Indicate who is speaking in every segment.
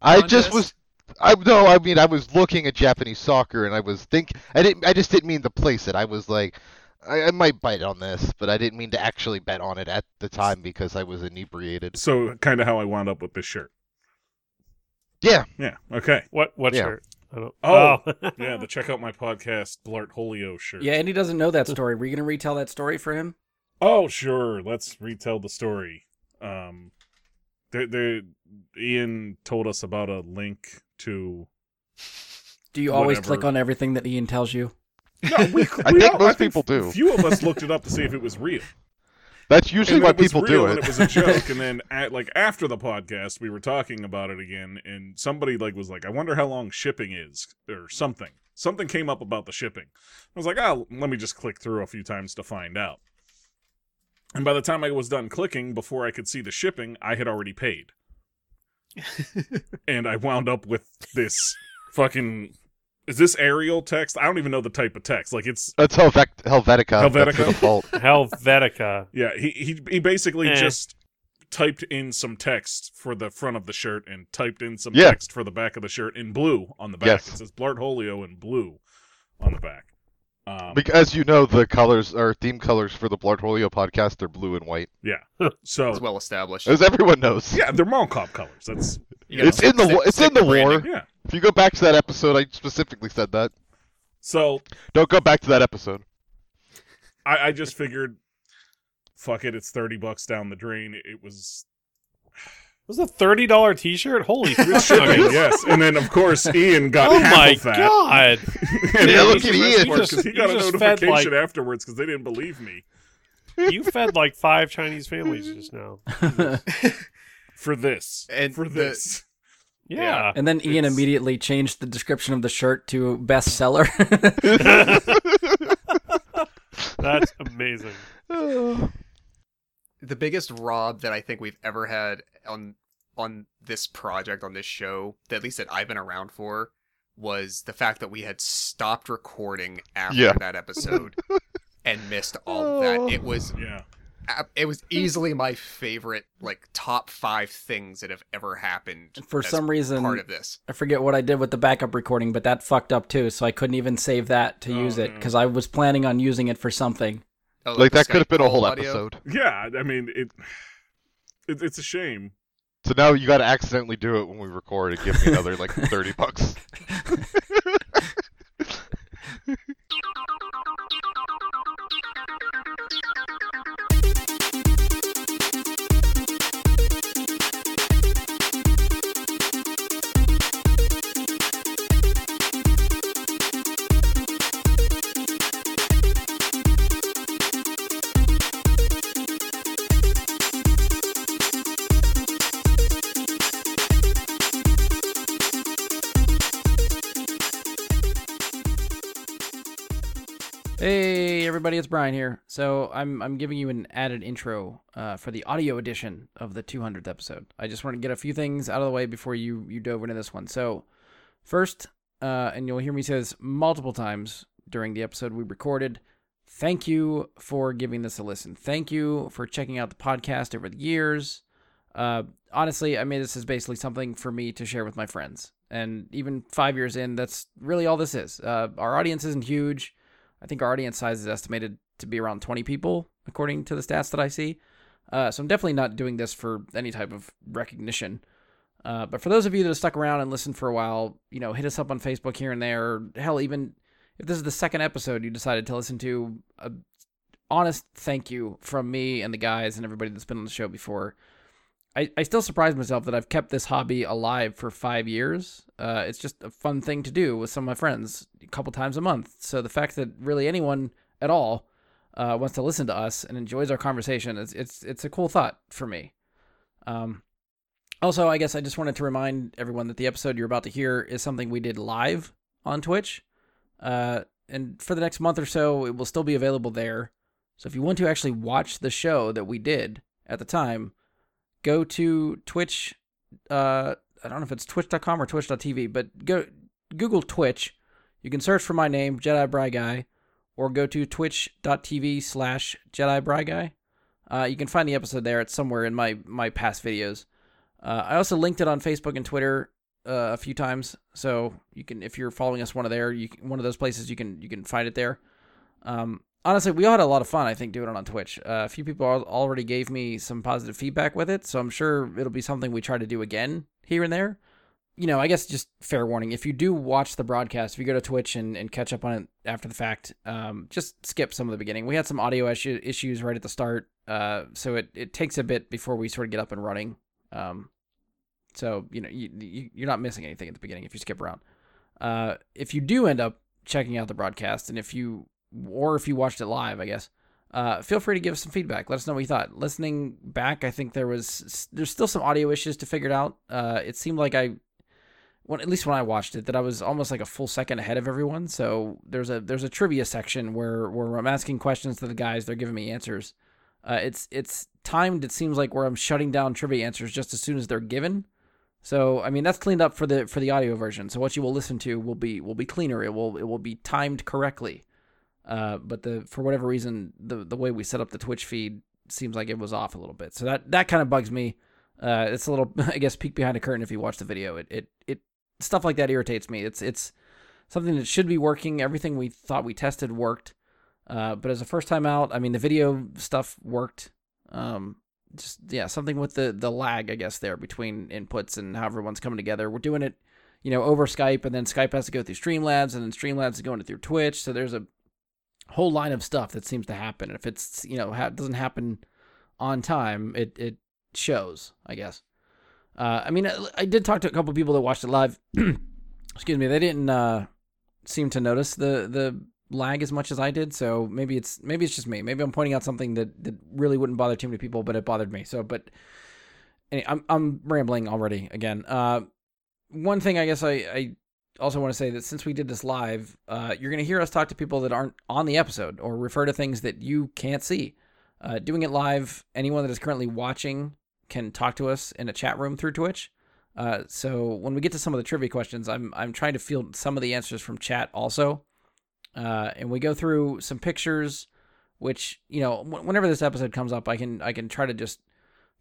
Speaker 1: I
Speaker 2: onto
Speaker 1: just
Speaker 2: us?
Speaker 1: was. I no, I mean I was looking at Japanese soccer and I was think I didn't I just didn't mean to place it. I was like I, I might bite on this, but I didn't mean to actually bet on it at the time because I was inebriated.
Speaker 3: So kind of how I wound up with this shirt.
Speaker 1: Yeah.
Speaker 3: Yeah. Okay.
Speaker 4: What what
Speaker 1: Yeah.
Speaker 4: shirt? I don't,
Speaker 3: Oh. Yeah. The check out my podcast Blart Holio shirt.
Speaker 2: Yeah, and he doesn't know that story. Were you going to retell that story for him?
Speaker 3: Oh sure. Let's retell the story. Um, there, there. Ian told us about a link to.
Speaker 2: Do you always
Speaker 3: Whatever.
Speaker 2: click on everything that Ian tells you?
Speaker 3: No, we,
Speaker 1: I
Speaker 3: we
Speaker 1: think
Speaker 3: all-
Speaker 1: most
Speaker 3: think
Speaker 1: people do.
Speaker 3: Few of us looked it up to see if it was real.
Speaker 1: That's usually
Speaker 3: And
Speaker 1: why
Speaker 3: then it was
Speaker 1: people
Speaker 3: real
Speaker 1: do
Speaker 3: And
Speaker 1: it.
Speaker 3: it was a joke, and then at, like after the podcast, we were talking about it again, and somebody like was like, "I wonder how long shipping is," or something. Something came up about the shipping. I was like, "Oh, let me just click through a few times to find out." And by the time I was done clicking, before I could see the shipping, I had already paid, and I wound up with this fucking. Is this Arial text? I don't even know the type of text. Like it's
Speaker 1: That's Helvet- Helvetica. That's the
Speaker 3: Helvetica.
Speaker 1: default.
Speaker 4: Helvetica.
Speaker 3: Yeah, he he, he basically
Speaker 4: Eh.
Speaker 3: just typed in some text for the front of the shirt and typed in some
Speaker 1: Yeah.
Speaker 3: text for the back of the shirt in blue on the back.
Speaker 1: Yes.
Speaker 3: It says Blart Holio in blue on the back. Um,
Speaker 1: Because you know the colors or theme colors for the Blartfolio podcast are blue and white.
Speaker 3: so Oh.
Speaker 5: It's well established.
Speaker 1: As everyone knows.
Speaker 3: yeah, they're mall cop colors. That's
Speaker 5: You gotta
Speaker 1: it's in the
Speaker 5: stick-
Speaker 1: wa- it's
Speaker 5: stick
Speaker 1: in the
Speaker 5: to branding.
Speaker 1: war.
Speaker 3: yeah.
Speaker 1: If you go back to that episode, I specifically said that.
Speaker 3: So
Speaker 1: Don't go back to that episode.
Speaker 3: I, I just figured, fuck it, it's thirty bucks down the drain. It was
Speaker 4: Was a thirty dollar t shirt? Holy
Speaker 3: it
Speaker 4: fuck.
Speaker 3: should be, yes, and then of course Ian got
Speaker 4: Oh
Speaker 3: half
Speaker 4: my
Speaker 3: of that.
Speaker 4: god.
Speaker 3: and
Speaker 1: Yeah,
Speaker 3: he
Speaker 1: look at Ian.
Speaker 3: because he
Speaker 4: You
Speaker 3: got a
Speaker 4: just fed,
Speaker 3: notification
Speaker 4: like-
Speaker 3: afterwards because they didn't believe me.
Speaker 4: You fed like five Chinese families just now.
Speaker 3: for this
Speaker 5: And
Speaker 3: for
Speaker 5: the-
Speaker 3: this.
Speaker 4: Yeah.
Speaker 2: And then Ian
Speaker 5: It's-
Speaker 2: immediately changed the description of the shirt to bestseller.
Speaker 4: That's amazing.
Speaker 5: the biggest rob that I think we've ever had on on this project on this show, that at least that I've been around for, was the fact that we had stopped recording after
Speaker 1: Yeah.
Speaker 5: that episode and missed all of that. It was
Speaker 3: Yeah.
Speaker 5: it was easily my favorite like top 5 things that have ever happened
Speaker 2: For
Speaker 5: as
Speaker 2: some reason,
Speaker 5: part of this.
Speaker 2: I forget what I did with the backup recording, but that fucked up too, so I couldn't even save that to
Speaker 3: Oh,
Speaker 2: use it
Speaker 3: no.
Speaker 2: because I was planning on using it for something.
Speaker 5: Oh,
Speaker 1: like
Speaker 5: the
Speaker 1: that could have
Speaker 5: Skype
Speaker 1: been a
Speaker 5: call
Speaker 1: whole
Speaker 5: audio.
Speaker 1: episode.
Speaker 3: Yeah, I mean it, it it's a shame.
Speaker 1: So now you got to accidentally do it when we record and give me another like thirty bucks.
Speaker 2: Hey everybody, it's Brian here. So I'm I'm giving you an added intro uh, for the audio edition of the 200th episode. I just wanted to get a few things out of the way before you you dove into this one. So first, uh, and you'll hear me say this multiple times during the episode we recorded. Thank you for giving this a listen. Thank you for checking out the podcast over the years. Uh, honestly, I made this as basically something for me to share with my friends. And even five years in, that's really all this is. Uh, our audience isn't huge. I think our audience size is estimated to be around 20 people, according to the stats that I see. Uh, so I'm definitely not doing this for any type of recognition. Uh, but for those of you that have stuck around and listened for a while, you know, hit us up on Facebook here and there. Hell, even if this is the second episode you decided to listen to, a honest thank you from me and the guys and everybody that's been on the show before. I, I still surprise myself that I've kept this hobby alive for five years. Uh, it's just a fun thing to do with some of my friends a couple times a month. So the fact that really anyone at all uh, wants to listen to us and enjoys our conversation, it's it's, it's a cool thought for me. Um, also, I guess I just wanted to remind everyone that the episode you're about to hear is something we did live on Twitch. Uh, and for the next month or so, it will still be available there. So if you want to actually watch the show that we did at the time, go to Twitch. Uh, I don't know if it's twitch.com or twitch.tv, but go Google Twitch. You can search for my name, Jedi Bry Guy, or go to twitch.tv slash Jedi Bry Guy. Uh, you can find the episode there. It's somewhere in my, my past videos. Uh, I also linked it on Facebook and Twitter. uh, a few times, so you can if you're following us one of there, you can, one of those places you can you can find it there. Um, honestly, we all had a lot of fun. I think doing it on Twitch. Uh, a few people al- already gave me some positive feedback with it, so I'm sure it'll be something we try to do again here and there. You know, I guess just fair warning: if you do watch the broadcast, if you go to Twitch and, and catch up on it after the fact, um, just skip some of the beginning. We had some audio issue, issues right at the start, uh, so it, it takes a bit before we sort of get up and running. Um, so you know you, you you're not missing anything at the beginning if you skip around. Uh, if you do end up checking out the broadcast, and if you or if you watched it live, I guess, uh, feel free to give us some feedback. Let us know what you thought. Listening back, I think there was there's still some audio issues to figure it out. Uh, it seemed like I, when at least when I watched it, that I was almost like a full second ahead of everyone. So there's a there's a trivia section where where I'm asking questions to the guys, they're giving me answers. Uh, it's it's timed. It seems like where I'm shutting down trivia answers just as soon as they're given. So I mean that's cleaned up for the for the audio version. So what you will listen to will be will be cleaner. It will it will be timed correctly. Uh, but the for whatever reason the the way we set up the Twitch feed seems like it was off a little bit. So that that kind of bugs me. Uh, it's a little I guess peek behind the curtain if you watch the video. It it it stuff like that irritates me. It's it's something that should be working. Everything we thought we tested worked. Uh, but as a first time out, I mean the video stuff worked. Um, just yeah, something with the the lag I guess there between inputs and how everyone's coming together. We're doing it, you know, over Skype, and then Skype has to go through Streamlabs, and then Streamlabs is going through Twitch. So there's a whole line of stuff that seems to happen. And if it's you know ha- doesn't happen on time, it it shows, I guess. Uh, I mean, I, I did talk to a couple people that watched it live. Excuse me, they didn't uh, seem to notice the the lag as much as I did. So maybe it's maybe it's just me. Maybe I'm pointing out something that that really wouldn't bother too many people, but it bothered me. So, but any I'm I'm rambling already again. Uh, one thing I guess I, I also want to say that since we did this live, uh, you're going to hear us talk to people that aren't on the episode or refer to things that you can't see. Uh, doing it live, anyone that is currently watching can talk to us in a chat room through Twitch. Uh, so when we get to some of the trivia questions, I'm I'm trying to field some of the answers from chat also, uh, and we go through some pictures, which you know wh- whenever this episode comes up, I can I can try to just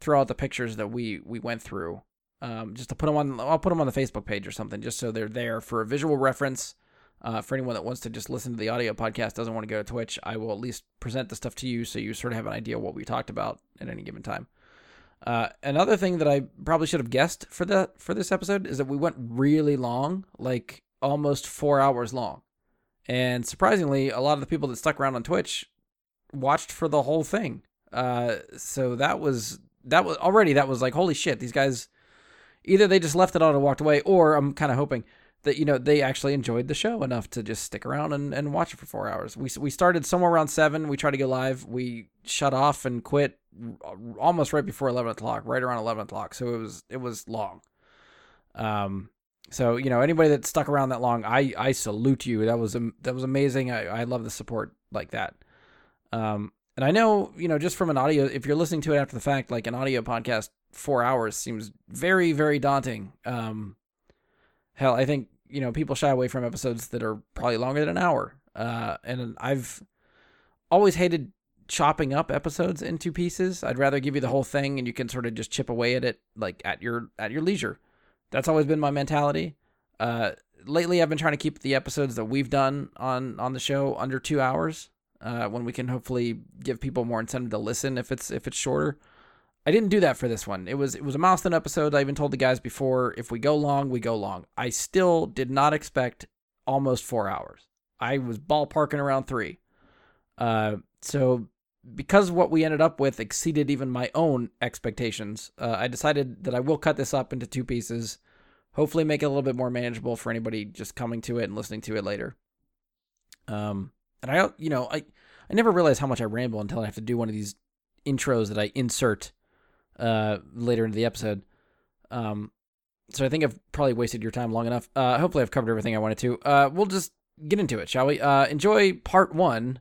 Speaker 2: throw out the pictures that we we went through um, just to put them on. I'll put them on the Facebook page or something, just so they're there for a visual reference. Uh, for anyone that wants to just listen to the audio podcast, doesn't want to go to Twitch, I will at least present the stuff to you, so you sort of have an idea what we talked about at any given time. Uh, another thing that I probably should have guessed for the for this episode is that we went really long, like almost four hours long, and surprisingly, a lot of the people that stuck around on Twitch watched for the whole thing. Uh, so that was that was already that was like holy shit, these guys either they just left it on and walked away, or I'm kind of hoping that you know they actually enjoyed the show enough to just stick around and, and watch it for four hours. We we started somewhere around seven. We tried to go live. We shut off and quit almost right before eleven o'clock, right around eleven o'clock. So it was it was long. Um. So you know anybody that stuck around that long, I I salute you. That was am- that was amazing. I I love the support like that. Um. And I know, you know, just from an audio, if you're listening to it after the fact, like an audio podcast, four hours seems very, very daunting. Um, hell, I think you know people shy away from episodes that are probably longer than an hour. Uh, and I've always hated chopping up episodes into pieces. I'd rather give you the whole thing, and you can sort of just chip away at it like at your at your leisure. That's always been my mentality. Uh, lately, I've been trying to keep the episodes that we've done on on the show under two hours. Uh, when we can hopefully give people more incentive to listen if it's if it's shorter. I didn't do that for this one. It was it was a milestone episode. I even told the guys before, if we go long, we go long. I still did not expect almost four hours. I was ballparking around three. Uh, so because what we ended up with exceeded even my own expectations, uh, I decided that I will cut this up into two pieces. Hopefully, make it a little bit more manageable for anybody just coming to it and listening to it later. Um, and I, you know, I I never realize how much I ramble until I have to do one of these intros that I insert uh, later into the episode. Um, so I think I've probably wasted your time long enough. Uh, hopefully, I've covered everything I wanted to. Uh, we'll just get into it, shall we? Uh, enjoy part one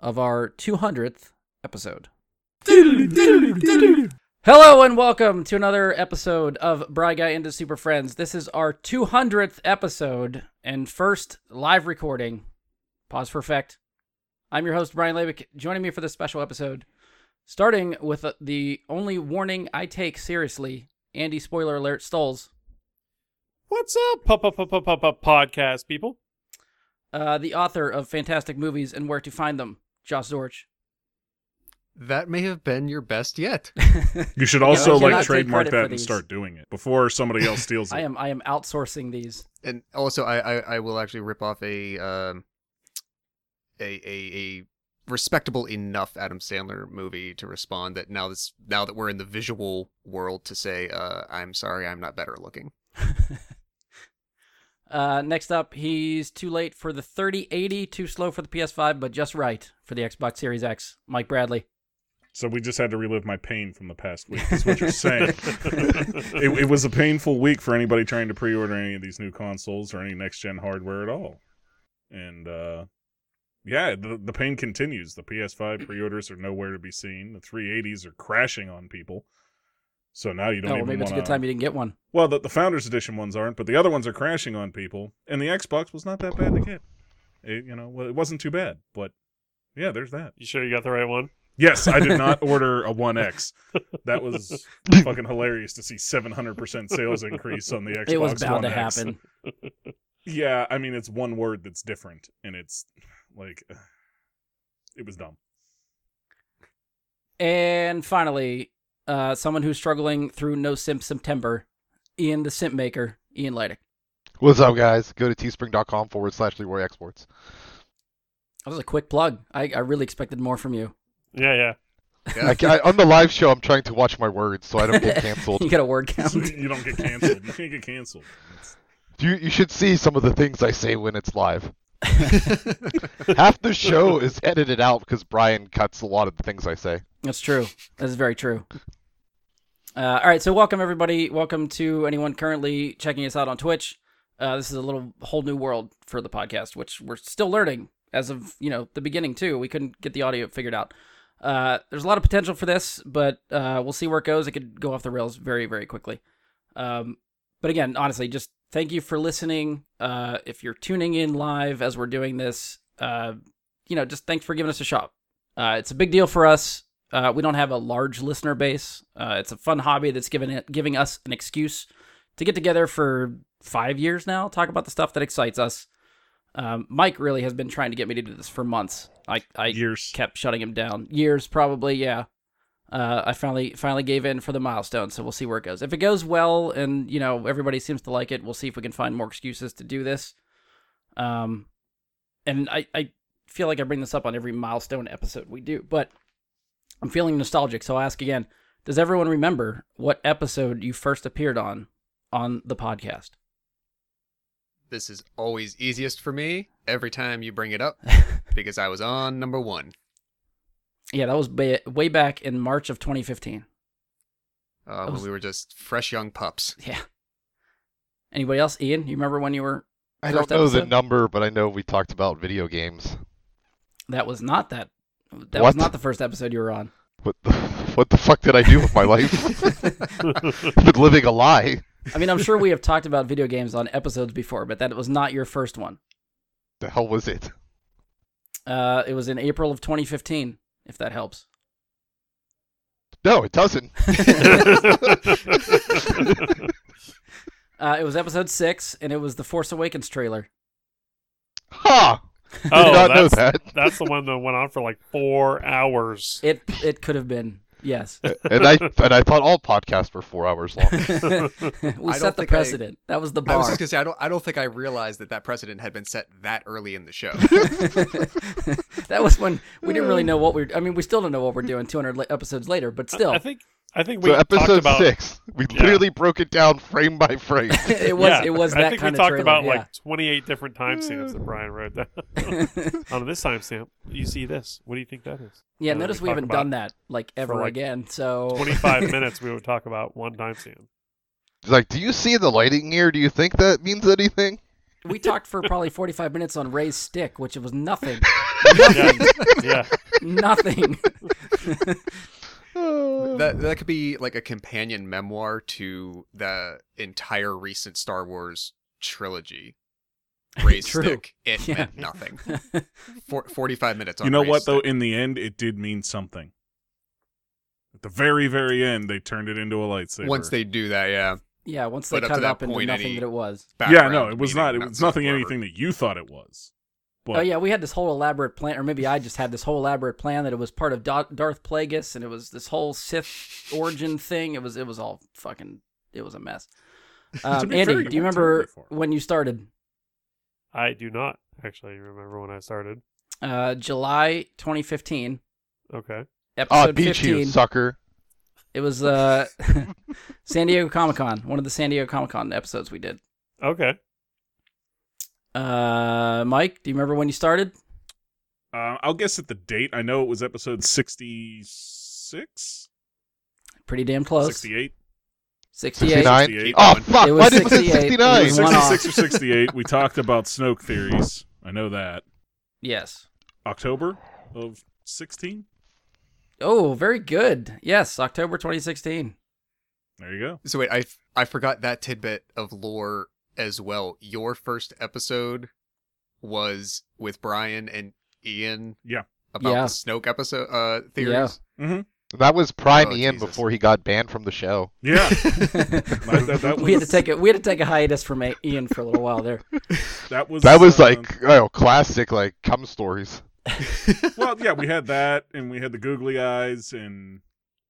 Speaker 2: of our 200th episode. Hello and welcome to another episode of Bry Guy into Super Friends. This is our 200th episode and first live recording. Pause for effect. I'm your host, Brian Labick. Joining me for this special episode Starting with uh, the only warning I take seriously, Andy spoiler alert Stoles.
Speaker 4: What's up, pop up, pop up, up podcast people?
Speaker 2: Uh, the author of Fantastic Movies and Where to Find Them, Josh Zorch.
Speaker 5: That may have been your best yet.
Speaker 3: You should also
Speaker 2: I cannot
Speaker 3: like
Speaker 2: take
Speaker 3: trademark
Speaker 2: credit
Speaker 3: that
Speaker 2: for
Speaker 3: and
Speaker 2: these.
Speaker 3: start doing it before somebody else steals it.
Speaker 2: I am I am outsourcing these.
Speaker 5: and also I, I I will actually rip off a um a a a respectable enough Adam Sandler movie to respond that now this now that we're in the visual world to say uh I'm sorry I'm not better looking.
Speaker 2: Uh, next up, he's too late for the 3080, too slow for the PS5, but just right for the Xbox Series X. Mike Bradley.
Speaker 3: So we just had to relive my pain from the past week. Is what you're saying. it, it was a painful week for anybody trying to pre-order any of these new consoles or any next-gen hardware at all. And uh, yeah, the, the pain continues. The PS5 pre-orders are nowhere to be seen. The 380s are crashing on people. So now you don't
Speaker 2: Oh, well,
Speaker 3: even
Speaker 2: maybe it's a
Speaker 3: wanna...
Speaker 2: good time you didn't get one.
Speaker 3: Well, the, the Founders Edition ones aren't, but the other ones are crashing on people. And the Xbox was not that bad to get. It, you know, well, it wasn't too bad. But yeah, there's that.
Speaker 4: You sure you got the right one?
Speaker 3: Yes, I did not order a 1X. That was fucking hilarious to see 700% sales increase on the Xbox
Speaker 2: it was bound
Speaker 3: One
Speaker 2: to
Speaker 3: X.
Speaker 2: happen.
Speaker 3: Yeah, I mean it's one word that's different and it's like it was dumb.
Speaker 2: And finally, uh, someone who's struggling through No Simp September, Ian the Simp Maker, Ian Leidick.
Speaker 1: What's up, guys? Go to teespring.com forward slash Leroy Exports.
Speaker 2: That was a quick plug. I, I really expected more from you.
Speaker 4: Yeah, yeah.
Speaker 5: Yeah.
Speaker 1: I, ca- I, on the live show, I'm trying to watch my words so I don't get canceled.
Speaker 2: you got a word
Speaker 3: So
Speaker 2: count.
Speaker 3: you don't get canceled. You can't get canceled. It's-
Speaker 1: you, you should see some of the things I say when it's live. Half the show is edited out because Brian cuts a lot of the things I say.
Speaker 2: That's true. That's very true. Uh, all right, so welcome everybody. Welcome to anyone currently checking us out on Twitch. Uh, this is a little whole new world for the podcast, which we're still learning as of you know the beginning too. We couldn't get the audio figured out. Uh, there's a lot of potential for this, but uh, we'll see where it goes. It could go off the rails very very quickly. Um, but again, honestly, just thank you for listening. Uh, if you're tuning in live as we're doing this, uh, you know, just thanks for giving us a shot. Uh, it's a big deal for us. Uh, we don't have a large listener base. Uh, it's a fun hobby that's given it, giving us an excuse to get together for five years now, talk about the stuff that excites us. Um, Mike really has been trying to get me to do this for months. I, I
Speaker 3: Years.
Speaker 2: kept shutting him down. Years, probably, yeah. Uh, I finally finally gave in for the milestone, so we'll see where it goes. If it goes well, and you know everybody seems to like it, we'll see if we can find more excuses to do this. Um, and I I feel like I bring this up on every milestone episode we do, but I'm feeling nostalgic, so I'll ask again: Does everyone remember what episode you first appeared on on the podcast?
Speaker 5: this is always easiest for me every time you bring it up because I was on number 1.
Speaker 2: Yeah, that was ba- way back in March of 2015.
Speaker 5: Uh,
Speaker 2: That
Speaker 5: when
Speaker 2: was-
Speaker 5: we were just fresh young pups.
Speaker 2: Yeah. Anybody else? Ian, you remember when you were?
Speaker 1: I don't
Speaker 2: First
Speaker 1: know the
Speaker 2: episode?
Speaker 1: number, but I know we talked about video games.
Speaker 2: That was not that. That was
Speaker 1: What?
Speaker 2: not the first episode you were on.
Speaker 1: What the, what the fuck did I do with my life? I've been living a lie.
Speaker 2: I mean, I'm sure we have talked about video games on episodes before, but that was not your first one.
Speaker 1: The hell was it?
Speaker 2: Uh, it was in April of 2015, if that helps.
Speaker 1: No, it doesn't.
Speaker 2: Uh, it was episode six, and it was the Force Awakens trailer.
Speaker 1: Ha! I did
Speaker 4: oh,
Speaker 1: not know
Speaker 4: that's,
Speaker 1: that.
Speaker 4: that's the one that went on for like four hours.
Speaker 2: It it could have been yes.
Speaker 1: And I and I thought all podcasts were four hours long.
Speaker 2: we
Speaker 5: don't
Speaker 2: set the
Speaker 5: think I-
Speaker 2: precedent. That was the
Speaker 5: I
Speaker 2: bar.
Speaker 5: was just going to say I don't I don't think I realized that that precedent had been set that early in the show.
Speaker 2: that was when we didn't really know what we. I mean, we still don't know what we're doing 200 la- episodes later, but still,
Speaker 4: I think I think we
Speaker 1: So
Speaker 4: talked
Speaker 1: episode
Speaker 4: about
Speaker 1: six, we literally broke it down frame by frame.
Speaker 2: it was
Speaker 4: yeah,
Speaker 2: it was
Speaker 4: I
Speaker 2: that
Speaker 4: think
Speaker 2: kind
Speaker 4: we
Speaker 2: of
Speaker 4: talked
Speaker 2: trailer.
Speaker 4: about
Speaker 2: yeah.
Speaker 4: like 28 different timestamps that Brian wrote down. On this timestamp, you see this. What do you think that is?
Speaker 2: Yeah,
Speaker 4: And then
Speaker 2: notice we
Speaker 4: talk
Speaker 2: haven't
Speaker 4: uh, about
Speaker 2: done that like ever
Speaker 4: like,
Speaker 2: again. So
Speaker 4: 25 minutes. We would talk about one timestamp.
Speaker 1: It's like, do you see the lighting here? Do you think that means anything?
Speaker 2: we talked for probably 45 minutes on Ray's stick, which was nothing.
Speaker 4: Yeah, yeah.
Speaker 2: nothing.
Speaker 5: that that could be like a companion memoir to the entire recent Star Wars trilogy. Raised
Speaker 2: True.
Speaker 5: stick. It
Speaker 2: Yeah.
Speaker 5: meant nothing. For, Forty-five minutes. On
Speaker 3: You know
Speaker 5: raised
Speaker 3: what though?
Speaker 5: stick.
Speaker 3: In the end, it did mean something. At the very, very end, they turned it into a lightsaber.
Speaker 5: Once they do that, yeah,
Speaker 2: yeah, once they
Speaker 5: But up
Speaker 2: cut
Speaker 5: to
Speaker 2: it
Speaker 5: that
Speaker 2: up into
Speaker 5: point,
Speaker 2: nothing
Speaker 5: any
Speaker 2: that it was.
Speaker 3: yeah,
Speaker 5: Background
Speaker 3: no, it was
Speaker 5: meaning,
Speaker 3: not. It was nothing,
Speaker 5: whatsoever.
Speaker 3: anything that you thought it was. But
Speaker 2: Oh yeah, we had this whole elaborate plan, or maybe I just had this whole elaborate plan that it was part of Da- Darth Plagueis, and it was this whole Sith origin thing. It was it was all fucking it was a mess. Um,
Speaker 3: be
Speaker 2: Andy,
Speaker 3: fair, you
Speaker 2: do you
Speaker 3: went to
Speaker 2: remember
Speaker 3: it before.
Speaker 2: when you started?
Speaker 4: I do not actually remember when I started.
Speaker 2: Uh, July 2015,
Speaker 4: Okay.
Speaker 1: Ah,
Speaker 2: episode
Speaker 1: beat
Speaker 2: 15.
Speaker 1: you, sucker.
Speaker 2: It was uh, San Diego Comic Con, one of the San Diego Comic Con episodes we did.
Speaker 4: Okay.
Speaker 2: Uh, Mike, do you remember when you started?
Speaker 3: uh, I'll guess at the date. I know it was episode 66,
Speaker 2: Pretty damn close.
Speaker 3: 68,
Speaker 2: 68.
Speaker 1: 69?
Speaker 3: 68.
Speaker 1: Oh
Speaker 5: It
Speaker 1: fuck!
Speaker 2: was
Speaker 1: Why did it say
Speaker 2: 68. It
Speaker 1: sixty-nine?
Speaker 2: was one off.
Speaker 3: 66 or 68. We talked about Snoke theories. I know that.
Speaker 2: Yes.
Speaker 3: October of 16.
Speaker 2: Oh, very good. Yes, October 2016.
Speaker 3: There you go.
Speaker 5: So wait, I f- I forgot that tidbit of lore as well. Your first episode was with Brian and Ian.
Speaker 3: Yeah.
Speaker 5: About
Speaker 2: Yeah.
Speaker 5: the Snoke episode uh theories.
Speaker 2: Yeah.
Speaker 3: Mm-hmm.
Speaker 1: That was prime
Speaker 5: Oh,
Speaker 1: Ian
Speaker 5: Jesus.
Speaker 1: before he got banned from the show.
Speaker 3: Yeah.
Speaker 2: we
Speaker 3: that, that- that
Speaker 2: had to
Speaker 3: was,
Speaker 2: take a we had to take a hiatus from A- Ian for a little while there.
Speaker 3: that was,
Speaker 1: That
Speaker 4: um,
Speaker 1: was
Speaker 3: uh,
Speaker 1: like oh, classic like cum stories.
Speaker 3: well, yeah, we had that, and we had the googly eyes, and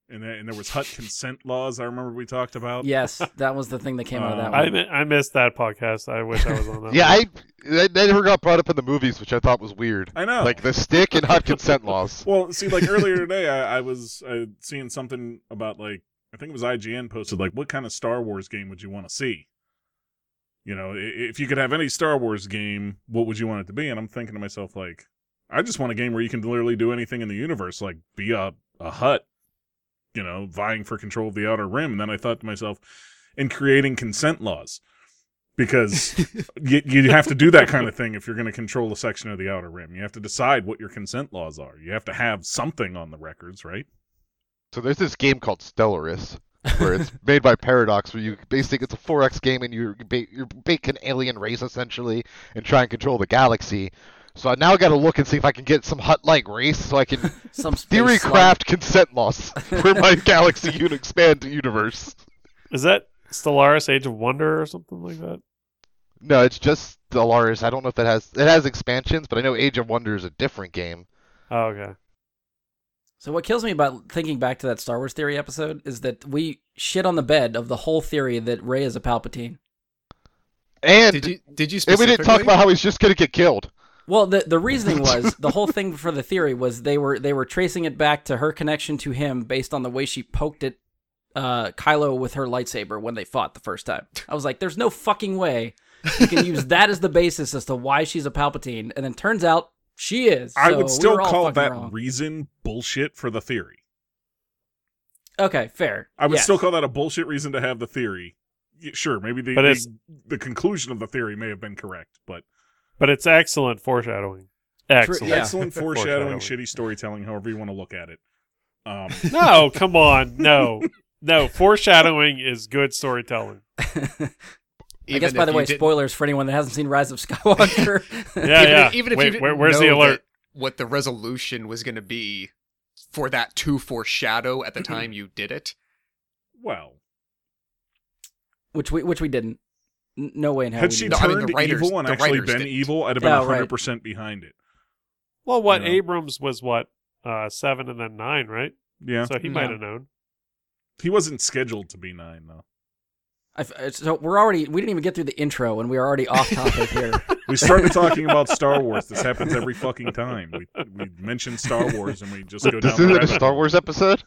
Speaker 3: and, th- and there was hut consent laws. I remember we talked about.
Speaker 2: Yes, that was the thing that came out of that
Speaker 3: Um,
Speaker 2: one.
Speaker 4: Uh, I mi- I missed that podcast. I wish I was on that.
Speaker 1: Yeah,
Speaker 4: one.
Speaker 1: I that that never got brought up in the movies, which I thought was weird.
Speaker 3: I know.
Speaker 1: Like the stick and hot consent laws.
Speaker 3: Well, see, like earlier today, I, I was uh, seeing something about like I think it was IGN posted like what kind of Star Wars game would you want to see? You know, i- if you could have any Star Wars game, what would you want it to be? And I'm thinking to myself like, I just want a game where you can literally do anything in the universe, like be a a hut, you know, vying for control of the outer rim. And then I thought to myself, in creating consent laws. Because you, you have to do that kind of thing if you're going to control a section of the outer rim. You have to decide what your consent laws are. You have to have something on the records, right?
Speaker 1: So there's this game called Stellaris, where it's made by Paradox, where you basically it's a 4X game and you ba- you bake an alien race essentially and try and control the galaxy. So I now got to look and see if I can get some hut-like race so I can
Speaker 2: Some space
Speaker 1: theory
Speaker 2: slug.
Speaker 1: craft consent laws for my galaxy un- expand universe.
Speaker 4: Is that Stellaris Age of Wonder or something like that?
Speaker 1: No, it's just Stellaris. I don't know if it has it has expansions, but I know Age of Wonder is a different game.
Speaker 4: Oh, okay.
Speaker 2: So what kills me about thinking back to that Star Wars theory episode is that we shit on the bed of the whole theory that Ray is a Palpatine.
Speaker 1: And,
Speaker 5: did you did
Speaker 1: and
Speaker 5: you
Speaker 1: we
Speaker 5: specifically?
Speaker 1: didn't talk about how he's just gonna get killed.
Speaker 2: Well, the the reasoning was the whole thing for the theory was they were they were tracing it back to her connection to him based on the way she poked at uh, Kylo with her lightsaber when they fought the first time. I was like, "There's no fucking way you can use that as the basis as to why she's a Palpatine." And then turns out she is.
Speaker 3: I
Speaker 2: So we
Speaker 3: would still
Speaker 2: were all
Speaker 3: call
Speaker 2: fucking
Speaker 3: that
Speaker 2: wrong.
Speaker 3: reason bullshit for the theory.
Speaker 2: okay, fair.
Speaker 3: I would
Speaker 2: Yes.
Speaker 3: still call that a bullshit reason to have the theory. Y- Sure, maybe the
Speaker 4: But
Speaker 3: the,
Speaker 4: it's-
Speaker 3: the conclusion of the theory may have been correct, but
Speaker 4: But it's excellent foreshadowing. Excellent.
Speaker 2: Yeah.
Speaker 3: excellent foreshadowing,
Speaker 4: Foreshadowing.
Speaker 3: shitty storytelling, however you want to look at it. Um,
Speaker 4: No, come on. No. No, foreshadowing is good storytelling.
Speaker 2: I guess, by the way, spoilers for anyone that hasn't seen Rise of Skywalker.
Speaker 4: Yeah,
Speaker 5: even
Speaker 4: yeah.
Speaker 5: If, even if you
Speaker 4: Wait,
Speaker 5: didn't
Speaker 4: where- where's the
Speaker 5: know
Speaker 4: alert?
Speaker 5: that What the resolution was going to be for that to foreshadow at the time you did it?
Speaker 3: well,
Speaker 2: which we which we didn't. N- No way in hell.
Speaker 3: had
Speaker 2: we
Speaker 3: she
Speaker 2: did
Speaker 5: No,
Speaker 2: that.
Speaker 5: I mean,
Speaker 3: turned
Speaker 5: the writers-
Speaker 3: evil and
Speaker 5: the
Speaker 3: actually
Speaker 5: writers
Speaker 3: been
Speaker 5: didn't.
Speaker 3: evil, I'd have
Speaker 2: Yeah,
Speaker 3: been
Speaker 2: right.
Speaker 3: hundred percent behind it.
Speaker 4: Well, what
Speaker 3: Yeah.
Speaker 4: Abrams was what uh, seven and then nine, right?
Speaker 3: Yeah,
Speaker 4: So he
Speaker 2: Yeah.
Speaker 4: might have known.
Speaker 3: he wasn't scheduled to be nine though.
Speaker 2: I f- uh, so we're already we didn't even get through the intro and we are already off topic here.
Speaker 3: We started talking about Star Wars. This happens every fucking time. We we mention Star Wars and we just go down.
Speaker 1: This
Speaker 3: the
Speaker 1: isn't a
Speaker 3: rabbit
Speaker 1: Star
Speaker 3: hole.
Speaker 1: Wars episode.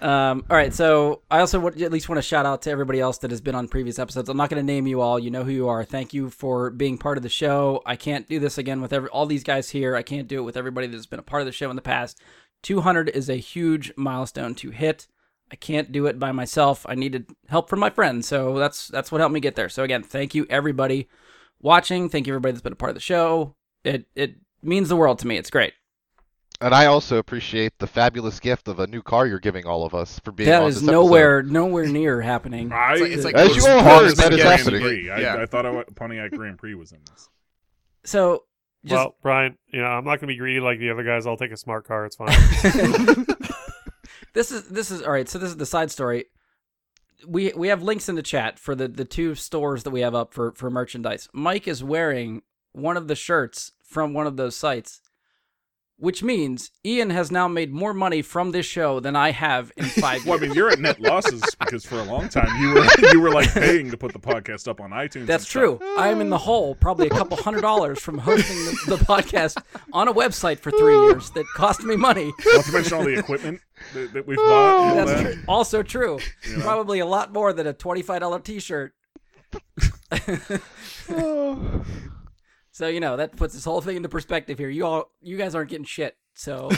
Speaker 2: um, all right, so I also want, at least want to shout out to everybody else that has been on previous episodes. I'm not going to name you all. You know who you are. Thank you for being part of the show. I can't do this again with every, all these guys here. I can't do it with everybody that's been a part of the show in the past. 200 is a huge milestone to hit. I can't do it by myself. I needed help from my friends, so that's that's what helped me get there. So again, thank you everybody watching. Thank you everybody that's been a part of the show. It it means the world to me. It's great.
Speaker 1: And I also appreciate the fabulous gift of a new car you're giving all of us for being
Speaker 2: That
Speaker 1: on
Speaker 2: is
Speaker 1: this episode.
Speaker 2: nowhere nowhere near happening.
Speaker 3: I,
Speaker 5: It's like- it's like
Speaker 1: As you all
Speaker 3: Pontiac
Speaker 1: heard, that is
Speaker 3: Grand
Speaker 1: happening.
Speaker 3: Prix. I,
Speaker 5: Yeah.
Speaker 3: I thought I, wa- Pontiac Grand Prix was in this.
Speaker 2: So just
Speaker 4: well, Brian, you know, I'm not gonna be greedy like the other guys. I'll take a smart car. It's fine.
Speaker 2: this is this is all right. So this is the side story. we we have links in the chat for the the two stores that we have up for for merchandise. Mike is wearing one of the shirts from one of those sites, which means Ian has now made more money from this show than I have in five
Speaker 3: Well,
Speaker 2: years.
Speaker 3: I mean, you're at net losses because for a long time you were you were like paying to put the podcast up on iTunes. and
Speaker 2: That's
Speaker 3: stuff.
Speaker 2: true. I am in the hole, probably a couple hundred dollars from hosting the, the podcast on a website for three years that cost me money.
Speaker 3: Not to mention all the equipment that, that we've bought. and all
Speaker 2: That's
Speaker 3: that.
Speaker 2: true. also true.
Speaker 3: You know?
Speaker 2: Probably a lot more than a twenty-five dollar T-shirt. so you know that puts this whole thing into perspective here. You all, you guys aren't getting shit. So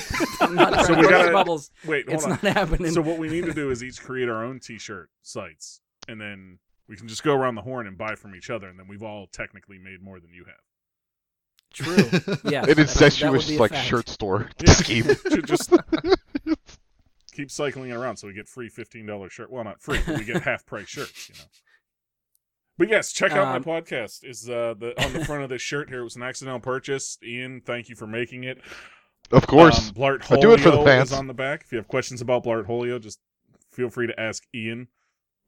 Speaker 2: I'm not trying
Speaker 3: So
Speaker 2: to
Speaker 3: we
Speaker 2: burst
Speaker 3: gotta-
Speaker 2: bubbles.
Speaker 3: Wait, hold
Speaker 2: It's
Speaker 3: on.
Speaker 2: not happening.
Speaker 3: So what we need to do is each create our own T-shirt sites, and then we can just go around the horn and buy from each other, and then we've all technically made more than you have.
Speaker 2: true. Yeah.
Speaker 1: An incestuous
Speaker 2: be a
Speaker 1: like
Speaker 2: fact.
Speaker 1: shirt store
Speaker 3: Yeah.
Speaker 1: scheme.
Speaker 3: Ju- just keep cycling it around, so we get free fifteen dollars shirt. Well, not free, but we get half price shirts. You know. But yes, check out
Speaker 2: Um,
Speaker 3: my podcast. Is uh, the on the front of this shirt here? It was an accidental purchase. Ian, thank you for making it.
Speaker 1: Of course.
Speaker 3: Um, Blart
Speaker 1: I do it for the
Speaker 3: Holio
Speaker 1: fans.
Speaker 3: is on the back. If you have questions about Blart Holio, just feel free to ask Ian.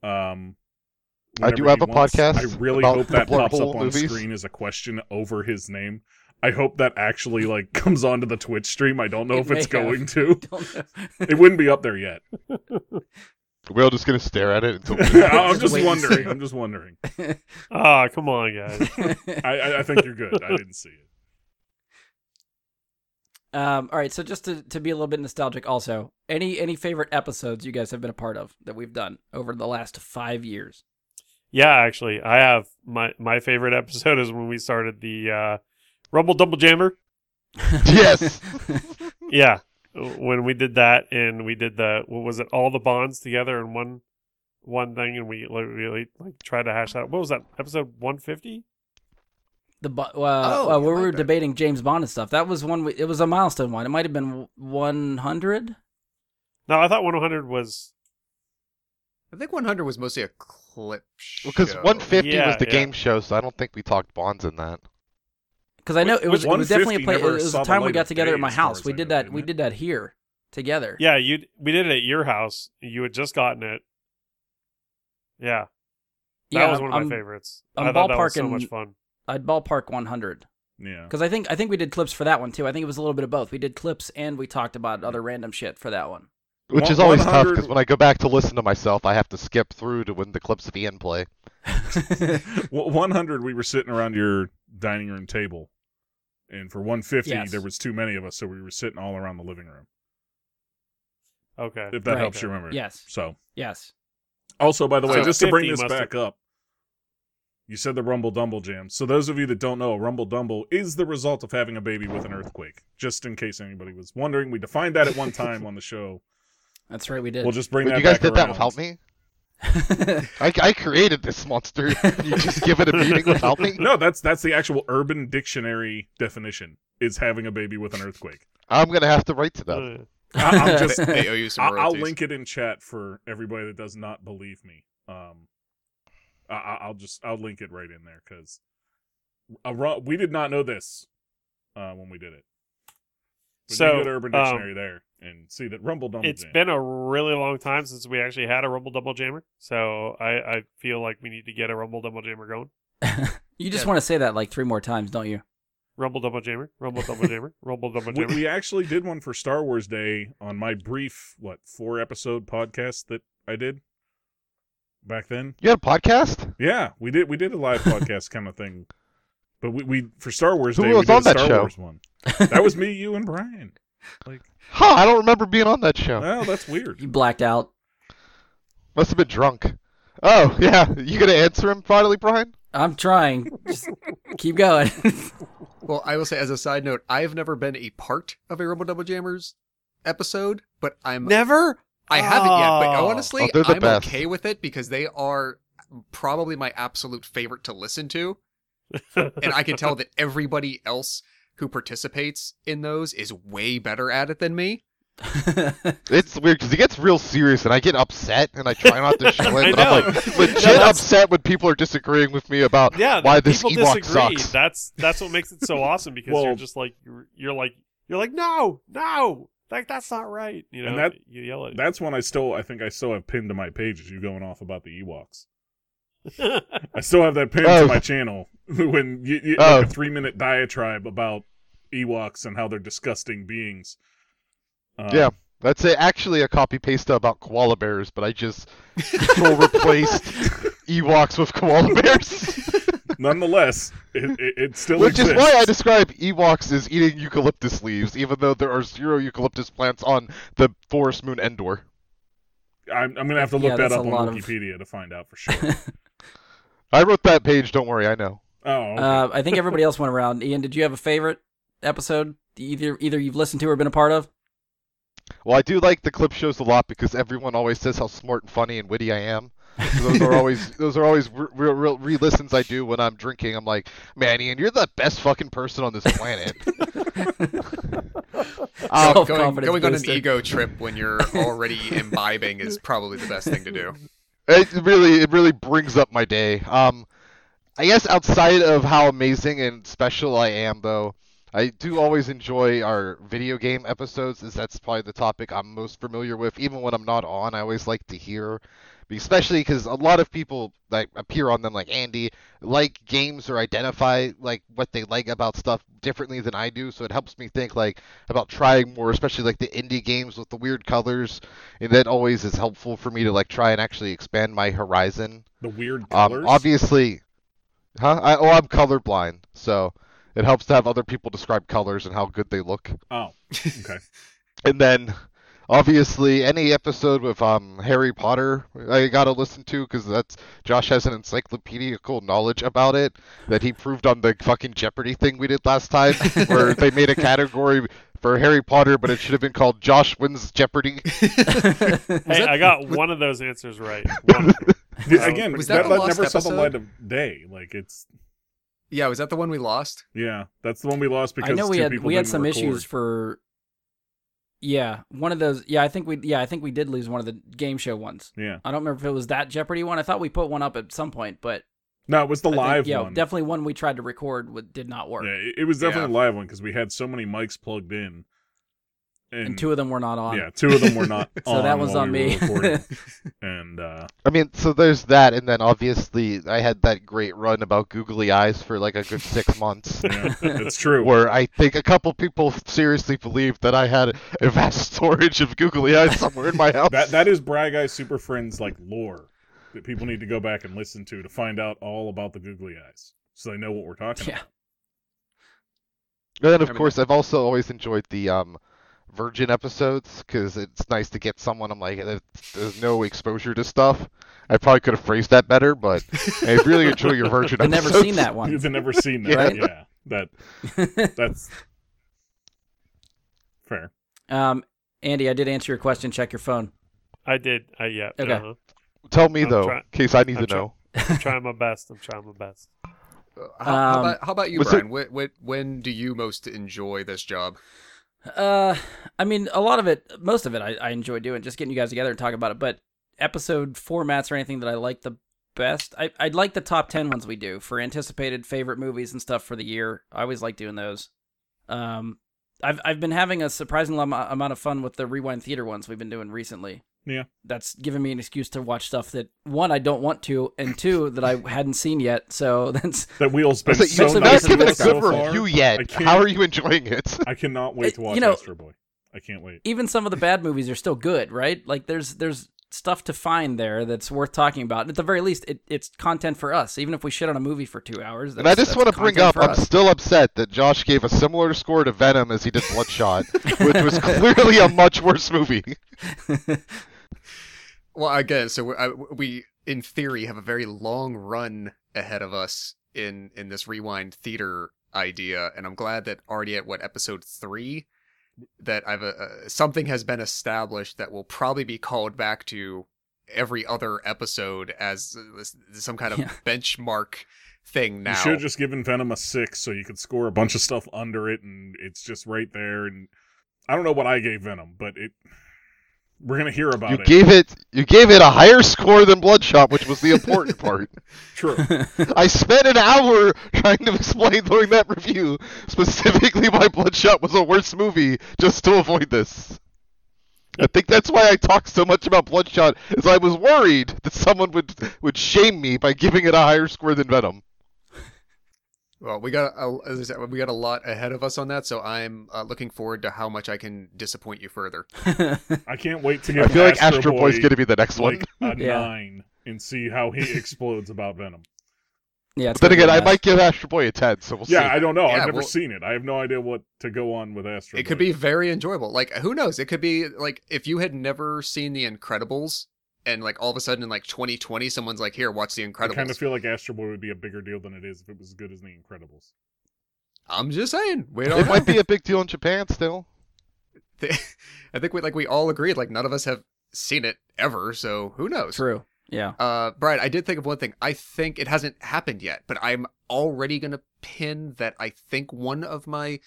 Speaker 3: Um,
Speaker 1: I do
Speaker 3: whenever
Speaker 1: have
Speaker 3: he
Speaker 1: a podcast
Speaker 3: I really
Speaker 1: about
Speaker 3: hope that
Speaker 1: the Blart
Speaker 3: pops up
Speaker 1: Hole
Speaker 3: on
Speaker 1: movies.
Speaker 3: screen as a question over his name. I hope that actually like comes onto the Twitch stream. I don't know
Speaker 2: It
Speaker 3: if it's
Speaker 2: may have.
Speaker 3: going to.
Speaker 2: Don't know.
Speaker 3: It wouldn't be up there yet.
Speaker 1: We're all just gonna stare at it until.
Speaker 3: I'm
Speaker 2: Just
Speaker 3: just
Speaker 2: wait and see.
Speaker 3: wondering. I'm just wondering.
Speaker 4: Ah, come on, guys.
Speaker 3: I, I, I think you're good. I didn't see it.
Speaker 2: um, all right. So just to, to be a little bit nostalgic, also, any any favorite episodes you guys have been a part of that we've done over the last five years?
Speaker 4: Yeah, actually, I have my my favorite episode is when we started the uh, Rumble Double Jammer.
Speaker 1: yes.
Speaker 4: Yeah, when we did that and we did the what was it? All the bonds together in one one thing, and we like, really like tried to hash that. What was that episode one fifty?
Speaker 2: The bu- uh,
Speaker 5: Oh,
Speaker 2: uh,
Speaker 5: yeah,
Speaker 2: where we
Speaker 5: I
Speaker 2: were
Speaker 5: bet.
Speaker 2: debating James Bond and stuff. That was one. We, it was a milestone one. It might have been one hundred.
Speaker 4: No, I thought one hundred was
Speaker 5: I think 100 was mostly a clip show.
Speaker 1: Because 150
Speaker 4: Yeah,
Speaker 1: was the
Speaker 4: yeah.
Speaker 1: game show, so I don't think we talked bonds in that.
Speaker 2: Because I know it was, it
Speaker 3: which
Speaker 2: was definitely a
Speaker 3: 150
Speaker 2: play. It
Speaker 3: never
Speaker 2: was
Speaker 3: saw
Speaker 2: a
Speaker 3: the
Speaker 2: time we
Speaker 3: light
Speaker 2: got
Speaker 3: of
Speaker 2: together
Speaker 3: day
Speaker 2: at my
Speaker 3: as far
Speaker 2: house.
Speaker 3: as
Speaker 2: We
Speaker 3: I
Speaker 2: did
Speaker 3: know,
Speaker 2: that.
Speaker 3: didn't
Speaker 2: We
Speaker 3: it?
Speaker 2: did that here together.
Speaker 4: yeah. You we did it at your house. You had just gotten it. Yeah, that
Speaker 2: Yeah,
Speaker 4: was one of
Speaker 2: I'm-
Speaker 4: my favorites.
Speaker 2: I'm
Speaker 4: I thought that was so
Speaker 2: ballparking-
Speaker 4: much fun.
Speaker 2: I'd ballpark one hundred.
Speaker 3: Yeah.
Speaker 2: Because I think I think we did clips for that one too. I think it was a little bit of both. We did clips and we talked about other random shit for that one.
Speaker 1: Which
Speaker 3: One-
Speaker 1: is always tough
Speaker 3: 100
Speaker 1: because when I go back to listen to myself, I have to skip through to when the clips of Ian play.
Speaker 3: Well, 100, we were sitting around your dining room table, and for 150,
Speaker 2: Yes.
Speaker 3: there was too many of us, so we were sitting all around the living room.
Speaker 4: Okay,
Speaker 3: If that
Speaker 2: Right.
Speaker 3: helps you remember.
Speaker 2: yes,
Speaker 3: So,
Speaker 2: yes.
Speaker 3: also by the way,
Speaker 4: So
Speaker 3: just to bring
Speaker 4: 50
Speaker 3: this
Speaker 4: must have-
Speaker 3: back up, you said the Rumble Dumble Jam. So those of you that don't know, a Rumble Dumble is the result of having a baby with an earthquake. Just in case anybody was wondering, we defined that at one time on the show.
Speaker 2: That's right. We did.
Speaker 3: We'll just bring
Speaker 1: Wait,
Speaker 3: that
Speaker 1: you guys
Speaker 3: back
Speaker 1: did that
Speaker 3: around.
Speaker 1: without me? I, I created this monster. You just give it a meaning without me?
Speaker 3: No, that's that's the actual Urban Dictionary definition is having a baby with an earthquake.
Speaker 1: I'm gonna have to write to them.
Speaker 4: Uh,
Speaker 3: I, I'm just
Speaker 5: They, they owe you some
Speaker 3: I- I'll
Speaker 5: royalties.
Speaker 3: link it in chat for everybody that does not believe me. Um, I- I- I'll just I'll link it right in there because we did not know this uh, when we did it. But you
Speaker 4: So,
Speaker 3: can go to Urban
Speaker 4: um,
Speaker 3: Dictionary there and see that Rumble Dumble.
Speaker 4: It's
Speaker 3: Jam.
Speaker 4: been a really long time since we actually had a Rumble Double Jammer, so I, I feel like we need to get a Rumble Double Jammer going.
Speaker 2: you just
Speaker 5: Yeah.
Speaker 2: want to say that like three more times, don't you?
Speaker 4: Rumble Double Jammer, Rumble Double Jammer, Rumble Double
Speaker 3: we,
Speaker 4: Jammer.
Speaker 3: we actually did one for Star Wars Day on my brief what four episode podcast that I did back then.
Speaker 1: You had a podcast?
Speaker 3: Yeah, we did we did a live podcast kind of thing, but we, we for Star Wars
Speaker 1: Who
Speaker 3: Day
Speaker 1: was
Speaker 3: we did
Speaker 1: on
Speaker 3: a
Speaker 1: that
Speaker 3: Star
Speaker 1: show?
Speaker 3: Wars one. That was me, you, and Brian.
Speaker 1: Huh? I don't remember being on that show.
Speaker 3: Well, that's weird.
Speaker 2: You blacked out.
Speaker 1: Must have been drunk. Oh yeah, you gonna answer him finally, Brian?
Speaker 2: I'm trying. Just keep going.
Speaker 5: Well, I will say as a side note, I've never been a part of a Rumble Double Jammers episode, but I'm
Speaker 4: Never.
Speaker 5: I haven't yet. But
Speaker 4: Oh.
Speaker 5: honestly,
Speaker 1: Oh, they're the
Speaker 5: I'm
Speaker 1: best.
Speaker 5: okay with it because they are probably my absolute favorite to listen to, and I can tell that everybody else who participates in those is way better at it than me.
Speaker 1: It's weird because he gets real serious, and I get upset, and I try not to show
Speaker 4: I
Speaker 1: it, but I'm
Speaker 4: know.
Speaker 1: like legit
Speaker 4: No, that's-
Speaker 1: upset when people are disagreeing with me about
Speaker 4: yeah,
Speaker 1: why
Speaker 4: the
Speaker 1: this
Speaker 4: people
Speaker 1: Ewok
Speaker 4: disagree.
Speaker 1: sucks.
Speaker 4: That's that's what makes it so awesome because
Speaker 3: Well-
Speaker 4: you're just like you're, you're like you're like no no Like that's not right. You know,
Speaker 3: And that-
Speaker 4: you yell at.
Speaker 3: That's one I still I think I still have pinned to my page. Is you going off about the Ewoks? I still have that pinned
Speaker 1: Oh.
Speaker 3: to my channel when you, you
Speaker 1: Oh.
Speaker 3: like a three minute diatribe about Ewoks and how they're disgusting beings. Um,
Speaker 1: Yeah. That's a, actually a copy paste about koala bears, but I just control replaced Ewoks with koala bears,
Speaker 3: Nonetheless, it, it, it still
Speaker 1: which is
Speaker 3: exists.
Speaker 1: why I describe Ewoks as eating eucalyptus leaves, even though there are zero eucalyptus plants on the forest moon Endor.
Speaker 3: I'm, I'm gonna have to look
Speaker 2: Yeah,
Speaker 3: that
Speaker 2: that's
Speaker 3: up
Speaker 2: a
Speaker 3: on
Speaker 2: lot of-
Speaker 3: Wikipedia to find out for sure.
Speaker 1: I wrote that page. Don't worry, I know.
Speaker 3: oh, okay.
Speaker 2: Uh, I think everybody else went around. Ian, did you have a favorite episode? that Either either you've listened to or been a part of?
Speaker 1: Well, I do like the clip shows a lot because everyone always says how smart and funny and witty I am. So those are always those are always re- re- re- re-listens I do when I'm drinking. I'm like, man, Ian, you're the best fucking person on this planet. Um,
Speaker 5: Uh, going
Speaker 2: Self-confidence
Speaker 5: going on an
Speaker 2: booster.
Speaker 5: ego trip when you're already imbibing is probably the best thing to do.
Speaker 1: It really, it really brings up my day. Um, I guess outside of how amazing and special I am, though, I do always enjoy our video game episodes, as that's probably the topic I'm most familiar with. Even when I'm not on, I always like to hear, especially because a lot of people that appear on them, like Andy, like games or identify like what they like about stuff differently than I do. So it helps me think like about trying more, especially like the indie games with the weird colors and that always is helpful for me to like try and actually expand my horizon.
Speaker 3: the weird colors.
Speaker 1: Um, obviously, huh? I, oh, I'm colorblind, so it helps to have other people describe colors and how good they look.
Speaker 3: Oh, okay.
Speaker 1: And then, obviously, any episode with um Harry Potter, I gotta listen to because that's Josh has an encyclopedical knowledge about it that he proved on the fucking Jeopardy thing we did last time, where they made a category for Harry Potter, but it should have been called Josh wins Jeopardy.
Speaker 4: hey, I got one of those answers right. One of them.
Speaker 3: Yeah, Again,
Speaker 4: Was
Speaker 3: that,
Speaker 4: that the
Speaker 3: that
Speaker 5: lost
Speaker 3: never saw the
Speaker 5: episode?
Speaker 3: light of day. Like it's
Speaker 5: Yeah, was that the one we lost?
Speaker 3: yeah, that's the one we lost because
Speaker 2: I know we
Speaker 3: two
Speaker 2: had
Speaker 3: people
Speaker 2: we had
Speaker 3: didn't
Speaker 2: some
Speaker 3: record.
Speaker 2: issues for. Yeah, one of those. Yeah, I think we. Yeah, I think we did lose one of the game show ones.
Speaker 3: Yeah,
Speaker 2: I don't remember if it was that Jeopardy one. I thought we put one up at some point, but
Speaker 3: no, it was the
Speaker 2: I think,
Speaker 3: live
Speaker 2: yeah,
Speaker 3: one.
Speaker 2: definitely one we tried to record with, did not work,
Speaker 3: Yeah, it, it was definitely
Speaker 5: Yeah.
Speaker 3: a live one because we had so many mics plugged in, and,
Speaker 2: and two of them were not on.
Speaker 3: yeah, two of them were not.
Speaker 2: So that one's
Speaker 3: while
Speaker 2: on me.
Speaker 3: we were recording. and uh,
Speaker 1: I mean, so there's that, and then obviously I had that great run about googly eyes for like a good six months,
Speaker 3: yeah, it's true.
Speaker 1: where I think a couple people seriously believed that I had a vast storage of googly eyes somewhere in my house.
Speaker 3: That that is Bry Guy Super Friends like lore that people need to go back and listen to to find out all about the googly eyes, so they know what we're talking
Speaker 2: Yeah.
Speaker 3: about.
Speaker 1: And then, of
Speaker 5: I mean-
Speaker 1: course, I've also always enjoyed the um, Virgin episodes because it's nice to get someone. I'm like, "Eh, there's no exposure to stuff. I probably could have phrased that better, but I really enjoy your Virgin
Speaker 2: I've
Speaker 1: episodes.
Speaker 2: never seen that
Speaker 3: You've
Speaker 2: one.
Speaker 3: never seen that.
Speaker 2: Right.
Speaker 3: Yeah, that that's fair.
Speaker 2: um, Andy, I did answer your question. Check your phone.
Speaker 4: I did. I yeah.
Speaker 2: Okay.
Speaker 4: uh-huh.
Speaker 1: Tell me
Speaker 4: I'm
Speaker 1: though,
Speaker 4: try-
Speaker 1: in case I need
Speaker 4: I'm
Speaker 1: to
Speaker 4: try-
Speaker 1: know.
Speaker 4: I'm trying my best. I'm trying my best.
Speaker 5: Uh, How, how
Speaker 2: Um,
Speaker 5: about, how about you,
Speaker 1: was
Speaker 5: Brian? What, what, when do you most enjoy this job?
Speaker 2: Uh, I mean, a lot of it, most of it, I, I enjoy doing, just getting you guys together and talking about it. But episode formats or anything that I like the best, I I'd like the top ten ones we do for anticipated favorite movies and stuff for the year. I always like doing those. Um, I've I've been having a surprising am- amount of fun with the Rewind Theater ones we've been doing recently.
Speaker 3: Yeah.
Speaker 2: that's given me an excuse to watch stuff that one I don't want to, and two that I hadn't seen yet. So that's
Speaker 3: That wheel's been
Speaker 1: So,
Speaker 3: so
Speaker 1: you've
Speaker 3: nice
Speaker 1: not given a
Speaker 3: so
Speaker 1: good
Speaker 3: far.
Speaker 1: review yet.
Speaker 3: I
Speaker 1: How
Speaker 3: can't-
Speaker 1: are you enjoying it?
Speaker 3: I cannot
Speaker 2: It-
Speaker 3: wait to watch
Speaker 2: Uh, you know-
Speaker 3: Astro Boy. I can't wait.
Speaker 2: even some of the bad movies are still good, right? Like there's there's stuff to find there that's worth talking about. And at the very least, it, it's content for us. Even if we shit on a movie for two hours,
Speaker 1: And I just want to bring up, I'm
Speaker 2: us.
Speaker 1: still upset that Josh gave a similar score to Venom as he did Bloodshot, which was clearly a much worse movie.
Speaker 5: Well, again, so we I, we in theory have a very long run ahead of us in in this rewind theater idea, and I'm glad that already at what episode three that I've uh, uh, something has been established that will probably be called back to every other episode as uh, this- some kind of
Speaker 2: Yeah.
Speaker 5: benchmark thing now.
Speaker 3: You should have just given Venom a six so you could score a bunch of stuff under it, and it's just right there. And I don't know what I gave Venom, but it. We're gonna hear about
Speaker 1: You
Speaker 3: it.
Speaker 1: gave it you gave it a higher score than Bloodshot, which was the important part.
Speaker 3: True.
Speaker 1: I spent an hour trying to explain during that review specifically why Bloodshot was a worse movie just to avoid this. I think that's why I talked so much about Bloodshot, is I was worried that someone would would shame me by giving it a higher score than Venom.
Speaker 5: Well, we got a, as I said, we got a lot ahead of us on that, so I'm uh, looking forward to how much I can disappoint you further.
Speaker 3: I can't wait to
Speaker 1: I
Speaker 3: give.
Speaker 1: feel like
Speaker 3: Astro,
Speaker 1: Astro Boy's
Speaker 3: Boy,
Speaker 1: gonna be the next one.
Speaker 3: like a
Speaker 2: Yeah.
Speaker 3: nine and see how he explodes about Venom.
Speaker 2: yeah. it's
Speaker 1: But then
Speaker 2: gonna
Speaker 1: again,
Speaker 2: be
Speaker 1: I
Speaker 2: badass.
Speaker 1: might give Astro Boy a ten, so we'll
Speaker 3: yeah,
Speaker 1: see.
Speaker 3: I don't know.
Speaker 5: Yeah,
Speaker 3: I've never
Speaker 5: well-
Speaker 3: seen it. I have no idea what to go on with Astro.
Speaker 5: It
Speaker 3: Boy.
Speaker 5: could be very enjoyable. Like who knows? It could be like if you had never seen The Incredibles, and like all of a sudden in like 2020, someone's like, "Here, watch The
Speaker 3: I
Speaker 5: Incredibles."
Speaker 3: kind of feel like Astro Boy would be a bigger deal than it is if it was as good as The Incredibles.
Speaker 5: I'm just saying. We don't
Speaker 1: It
Speaker 5: know.
Speaker 1: might be a big deal in Japan still.
Speaker 5: I think we like we all agreed. Like none of us have seen it ever, so who knows?
Speaker 2: True. Yeah.
Speaker 5: Uh, Brian, I did think of one thing. I think it hasn't happened yet, but I'm already gonna pin that I think one of my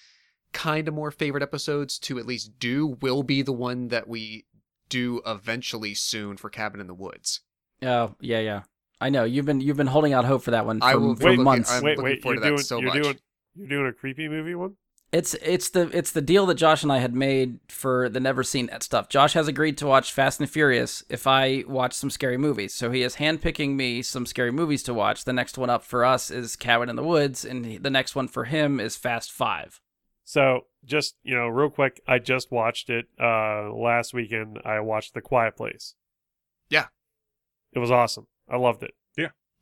Speaker 5: kind of more favorite episodes to at least do will be the one that we do eventually soon for Cabin in the Woods.
Speaker 2: Oh, yeah, yeah. I know you've been you've been holding out hope for that one for,
Speaker 5: I will
Speaker 2: for
Speaker 4: wait,
Speaker 2: months.
Speaker 5: I'm
Speaker 4: wait,
Speaker 5: looking
Speaker 4: wait,
Speaker 5: forward
Speaker 4: you're
Speaker 5: to that
Speaker 4: doing,
Speaker 5: so
Speaker 4: you're
Speaker 5: much.
Speaker 4: doing, you're doing a creepy movie one.
Speaker 2: It's it's the it's the deal that Josh and I had made for the never seen that stuff. Josh has agreed to watch Fast and Furious if I watch some scary movies. So he is handpicking me some scary movies to watch. The next one up for us is Cabin in the Woods, and he- the next one for him is Fast Five.
Speaker 4: So just you know, real quick, I just watched it uh last weekend. I watched The Quiet Place.
Speaker 5: Yeah.
Speaker 4: it was awesome. I loved it.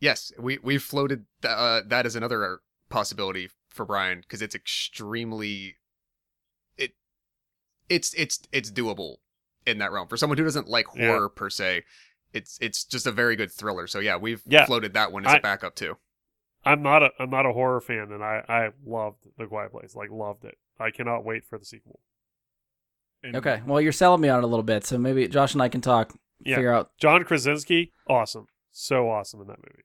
Speaker 5: Yes, we we floated th- uh, that as another possibility for Brian because it's extremely it it's it's it's doable in that realm for someone who doesn't like
Speaker 4: Yeah.
Speaker 5: horror per se. It's it's just a very good thriller. So yeah, we've
Speaker 4: Yeah.
Speaker 5: floated that one as a
Speaker 4: I-
Speaker 5: backup too.
Speaker 4: I'm not a I'm not a horror fan, and I I loved The Quiet Place. Like loved it. I cannot wait for the sequel.
Speaker 3: And
Speaker 2: Okay. Well, you're selling me on it a little bit, so maybe Josh and I can talk,
Speaker 4: Yeah.
Speaker 2: figure out.
Speaker 4: John Krasinski, awesome, so awesome in that movie.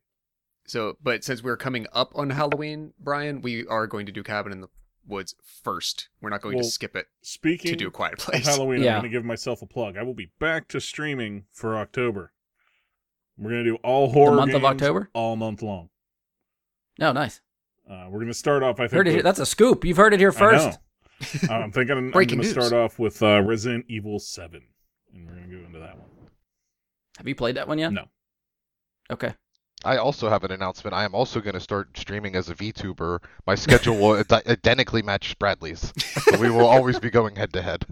Speaker 5: So, but since we're coming up on Halloween, Brian, we are going to do Cabin in the Woods first. We're not going to
Speaker 3: Well,
Speaker 5: skip it
Speaker 3: Speaking
Speaker 5: to do Quiet
Speaker 3: of
Speaker 5: Place.
Speaker 3: Halloween,
Speaker 2: Yeah.
Speaker 3: I'm going to give myself a plug. I will be back to streaming for October. We're going to do all horror
Speaker 2: month of
Speaker 3: games
Speaker 2: October?
Speaker 3: all month long.
Speaker 2: No, oh, nice.
Speaker 3: Uh, we're going to start off. I think
Speaker 2: Heard it
Speaker 3: with-
Speaker 2: here. That's a scoop. You've heard it here
Speaker 3: I know.
Speaker 2: first.
Speaker 3: Uh, I'm thinking I'm
Speaker 5: Breaking
Speaker 3: going to
Speaker 5: news.
Speaker 3: start off with uh, Resident Evil Seven, and we're going to go into that one.
Speaker 2: Have you played that one yet?
Speaker 3: No.
Speaker 2: Okay.
Speaker 1: I also have an announcement. I am also going to start streaming as a VTuber. My schedule will id- identically match Bradley's. So we will always be going head to head.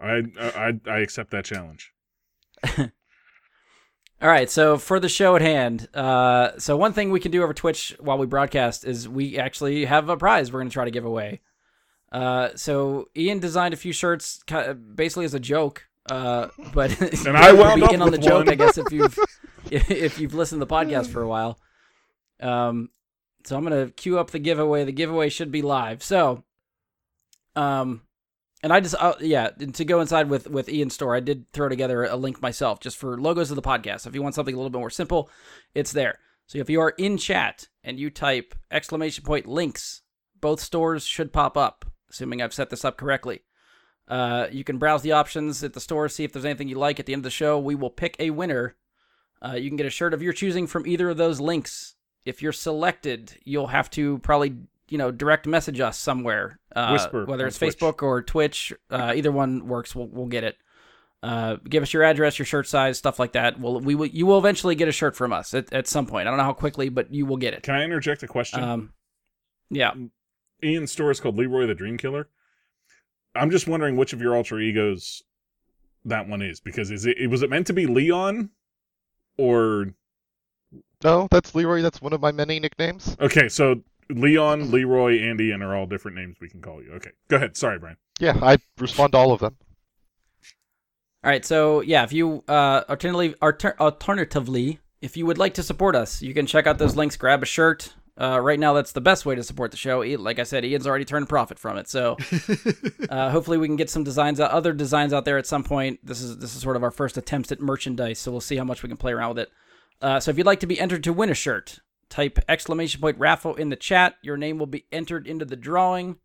Speaker 3: I I I I accept that challenge.
Speaker 2: All right, so for the show at hand, uh, so one thing we can do over Twitch while we broadcast is we actually have a prize we're going to try to give away. Uh, so Ian designed a few shirts, ki- basically as a joke, uh, but
Speaker 3: And I
Speaker 2: we'll
Speaker 3: wound
Speaker 2: be
Speaker 3: up
Speaker 2: in on the
Speaker 3: with
Speaker 2: joke,
Speaker 3: one.
Speaker 2: I guess, if you've if you've listened to the podcast for a while. Um, so I'm going to queue up the giveaway. The giveaway should be live. So, um, and I just uh, yeah to go inside with with Ian's store, I did throw together a link myself just for logos of the podcast. If you want something a little bit more simple, it's there. So if you are in chat and you type exclamation point links, both stores should pop up. Assuming I've set this up correctly, uh, you can browse the options at the store, see if there's anything you like. At the end of the show, we will pick a winner. Uh, you can get a shirt of your choosing from either of those links. If you're selected, you'll have to probably you know direct message us somewhere, uh,
Speaker 3: Whisper
Speaker 2: whether
Speaker 3: on
Speaker 2: it's
Speaker 3: Twitch.
Speaker 2: Facebook or Twitch. Uh, either one works. We'll we'll get it. Uh, give us your address, your shirt size, stuff like that. We'll, we will you will eventually get a shirt from us at, at some point. I don't know how quickly, but you will get it.
Speaker 3: Can I interject a question?
Speaker 2: Um, yeah.
Speaker 3: Ian's store is called Leroy the Dream Killer. I'm just wondering which of your alter egos that one is because is it was it meant to be Leon or
Speaker 1: No, that's Leroy. That's one of my many nicknames.
Speaker 3: okay so Leon, Leroy, and Ian are all different names we can call you. Okay, go ahead. Sorry, Brian.
Speaker 1: Yeah, I respond to all of them.
Speaker 2: All right. So yeah, if you uh, alternatively, alter- alternatively, if you would like to support us, you can check out those links. Grab a shirt. Uh, right now, that's the best way to support the show. I- Like I said, Ian's already turned profit from it, so uh, hopefully we can get some designs out, other designs out there at some point. This is this is sort of our first attempts at merchandise, so we'll see how much we can play around with it. Uh, so if you'd like to be entered to win a shirt, type exclamation point raffle in the chat. Your name will be entered into the drawing.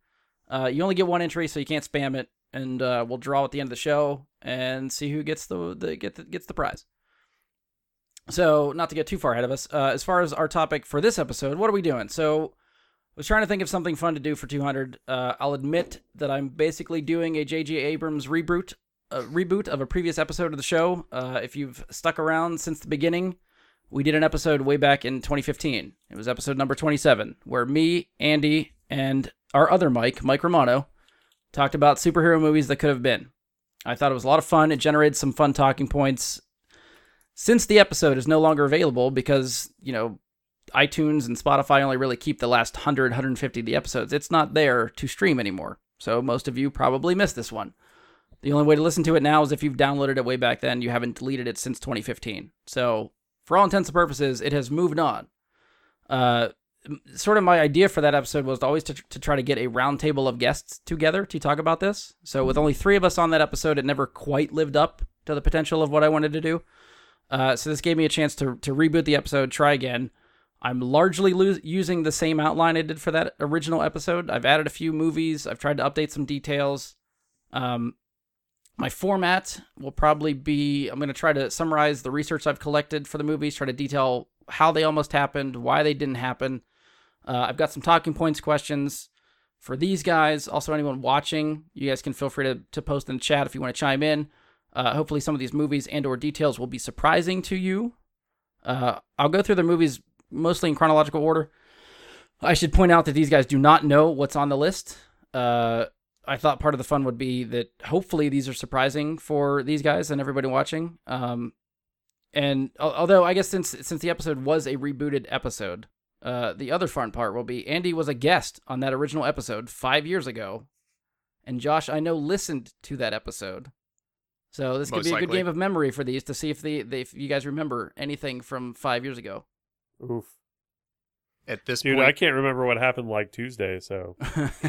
Speaker 2: Uh, you only get one entry, so you can't spam it, and uh, we'll draw at the end of the show and see who gets the, the get the, gets the prize. So, not to get too far ahead of us, uh, as far as our topic for this episode, what are we doing? So, I was trying to think of something fun to do for 200. Uh, I'll admit that I'm basically doing a J.J. Abrams reboot a reboot of a previous episode of the show. Uh, if you've stuck around since the beginning, we did an episode way back in 2015. It was episode number 27, where me, Andy, and our other Mike, Mike Romano, talked about superhero movies that could have been. I thought it was a lot of fun. It generated some fun talking points. Since the episode is no longer available because, you know, iTunes and Spotify only really keep the last 100, 150 of the episodes, it's not there to stream anymore. So most of you probably missed this one. The only way to listen to it now is if you've downloaded it way back then. You haven't deleted it since 2015. So, for all intents and purposes, it has moved on. Uh, m- sort of my idea for that episode was always to, to try to get a roundtable of guests together to talk about this. So, with only three of us on that episode, it never quite lived up to the potential of what I wanted to do. Uh, so, this gave me a chance to, to reboot the episode, try again. I'm largely lo- using the same outline I did for that original episode. I've added a few movies, I've tried to update some details. Um, my format will probably be I'm going to try to summarize the research I've collected for the movies, try to detail how they almost happened, why they didn't happen. Uh, I've got some talking points questions for these guys. Also, anyone watching, you guys can feel free to, to post in the chat if you want to chime in. Uh, hopefully, some of these movies and or details will be surprising to you. Uh, I'll go through the movies mostly in chronological order. I should point out that these guys do not know what's on the list. Uh, I thought part of the fun would be that hopefully these are surprising for these guys and everybody watching. Um, and al- although I guess since since the episode was a rebooted episode, uh, the other fun part will be Andy was a guest on that original episode five years ago, and Josh I know listened to that episode. So this could
Speaker 5: Most
Speaker 2: be a good
Speaker 5: likely.
Speaker 2: game of memory for these to see if the they, if you guys remember anything from five years ago.
Speaker 4: Oof.
Speaker 5: At this
Speaker 4: Dude, I
Speaker 5: point,
Speaker 4: can't remember what happened like Tuesday, so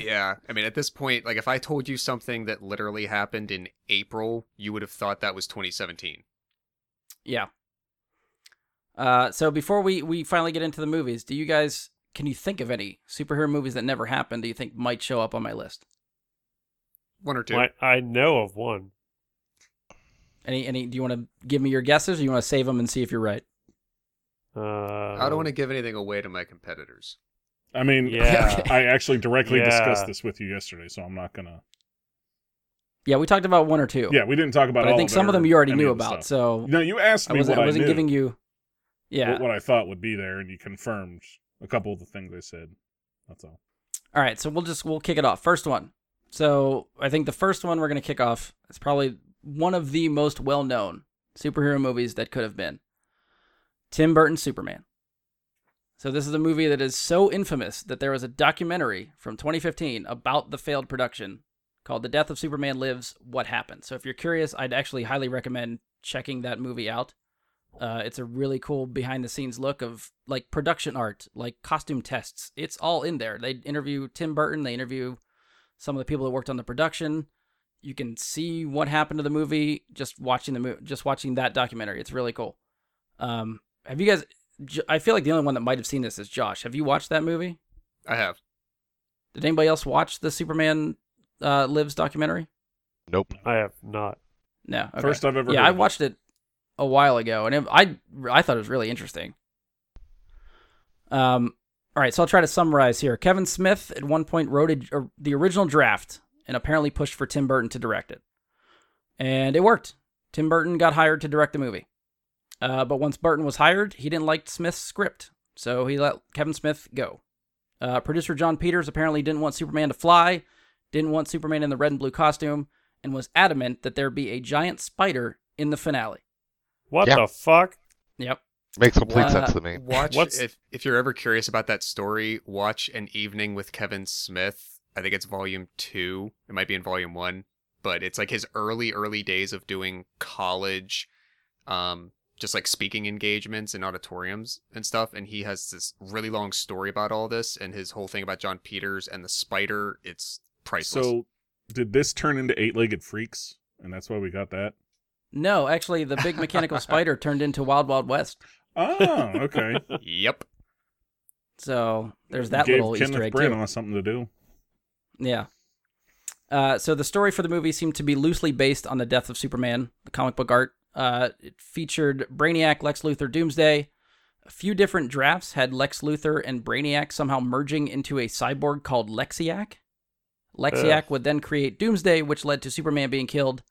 Speaker 5: yeah. I mean, at this point, like if I told you something that literally happened in April, you would have thought that was 2017.
Speaker 2: Yeah. Uh, so before we we finally get into the movies, do you guys can you think of any superhero movies that never happened that you think might show up on my list?
Speaker 5: One or two.
Speaker 4: my, I know of one.
Speaker 2: Any any? Do you want to give me your guesses, or you want to save them and see if you're right?
Speaker 4: Uh,
Speaker 5: I don't want to give anything away to my competitors.
Speaker 3: I mean,
Speaker 4: Yeah.
Speaker 2: Okay.
Speaker 3: I actually directly
Speaker 4: Yeah.
Speaker 3: discussed this with you yesterday, so I'm not gonna.
Speaker 2: Yeah, we talked about one or two.
Speaker 3: Yeah, we didn't talk about.
Speaker 2: but I
Speaker 3: all
Speaker 2: think
Speaker 3: it
Speaker 2: some of
Speaker 3: or
Speaker 2: them you already
Speaker 3: any
Speaker 2: knew
Speaker 3: of the
Speaker 2: about.
Speaker 3: stuff.
Speaker 2: So
Speaker 3: No, you asked
Speaker 2: I
Speaker 3: me
Speaker 2: wasn't
Speaker 3: what
Speaker 2: I wasn't
Speaker 3: knew,
Speaker 2: giving you. Yeah.
Speaker 3: what, what I thought would be there, and you confirmed a couple of the things I said. That's all.
Speaker 2: All right, so we'll just we'll kick it off. First one. So I think the first one we're gonna kick off is probably one of the most well-known superhero movies that could have been Tim Burton's Superman. So this is a movie that is so infamous that there was a documentary from 2015 about the failed production called "The Death of Superman Lives: What Happened." So if you're curious, I'd actually highly recommend checking that movie out. Uh, it's a really cool behind the scenes look of like production art, like costume tests. It's all in there. They interview Tim Burton, they interview some of the people that worked on the production. You can see what happened to the movie just watching the movie, just watching that documentary. It's really cool. Um, have you guys? J- I feel like the only one that might have seen this is Josh. Have you watched that movie?
Speaker 5: I have.
Speaker 2: Did anybody else watch the Superman uh, Lives documentary?
Speaker 1: Nope.
Speaker 4: I have not.
Speaker 2: No. Okay.
Speaker 3: First I've ever.
Speaker 2: yeah,
Speaker 3: heard
Speaker 2: I
Speaker 3: of it.
Speaker 2: watched it a while ago, and it, I I thought it was really interesting. Um, all right, so I'll try to summarize here. Kevin Smith at one point wrote a, or the original draft and apparently pushed for Tim Burton to direct it, and it worked. Tim Burton got hired to direct the movie, uh, but once Burton was hired, he didn't like Smith's script, so he let Kevin Smith go. Uh, producer John Peters apparently didn't want Superman to fly, didn't want Superman in the red and blue costume, and was adamant that there be a giant spider in the finale.
Speaker 4: What
Speaker 1: Yeah.
Speaker 4: the fuck?
Speaker 2: Yep.
Speaker 1: Makes complete
Speaker 2: Uh,
Speaker 1: sense to me.
Speaker 5: Watch
Speaker 4: What's-
Speaker 5: if if you're ever curious about that story, watch An Evening with Kevin Smith. I think it's volume 2. It might be in volume 1, but it's like his early early days of doing college um just like speaking engagements in auditoriums and stuff and he has this really long story about all this and his whole thing about John Peters and the spider, it's priceless.
Speaker 3: So, did this turn into eight-legged freaks, and that's why we got that?
Speaker 2: No, actually, the big mechanical spider turned into Wild Wild West.
Speaker 3: Oh, okay.
Speaker 5: yep.
Speaker 2: So there's that
Speaker 3: Gave
Speaker 2: little
Speaker 3: Kenneth
Speaker 2: Easter egg. too.
Speaker 3: Branagh something to do.
Speaker 2: Yeah. Uh, so the story for the movie seemed to be loosely based on the death of Superman, the comic book art. Uh, it featured Brainiac, Lex Luthor, Doomsday. A few different drafts had Lex Luthor and Brainiac somehow merging into a cyborg called Lexiac. Lexiac would then create Doomsday, which led to Superman being killed.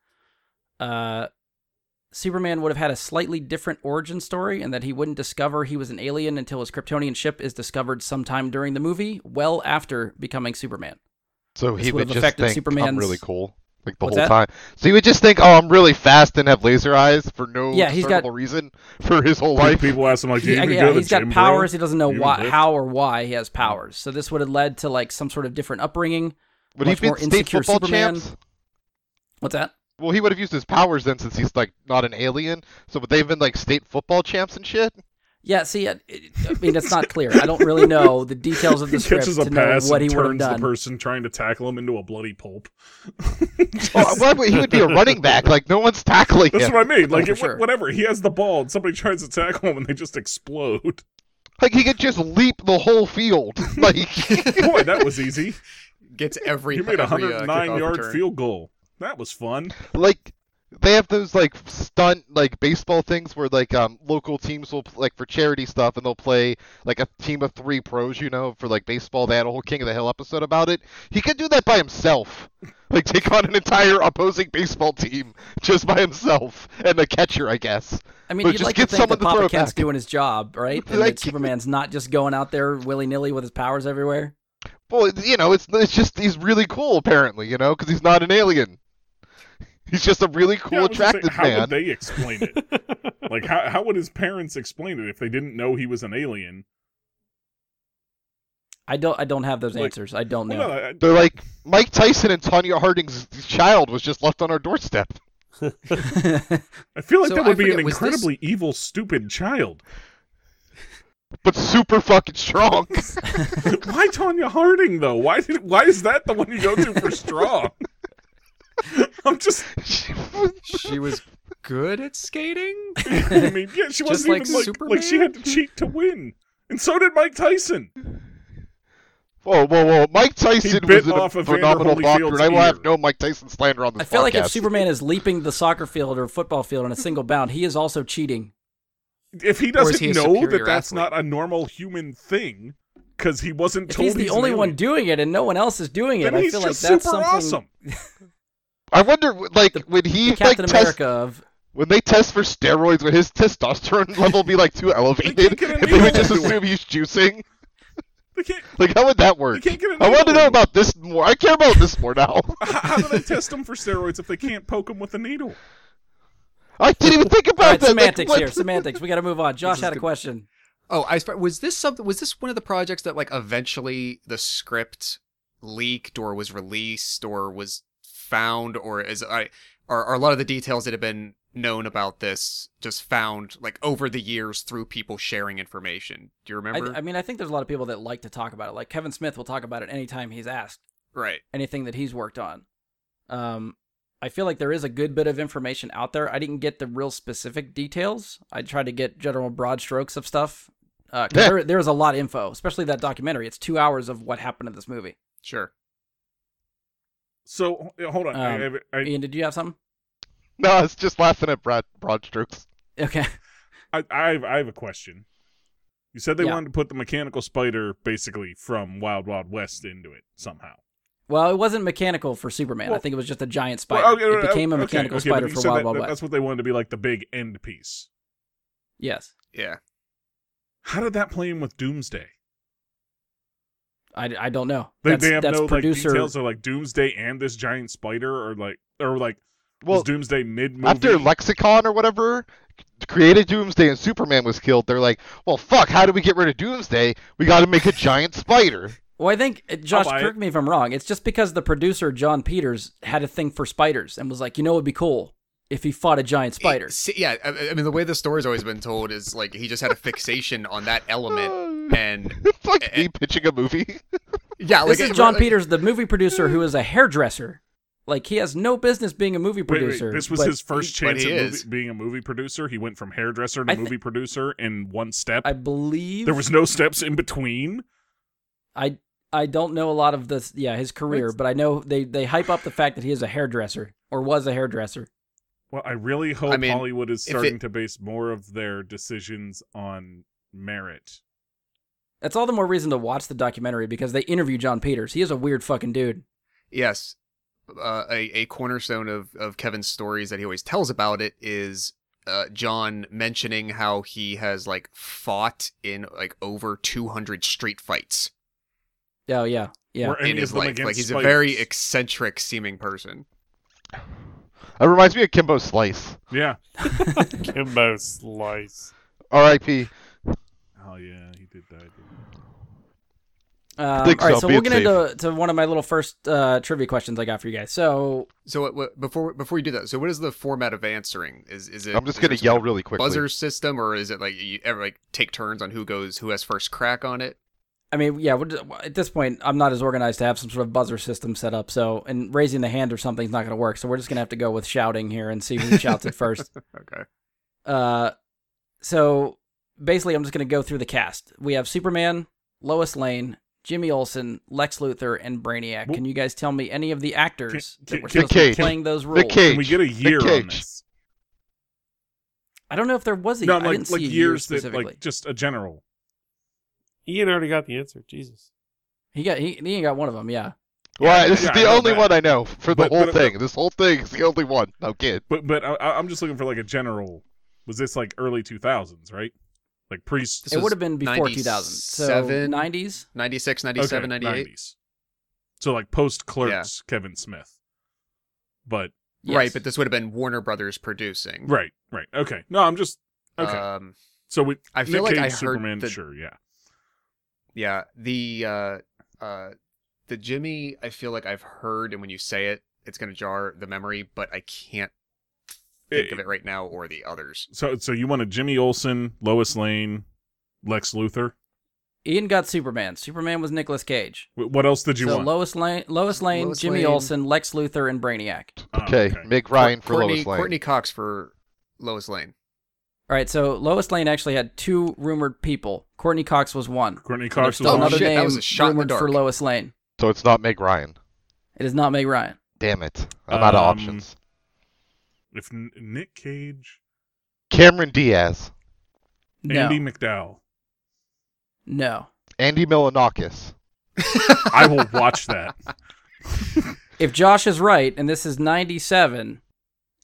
Speaker 2: uh, Superman would have had a slightly different origin story and that he wouldn't discover he was an alien until his Kryptonian ship is discovered sometime during the movie, well after becoming Superman.
Speaker 1: So
Speaker 2: This
Speaker 1: he
Speaker 2: would
Speaker 1: would
Speaker 2: have
Speaker 1: just
Speaker 2: affected
Speaker 1: think I'm
Speaker 2: Superman's-
Speaker 1: really cool like the
Speaker 2: What's
Speaker 1: whole
Speaker 2: that?
Speaker 1: time. So he would just think, oh, I'm really fast and have laser eyes for no
Speaker 2: Yeah, he's got-
Speaker 1: discernible reason for his whole
Speaker 3: Like
Speaker 1: life.
Speaker 3: people ask him, like, do you
Speaker 2: He-
Speaker 3: even
Speaker 2: yeah,
Speaker 3: go to the
Speaker 2: he's got
Speaker 3: gym, bro?
Speaker 2: powers. He doesn't know
Speaker 3: You even
Speaker 2: why,
Speaker 3: lift?
Speaker 2: how or why he has powers. So this would have led to like some sort of different upbringing.
Speaker 1: Would he
Speaker 2: much
Speaker 1: been
Speaker 2: more
Speaker 1: state
Speaker 2: insecure
Speaker 1: football
Speaker 2: Superman.
Speaker 1: champs?
Speaker 2: What's that?
Speaker 1: Well, he would have used his powers then, since he's like not an alien. So would they have been like state football champs and shit?
Speaker 2: Yeah, see, it, it- I mean, it's not clear. I don't really know the details of
Speaker 3: He
Speaker 2: the script
Speaker 3: catches a
Speaker 2: to know
Speaker 3: pass
Speaker 2: what he
Speaker 3: and
Speaker 2: would have
Speaker 3: turns the
Speaker 2: done.
Speaker 3: person trying to tackle him into a bloody pulp.
Speaker 1: Oh, why would- he would be a running back. Like no one's tackling
Speaker 3: That's
Speaker 1: him.
Speaker 3: what I mean. Like,
Speaker 2: Oh, for
Speaker 3: it,
Speaker 2: sure.
Speaker 3: whatever. He has the ball, and somebody tries to tackle him, and they just explode.
Speaker 1: Like he could just leap the whole field. Like
Speaker 3: Boy, that was easy.
Speaker 5: Gets every.
Speaker 3: He made a
Speaker 5: every, uh,
Speaker 3: 109
Speaker 5: kickoff
Speaker 3: yard
Speaker 5: return.
Speaker 3: field goal. That was fun.
Speaker 1: like they have those like stunt like baseball things where like um local teams will like for charity stuff and they'll play like a team of three pros you know for like baseball they had a whole king of the hill episode about it he could do that by himself like take on an entire opposing baseball team just by himself and the catcher i guess
Speaker 2: I mean,
Speaker 1: But
Speaker 2: you'd
Speaker 1: just
Speaker 2: like to
Speaker 1: get
Speaker 2: think
Speaker 1: someone
Speaker 2: that
Speaker 1: to throw
Speaker 2: Papa
Speaker 1: it
Speaker 2: Kent's
Speaker 1: back.
Speaker 2: doing his job, right? And
Speaker 1: Like-
Speaker 2: that Superman's not just going out there willy nilly with his powers everywhere.
Speaker 1: well you know it's it's just he's really cool apparently you know because he's not an alien he's just a really cool
Speaker 3: Yeah, I was just saying,
Speaker 1: attractive
Speaker 3: how
Speaker 1: man
Speaker 3: would they explain it? like, how, how would his parents explain it if they didn't know he was an alien?
Speaker 2: I don't. I don't have those
Speaker 3: Like-
Speaker 2: answers. I don't know.
Speaker 3: Well, no, I-
Speaker 1: they're like mike tyson and tanya harding's child was just left on our doorstep
Speaker 3: I feel like
Speaker 5: So
Speaker 3: that would
Speaker 5: I
Speaker 3: be
Speaker 5: forget,
Speaker 3: an
Speaker 5: was this-
Speaker 3: incredibly evil, stupid child.
Speaker 1: but super fucking strong.
Speaker 3: why Tanya Harding though? Why did? Why is that the one you go to for straw? I'm just.
Speaker 5: She was good at skating.
Speaker 3: I mean, yeah, she
Speaker 5: Just
Speaker 3: wasn't
Speaker 5: like
Speaker 3: even like like she
Speaker 5: Superman?
Speaker 3: had to cheat to win, and so did Mike Tyson.
Speaker 1: whoa, whoa, whoa! Mike Tyson
Speaker 3: bit
Speaker 1: was an-
Speaker 3: off
Speaker 1: a
Speaker 3: of Vander
Speaker 1: phenomenal boxer,
Speaker 3: Holyfield's
Speaker 1: and I will have
Speaker 3: ear.
Speaker 1: no Mike Tyson slander on this
Speaker 2: I feel like if
Speaker 1: podcast.
Speaker 2: Superman is leaping the soccer field or football field in a single bound, he is also cheating.
Speaker 3: If he
Speaker 5: Or is
Speaker 3: doesn't
Speaker 5: he a
Speaker 3: know
Speaker 5: superior
Speaker 3: that that's
Speaker 5: athlete?
Speaker 3: not a normal human thing, because he wasn't
Speaker 2: If
Speaker 3: told
Speaker 2: he's the
Speaker 3: an
Speaker 2: only one
Speaker 3: alien,
Speaker 2: doing it and no one else is doing it,
Speaker 3: then
Speaker 2: I
Speaker 3: he's
Speaker 2: feel like
Speaker 3: just
Speaker 2: that's
Speaker 3: super
Speaker 2: something.
Speaker 3: awesome.
Speaker 1: I wonder, like,
Speaker 2: The-
Speaker 1: when he
Speaker 2: the
Speaker 1: like
Speaker 2: Captain
Speaker 1: test
Speaker 2: America of
Speaker 1: when they test for steroids, would his testosterone level be like too elevated?
Speaker 3: get a
Speaker 1: and they would
Speaker 3: needle
Speaker 1: just
Speaker 3: into
Speaker 1: assume he's juicing.
Speaker 3: They can't,
Speaker 1: Like, how would that
Speaker 3: they
Speaker 1: work?
Speaker 3: can't get a
Speaker 1: I want to
Speaker 3: needle
Speaker 1: know
Speaker 3: in.
Speaker 1: about this more. I care about this more now.
Speaker 3: How, how do they test him for steroids if they can't poke him with a needle?
Speaker 1: I didn't even think about
Speaker 2: All right,
Speaker 1: that. Like,
Speaker 2: semantics
Speaker 1: what-
Speaker 2: here. Semantics. We got to move on. Josh
Speaker 5: is
Speaker 2: had a
Speaker 5: good.
Speaker 2: question.
Speaker 5: Oh, I sp- was this something? Was this one of the projects that like eventually the script leaked or was released or was found or is I are, are a lot of the details that have been known about this just found like over the years through people sharing information? Do you
Speaker 2: I,
Speaker 5: remember?
Speaker 2: I mean, I think there's a lot of people that like to talk about it. Like Kevin Smith will talk about it anytime he's asked
Speaker 5: right.
Speaker 2: anything that he's worked on. Um, I feel like there is a good bit of information out there. I didn't get the real specific details. I tried to get general broad strokes of stuff. Uh, 'cause
Speaker 1: Yeah.
Speaker 2: there, there is a lot of info, especially that documentary. It's two hours of what happened in this movie.
Speaker 5: Sure.
Speaker 3: So h- hold on, I-
Speaker 2: Um,
Speaker 3: I, I,
Speaker 2: Ian, did you have something?
Speaker 1: No, I was just laughing at broad, broad strokes.
Speaker 2: Okay.
Speaker 3: I, I have I have a question. You said they
Speaker 2: Yeah.
Speaker 3: wanted to put the mechanical spider basically from Wild Wild West into it somehow.
Speaker 2: Well, it wasn't mechanical for Superman. I
Speaker 3: Well-
Speaker 2: think it was just a giant spider.
Speaker 3: Well, okay,
Speaker 2: it
Speaker 3: okay,
Speaker 2: became a
Speaker 3: okay,
Speaker 2: mechanical
Speaker 3: okay, but
Speaker 2: spider
Speaker 3: you
Speaker 2: for
Speaker 3: said
Speaker 2: Wild
Speaker 3: that-
Speaker 2: Wild
Speaker 3: that-
Speaker 2: West.
Speaker 3: That's what they wanted to be like the big end piece.
Speaker 2: Yes.
Speaker 5: Yeah.
Speaker 3: How did that play in with Doomsday?
Speaker 2: I, I don't know.
Speaker 3: They,
Speaker 2: that's
Speaker 3: they have
Speaker 2: that's
Speaker 3: no
Speaker 2: producer.
Speaker 3: like details of like Doomsday and this giant spider, or like or like was
Speaker 1: Well,
Speaker 3: Doomsday mid movie?
Speaker 1: after Lexicon or whatever created Doomsday and Superman was killed, they're like, well, fuck, how do we get rid of Doomsday? We got to make a giant spider.
Speaker 2: Well, I think uh, Josh,
Speaker 3: buy it.
Speaker 2: correct me if I'm wrong. It's just because the producer John Peters had a thing for spiders and was like, you know, it'd be cool if he fought a giant spider.
Speaker 5: It- see- yeah. I, I mean, the way the story's always been told is like he just had a fixation on that element. And
Speaker 1: it's like
Speaker 3: Eh,
Speaker 1: me pitching a movie.
Speaker 5: yeah, like
Speaker 2: this is
Speaker 5: it-
Speaker 2: John
Speaker 5: like-
Speaker 2: Peters, the movie producer who is a hairdresser. Like he has no business being a movie
Speaker 3: Wait, wait,
Speaker 2: producer.
Speaker 3: this was
Speaker 2: but
Speaker 3: his first
Speaker 5: he- but
Speaker 3: chance
Speaker 5: he
Speaker 3: at
Speaker 5: is.
Speaker 3: movie, being a movie producer. He went from hairdresser to
Speaker 2: I thi-
Speaker 3: movie producer in one step.
Speaker 2: I believe
Speaker 3: there was no steps in between.
Speaker 2: I I don't know a lot of this. Yeah, his career, but I know they they hype up the fact that he is a hairdresser or was a hairdresser.
Speaker 3: Well, I really hope
Speaker 5: mean,
Speaker 3: Hollywood is
Speaker 5: if it-
Speaker 3: starting to base more of their decisions on merit.
Speaker 2: That's all the more reason to watch the documentary because they interview John Peters. He is a weird fucking dude.
Speaker 5: Yes. uh, a, a cornerstone of, of Kevin's stories that he always tells about it is uh, John mentioning how he has like fought in like over 200 street fights
Speaker 2: Oh yeah, yeah.
Speaker 3: Were any
Speaker 5: in
Speaker 3: of
Speaker 5: his
Speaker 3: them
Speaker 5: life. Like
Speaker 3: against
Speaker 5: he's a
Speaker 3: spiders?
Speaker 5: very eccentric seeming person.
Speaker 1: It reminds me of Kimbo Slice.
Speaker 3: yeah.
Speaker 4: Kimbo Slice.
Speaker 1: R.I.P.
Speaker 3: Oh yeah, he did die. didn't
Speaker 2: Um,
Speaker 1: think
Speaker 2: all right,
Speaker 1: so,
Speaker 2: so
Speaker 1: be
Speaker 2: we'll
Speaker 1: it
Speaker 2: get into to one of my little first uh, trivia questions I got for you guys. So
Speaker 5: So what, what, before before you do that, so what is the format of answering? Is is it?
Speaker 1: I'm just
Speaker 5: is there
Speaker 1: gonna
Speaker 5: some kind
Speaker 1: yell
Speaker 5: of
Speaker 1: really quickly.
Speaker 5: Buzzer system, or is it like you ever like take turns on who goes, who has first crack on it?
Speaker 2: I mean, yeah. We're just, at this point, I'm not as organized to have some sort of buzzer system set up. So, and raising the hand or something's not going to work. So, we're just going to have to go with shouting here and see who shouts it first.
Speaker 5: Okay.
Speaker 2: Uh, so basically, I'm just going to go through the cast. We have Superman, Lois Lane, Jimmy Olsen, Lex Luthor, and Brainiac.
Speaker 3: Well-
Speaker 2: Can you guys tell me any of the actors that
Speaker 3: Can-
Speaker 2: were
Speaker 3: can-
Speaker 2: supposed to be
Speaker 1: Cage.
Speaker 2: playing those
Speaker 1: The
Speaker 2: roles?
Speaker 3: he?
Speaker 1: Cage.
Speaker 3: Can we get a year on
Speaker 1: Cage.
Speaker 3: this?
Speaker 2: I don't know if there was a.
Speaker 3: No,
Speaker 2: I
Speaker 3: like
Speaker 2: didn't
Speaker 3: like
Speaker 2: see a
Speaker 3: years
Speaker 2: year
Speaker 3: that
Speaker 2: specifically.
Speaker 3: like just a general.
Speaker 4: Ian already got the answer. Jesus.
Speaker 2: He got he, he got one of them. Yeah.
Speaker 1: Why? this
Speaker 3: yeah,
Speaker 1: is
Speaker 3: I
Speaker 1: the
Speaker 3: know
Speaker 1: only
Speaker 3: that.
Speaker 1: one I know for the
Speaker 3: But-
Speaker 1: whole
Speaker 3: but-
Speaker 1: thing. this whole thing is the only one. No kid.
Speaker 3: But but I, I- I'm just looking for like a general. Was this like early 2000s, right? Like pre
Speaker 5: This
Speaker 2: it
Speaker 5: was
Speaker 2: would have been before 2000. So
Speaker 5: 97?
Speaker 2: 90s.
Speaker 5: 96, 97,
Speaker 3: okay,
Speaker 5: 98.
Speaker 3: 90s. So like post Clerks, Kevin Smith. But
Speaker 5: Right,
Speaker 2: Yes.
Speaker 5: but this would have been Warner Brothers producing.
Speaker 3: right, right, okay. No, I'm just okay.
Speaker 5: Um,
Speaker 3: so we.
Speaker 5: I feel
Speaker 3: Nick
Speaker 5: like I
Speaker 3: Cage,
Speaker 5: heard
Speaker 3: Superman.
Speaker 5: that-
Speaker 3: Sure, yeah.
Speaker 5: yeah, the uh, uh, the Jimmy. I feel like I've heard, and when you say it, it's gonna jar the memory, but I can't think
Speaker 3: It-
Speaker 5: of it right now or the others.
Speaker 3: So so you want a Jimmy Olsen, Lois Lane, Lex Luthor.
Speaker 2: Ian got Superman. Superman was Nicolas Cage.
Speaker 3: Wh- What else did you
Speaker 2: so
Speaker 3: want?
Speaker 2: Lois Lane, Lois Lane,
Speaker 5: Lois
Speaker 2: Jimmy
Speaker 5: Lane.
Speaker 2: Olsen, Lex Luthor, and Brainiac.
Speaker 3: Oh,
Speaker 1: okay.
Speaker 3: okay.
Speaker 1: Meg Ryan for
Speaker 5: Courtney,
Speaker 1: Lois Lane.
Speaker 5: Courtney Cox for Lois Lane.
Speaker 2: All right, so Lois Lane actually had two rumored people. Courtney Cox was one.
Speaker 3: Courtney
Speaker 2: And
Speaker 3: Cox
Speaker 2: there's
Speaker 3: was
Speaker 2: still
Speaker 5: on-
Speaker 3: one.
Speaker 2: another
Speaker 5: Oh, Shit, that
Speaker 2: name
Speaker 5: was a shot in the
Speaker 2: rumored for
Speaker 5: dark.
Speaker 2: Lois Lane.
Speaker 1: So it's not Meg Ryan.
Speaker 2: It is not Meg Ryan.
Speaker 1: Damn it. I'm out of
Speaker 3: Um,
Speaker 1: options.
Speaker 3: If N- Nick Cage,
Speaker 1: Cameron Diaz.
Speaker 2: No,
Speaker 3: Andy McDowell,
Speaker 2: no.
Speaker 1: Andy Milanakis.
Speaker 3: I will watch that.
Speaker 2: If Josh is right, and this is '97,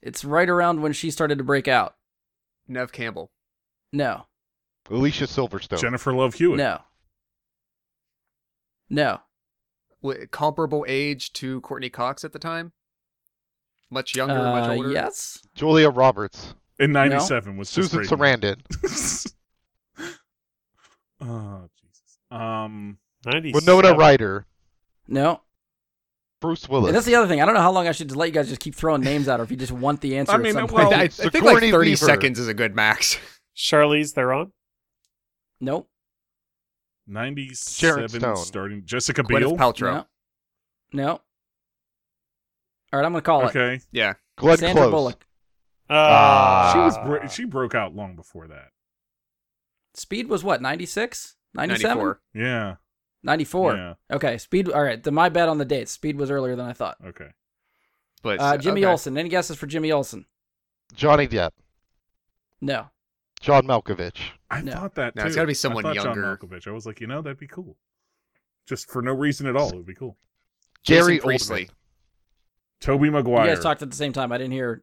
Speaker 2: it's right around when she started to break out.
Speaker 5: Nev Campbell.
Speaker 2: No,
Speaker 1: Alicia Silverstone.
Speaker 3: Jennifer Love Hewitt.
Speaker 2: no, no.
Speaker 5: W- comparable age to Courtney Cox at the time? Much younger, much
Speaker 2: Uh,
Speaker 5: older?
Speaker 2: yes,
Speaker 1: Julia Roberts.
Speaker 3: In '97 was
Speaker 1: Susan
Speaker 3: just
Speaker 1: Sarandon.
Speaker 3: oh Jesus. Um.
Speaker 4: 97.
Speaker 1: Winona Ryder.
Speaker 2: no.
Speaker 1: Bruce
Speaker 2: And that's
Speaker 1: Willis.
Speaker 2: the other thing. I don't know how long I should let you guys just keep throwing names out, or if you just want the answer.
Speaker 3: I
Speaker 2: at
Speaker 3: mean,
Speaker 2: some
Speaker 3: it-
Speaker 2: point.
Speaker 5: I,
Speaker 3: well,
Speaker 5: I- I think like
Speaker 1: Sigourney
Speaker 5: 30
Speaker 1: Weaver.
Speaker 5: seconds is a good max.
Speaker 4: Charlize Theron.
Speaker 2: nope.
Speaker 1: Sharon
Speaker 3: '97
Speaker 1: Stone.
Speaker 3: starting Jessica
Speaker 5: Gwyneth
Speaker 3: Biel.
Speaker 5: Paltrow.
Speaker 2: No. No. All right, I'm gonna call it.
Speaker 3: Okay,
Speaker 5: Yeah.
Speaker 1: Glenn
Speaker 2: Sandra
Speaker 1: Close.
Speaker 2: Bullock.
Speaker 4: Uh,
Speaker 3: she
Speaker 1: Ah.
Speaker 3: was br- she broke out long before that.
Speaker 2: Speed was what? 96? 97?
Speaker 5: 94.
Speaker 3: Yeah.
Speaker 2: 94.
Speaker 3: Yeah.
Speaker 2: Okay, Speed. All right, then my bet on the dates. Speed was earlier than I thought.
Speaker 3: Okay.
Speaker 5: But
Speaker 2: Uh, Jimmy
Speaker 5: okay.
Speaker 2: Olsen. Any guesses for Jimmy Olsen?
Speaker 1: Johnny Depp.
Speaker 2: No.
Speaker 1: John Malkovich.
Speaker 3: I
Speaker 2: No.
Speaker 3: thought that.
Speaker 5: No, it's
Speaker 3: too.
Speaker 5: gotta be someone
Speaker 3: I thought
Speaker 5: younger.
Speaker 3: John Malkovich. I was like, you know, that'd be cool. Just for no reason at all, it would be cool.
Speaker 5: Jason
Speaker 1: Gary
Speaker 5: Priestley.
Speaker 1: Oldman.
Speaker 3: Toby Maguire.
Speaker 2: You guys talked at the same time. I didn't hear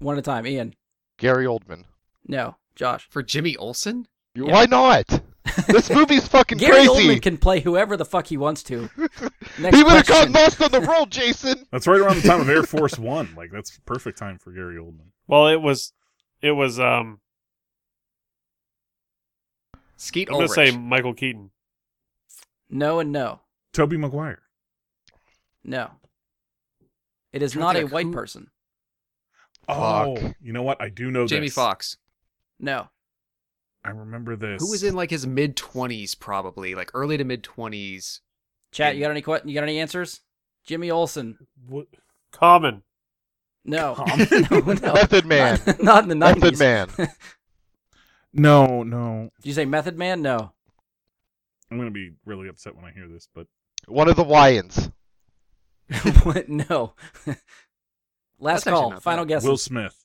Speaker 2: one at a time. Ian.
Speaker 1: Gary Oldman.
Speaker 2: No. Josh.
Speaker 5: For Jimmy Olsen?
Speaker 1: You-
Speaker 2: Yeah.
Speaker 1: Why not? This movie's fucking
Speaker 2: Gary
Speaker 1: crazy.
Speaker 2: Oldman can play whoever the fuck he wants to. Next
Speaker 1: he would have gotten
Speaker 2: question.
Speaker 1: lost on the road, Jason.
Speaker 3: That's right around the time of Air Force One. Like that's perfect time for Gary Oldman.
Speaker 4: Well, it was. It was. Um,
Speaker 5: Skeet
Speaker 4: I'm gonna
Speaker 5: Ulrich.
Speaker 4: say Michael Keaton.
Speaker 2: No and no.
Speaker 3: Toby Maguire.
Speaker 2: No. It is
Speaker 5: Trying to
Speaker 2: not a
Speaker 5: think of
Speaker 2: white
Speaker 5: who-
Speaker 2: person.
Speaker 3: Oh,
Speaker 1: Fuck.
Speaker 3: you know what? I do know
Speaker 5: Jamie
Speaker 3: this.
Speaker 5: Foxx.
Speaker 2: No.
Speaker 3: I remember this.
Speaker 5: Who was in like his mid 20s probably, like early to mid 20s.
Speaker 2: Chat. You got any que- You got any answers? Jimmy Olsen.
Speaker 3: What?
Speaker 4: Common.
Speaker 2: No.
Speaker 3: Com-
Speaker 2: no, no.
Speaker 1: Method Man.
Speaker 2: Not, not in the
Speaker 1: Method
Speaker 2: nineties.
Speaker 1: Man.
Speaker 3: No, no.
Speaker 2: Did you say Method Man? No.
Speaker 3: I'm gonna be really upset when I hear this, but
Speaker 1: One of the Wyans.
Speaker 2: What? no. Last
Speaker 5: That's actually
Speaker 2: call.
Speaker 5: not
Speaker 2: Final
Speaker 5: bad.
Speaker 2: guess.
Speaker 3: Will Smith,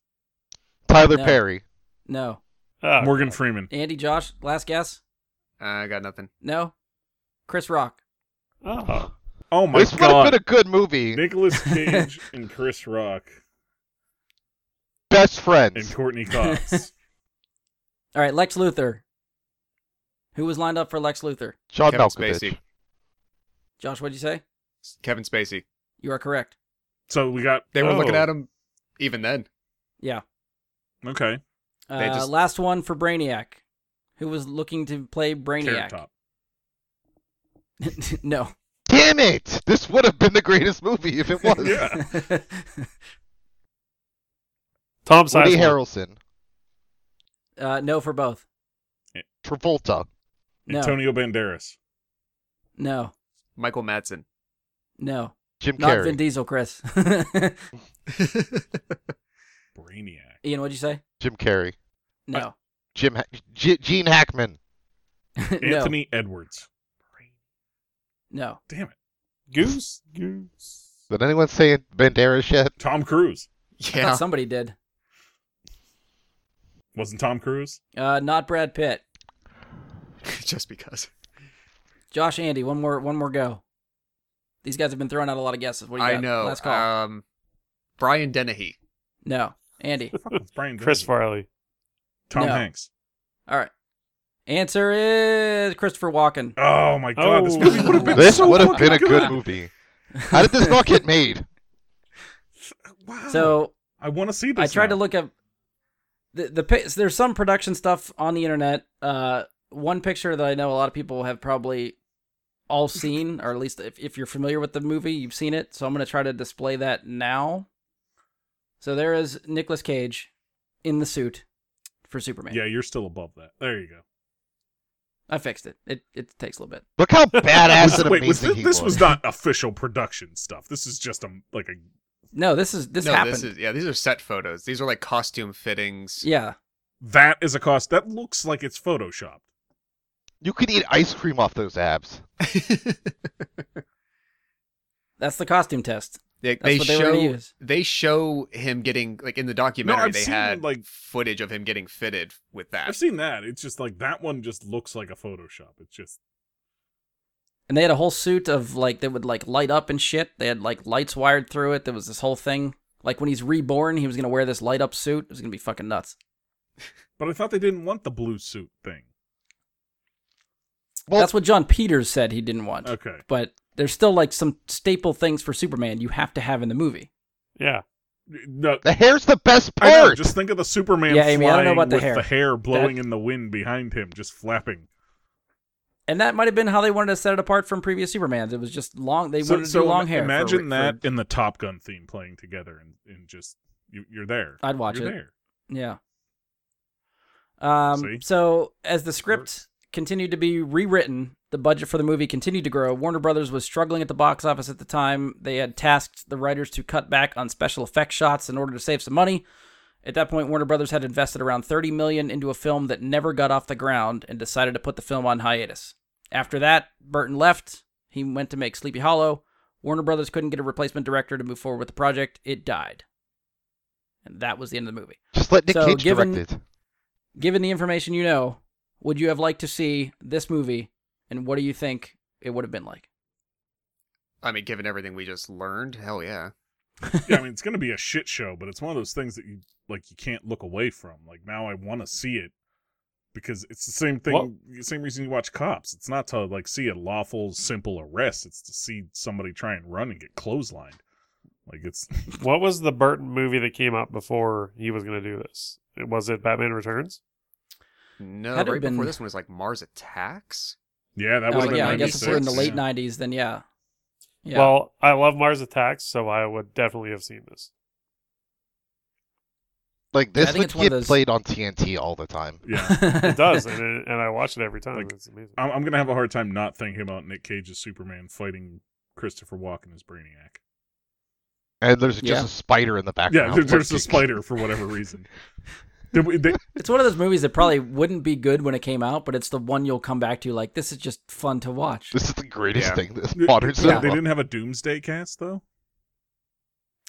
Speaker 1: Tyler
Speaker 2: No.
Speaker 1: Perry.
Speaker 2: No.
Speaker 5: Oh,
Speaker 4: Uh,
Speaker 3: Morgan Freeman.
Speaker 2: Andy, Josh. Last guess.
Speaker 5: Uh, I got nothing.
Speaker 2: No. Chris Rock.
Speaker 4: Oh.
Speaker 3: Oh my
Speaker 1: this would have
Speaker 3: god.
Speaker 1: been a good movie.
Speaker 3: Nicholas Cage and Chris Rock
Speaker 1: Best
Speaker 3: and
Speaker 1: friends.
Speaker 3: Courtney Cox.
Speaker 2: All right, Lex Luthor. Who was lined up for Lex Luthor?
Speaker 1: John
Speaker 5: Kevin
Speaker 1: Malkovich.
Speaker 5: Spacey.
Speaker 2: Josh, what'd you say?
Speaker 5: Kevin Spacey.
Speaker 2: You are correct.
Speaker 3: so we got
Speaker 5: They were
Speaker 4: Oh.
Speaker 5: looking at him even then.
Speaker 2: Yeah.
Speaker 3: okay.
Speaker 2: Uh,
Speaker 5: just-
Speaker 2: Last one for Brainiac. Who was looking to play Brainiac?
Speaker 3: Carrot Top.
Speaker 2: no.
Speaker 1: Damn it! This would have been the greatest movie if it was.
Speaker 3: Yeah.
Speaker 4: Tom
Speaker 1: Woody
Speaker 4: Sizemore.
Speaker 1: Harrelson,
Speaker 2: uh, no for both.
Speaker 1: Travolta,
Speaker 2: No.
Speaker 3: Antonio Banderas.
Speaker 2: No.
Speaker 5: Michael Madsen.
Speaker 2: No.
Speaker 1: Jim
Speaker 2: Not
Speaker 1: Carrey,
Speaker 2: Vin Diesel, Chris.
Speaker 3: Brainiac.
Speaker 2: Ian, what'd you say?
Speaker 1: Jim Carrey,
Speaker 2: No.
Speaker 1: Jim, ha- G- Gene Hackman,
Speaker 2: no.
Speaker 3: Anthony Edwards.
Speaker 2: No.
Speaker 3: Damn it.
Speaker 4: Goose. Goose.
Speaker 1: Did anyone say Banderas yet?
Speaker 3: Tom Cruise.
Speaker 2: I
Speaker 5: yeah.
Speaker 2: thought somebody did.
Speaker 3: Wasn't Tom Cruise?
Speaker 2: Uh, not Brad Pitt.
Speaker 5: Just because.
Speaker 2: Josh, Andy, one more, one more go. These guys have been throwing out a lot of guesses. What do you
Speaker 5: I
Speaker 2: got?
Speaker 5: know.
Speaker 2: Last call.
Speaker 5: Um, Brian Dennehy.
Speaker 2: no, Andy.
Speaker 3: Fuck, it's Brian
Speaker 4: Chris
Speaker 3: Dennehy.
Speaker 4: Farley.
Speaker 3: Tom
Speaker 2: No.
Speaker 3: Hanks.
Speaker 2: All right. Answer is Christopher Walken.
Speaker 3: Oh my god, this
Speaker 4: Oh.
Speaker 3: movie would have been
Speaker 1: This
Speaker 3: so
Speaker 1: would have been a
Speaker 3: fucking
Speaker 1: good movie. How did this not get made?
Speaker 3: Wow.
Speaker 2: So
Speaker 3: I want to see this.
Speaker 2: I tried to
Speaker 3: now.
Speaker 2: look up the the pi- so there's some production stuff on the internet. Uh, one picture that I know a lot of people have probably all seen, or at least if, if you're familiar with the movie, you've seen it. So I'm gonna try to display that now. So there is Nicolas Cage in the suit for Superman.
Speaker 3: Yeah, you're still above that. There you go.
Speaker 2: I fixed it. It it takes a little bit.
Speaker 1: Look how badass and amazing
Speaker 3: Wait, was this,
Speaker 1: he
Speaker 3: this was not official production stuff. This is just a like a
Speaker 2: No, this is this
Speaker 5: no,
Speaker 2: happened.
Speaker 5: this is yeah. These are set photos. These are like costume fittings.
Speaker 2: Yeah.
Speaker 3: that is a cost that looks like it's photoshopped.
Speaker 1: You could eat ice cream off those abs.
Speaker 2: That's the costume test.
Speaker 5: They,
Speaker 2: That's
Speaker 5: they
Speaker 2: what they were
Speaker 5: show
Speaker 2: gonna use.
Speaker 5: they show him getting like in the documentary
Speaker 3: I've
Speaker 5: they
Speaker 3: seen,
Speaker 5: had
Speaker 3: like-
Speaker 5: footage of him getting fitted with that.
Speaker 3: I've seen that. It's just like that one just looks like a photoshop. It's just
Speaker 2: And they had a whole suit of like that would like light up and shit. They had like lights wired through it. There was this whole thing. Like when he's reborn, he was gonna wear this light up suit. It was gonna be fucking nuts.
Speaker 3: but I thought they didn't want the blue suit thing.
Speaker 1: Well,
Speaker 2: That's what John Peters said he didn't want.
Speaker 3: Okay.
Speaker 2: But there's still like some staple things for Superman you have to have in the movie.
Speaker 4: Yeah.
Speaker 3: No,
Speaker 1: the hair's the best
Speaker 3: I
Speaker 1: part.
Speaker 3: know, just think of the Superman
Speaker 2: Yeah, I
Speaker 3: flying
Speaker 2: mean, I don't know about the
Speaker 3: with
Speaker 2: hair.
Speaker 3: the hair blowing in the wind behind him, just flapping.
Speaker 2: And that might have been how they wanted to set it apart from previous Supermans. It was just long. They
Speaker 3: so,
Speaker 2: wanted to
Speaker 3: so
Speaker 2: do long
Speaker 3: im-
Speaker 2: hair. for-
Speaker 3: Imagine
Speaker 2: for-
Speaker 3: that in the Top Gun theme playing together, and, and just you, you're there.
Speaker 2: I'd watch
Speaker 3: you're
Speaker 2: it.
Speaker 3: There.
Speaker 2: Yeah. Um,
Speaker 3: See?
Speaker 2: So as the script continued to be rewritten, the budget for the movie continued to grow. Warner Brothers was struggling at the box office at the time. They had tasked the writers to cut back on special effect shots in order to save some money. At that point, Warner Brothers had invested around 30 million into a film that never got off the ground and decided to put the film on hiatus. After that, Burton left. He went to make Sleepy Hollow. Warner Brothers couldn't get a replacement director to move forward with the project. It died. And that was the end of the movie.
Speaker 1: Just let Nick
Speaker 2: So,
Speaker 1: Cage
Speaker 2: given-
Speaker 1: direct it.
Speaker 2: given the information you know, would you have liked to see this movie? And what do you think it would have been like?
Speaker 5: I mean, given everything we just learned, hell yeah.
Speaker 3: yeah, I mean, it's gonna be a shit show, but it's one of those things that you like you can't look away from. Like now, I want to see it because it's the same thing,
Speaker 4: Well-
Speaker 3: the same reason you watch Cops. It's not to like see a lawful, simple arrest. It's to see somebody try and run and get clotheslined. Like it's
Speaker 4: What was the Burton movie that came out before he was going to do this? Was it Batman Returns?
Speaker 5: No,
Speaker 2: Had it
Speaker 5: right
Speaker 2: been-
Speaker 5: before this one was like Mars Attacks.
Speaker 3: yeah,
Speaker 2: Oh,
Speaker 3: that was
Speaker 5: would've been
Speaker 2: yeah, I guess if we're in the
Speaker 5: 96,
Speaker 2: late
Speaker 5: yeah.
Speaker 2: '90s, then yeah, yeah.
Speaker 4: Well, I love Mars Attacks, so I would definitely have seen this.
Speaker 1: Like
Speaker 2: Yeah, I
Speaker 1: this
Speaker 2: think
Speaker 1: would
Speaker 2: it's one
Speaker 1: get
Speaker 2: of those-
Speaker 1: played on TNT all the time.
Speaker 3: Yeah,
Speaker 4: It does, and, it, and I watch it every time.
Speaker 3: Like,
Speaker 4: it's amazing.
Speaker 3: I'm, I'm gonna have a hard time not thinking about Nick Cage as Superman fighting Christopher Walken as Brainiac.
Speaker 1: And there's just
Speaker 2: Yeah.
Speaker 1: a spider in the background.
Speaker 3: Yeah, there, there's a
Speaker 1: lurking.
Speaker 3: spider for whatever reason. Did we, they,
Speaker 2: it's one of those movies that probably wouldn't be good when it came out, but it's the one you'll come back to. Like this is just fun to watch.
Speaker 1: This is the greatest
Speaker 5: Yeah.
Speaker 1: thing this modern
Speaker 3: yeah,
Speaker 1: cinema.
Speaker 3: they didn't have a Doomsday cast though.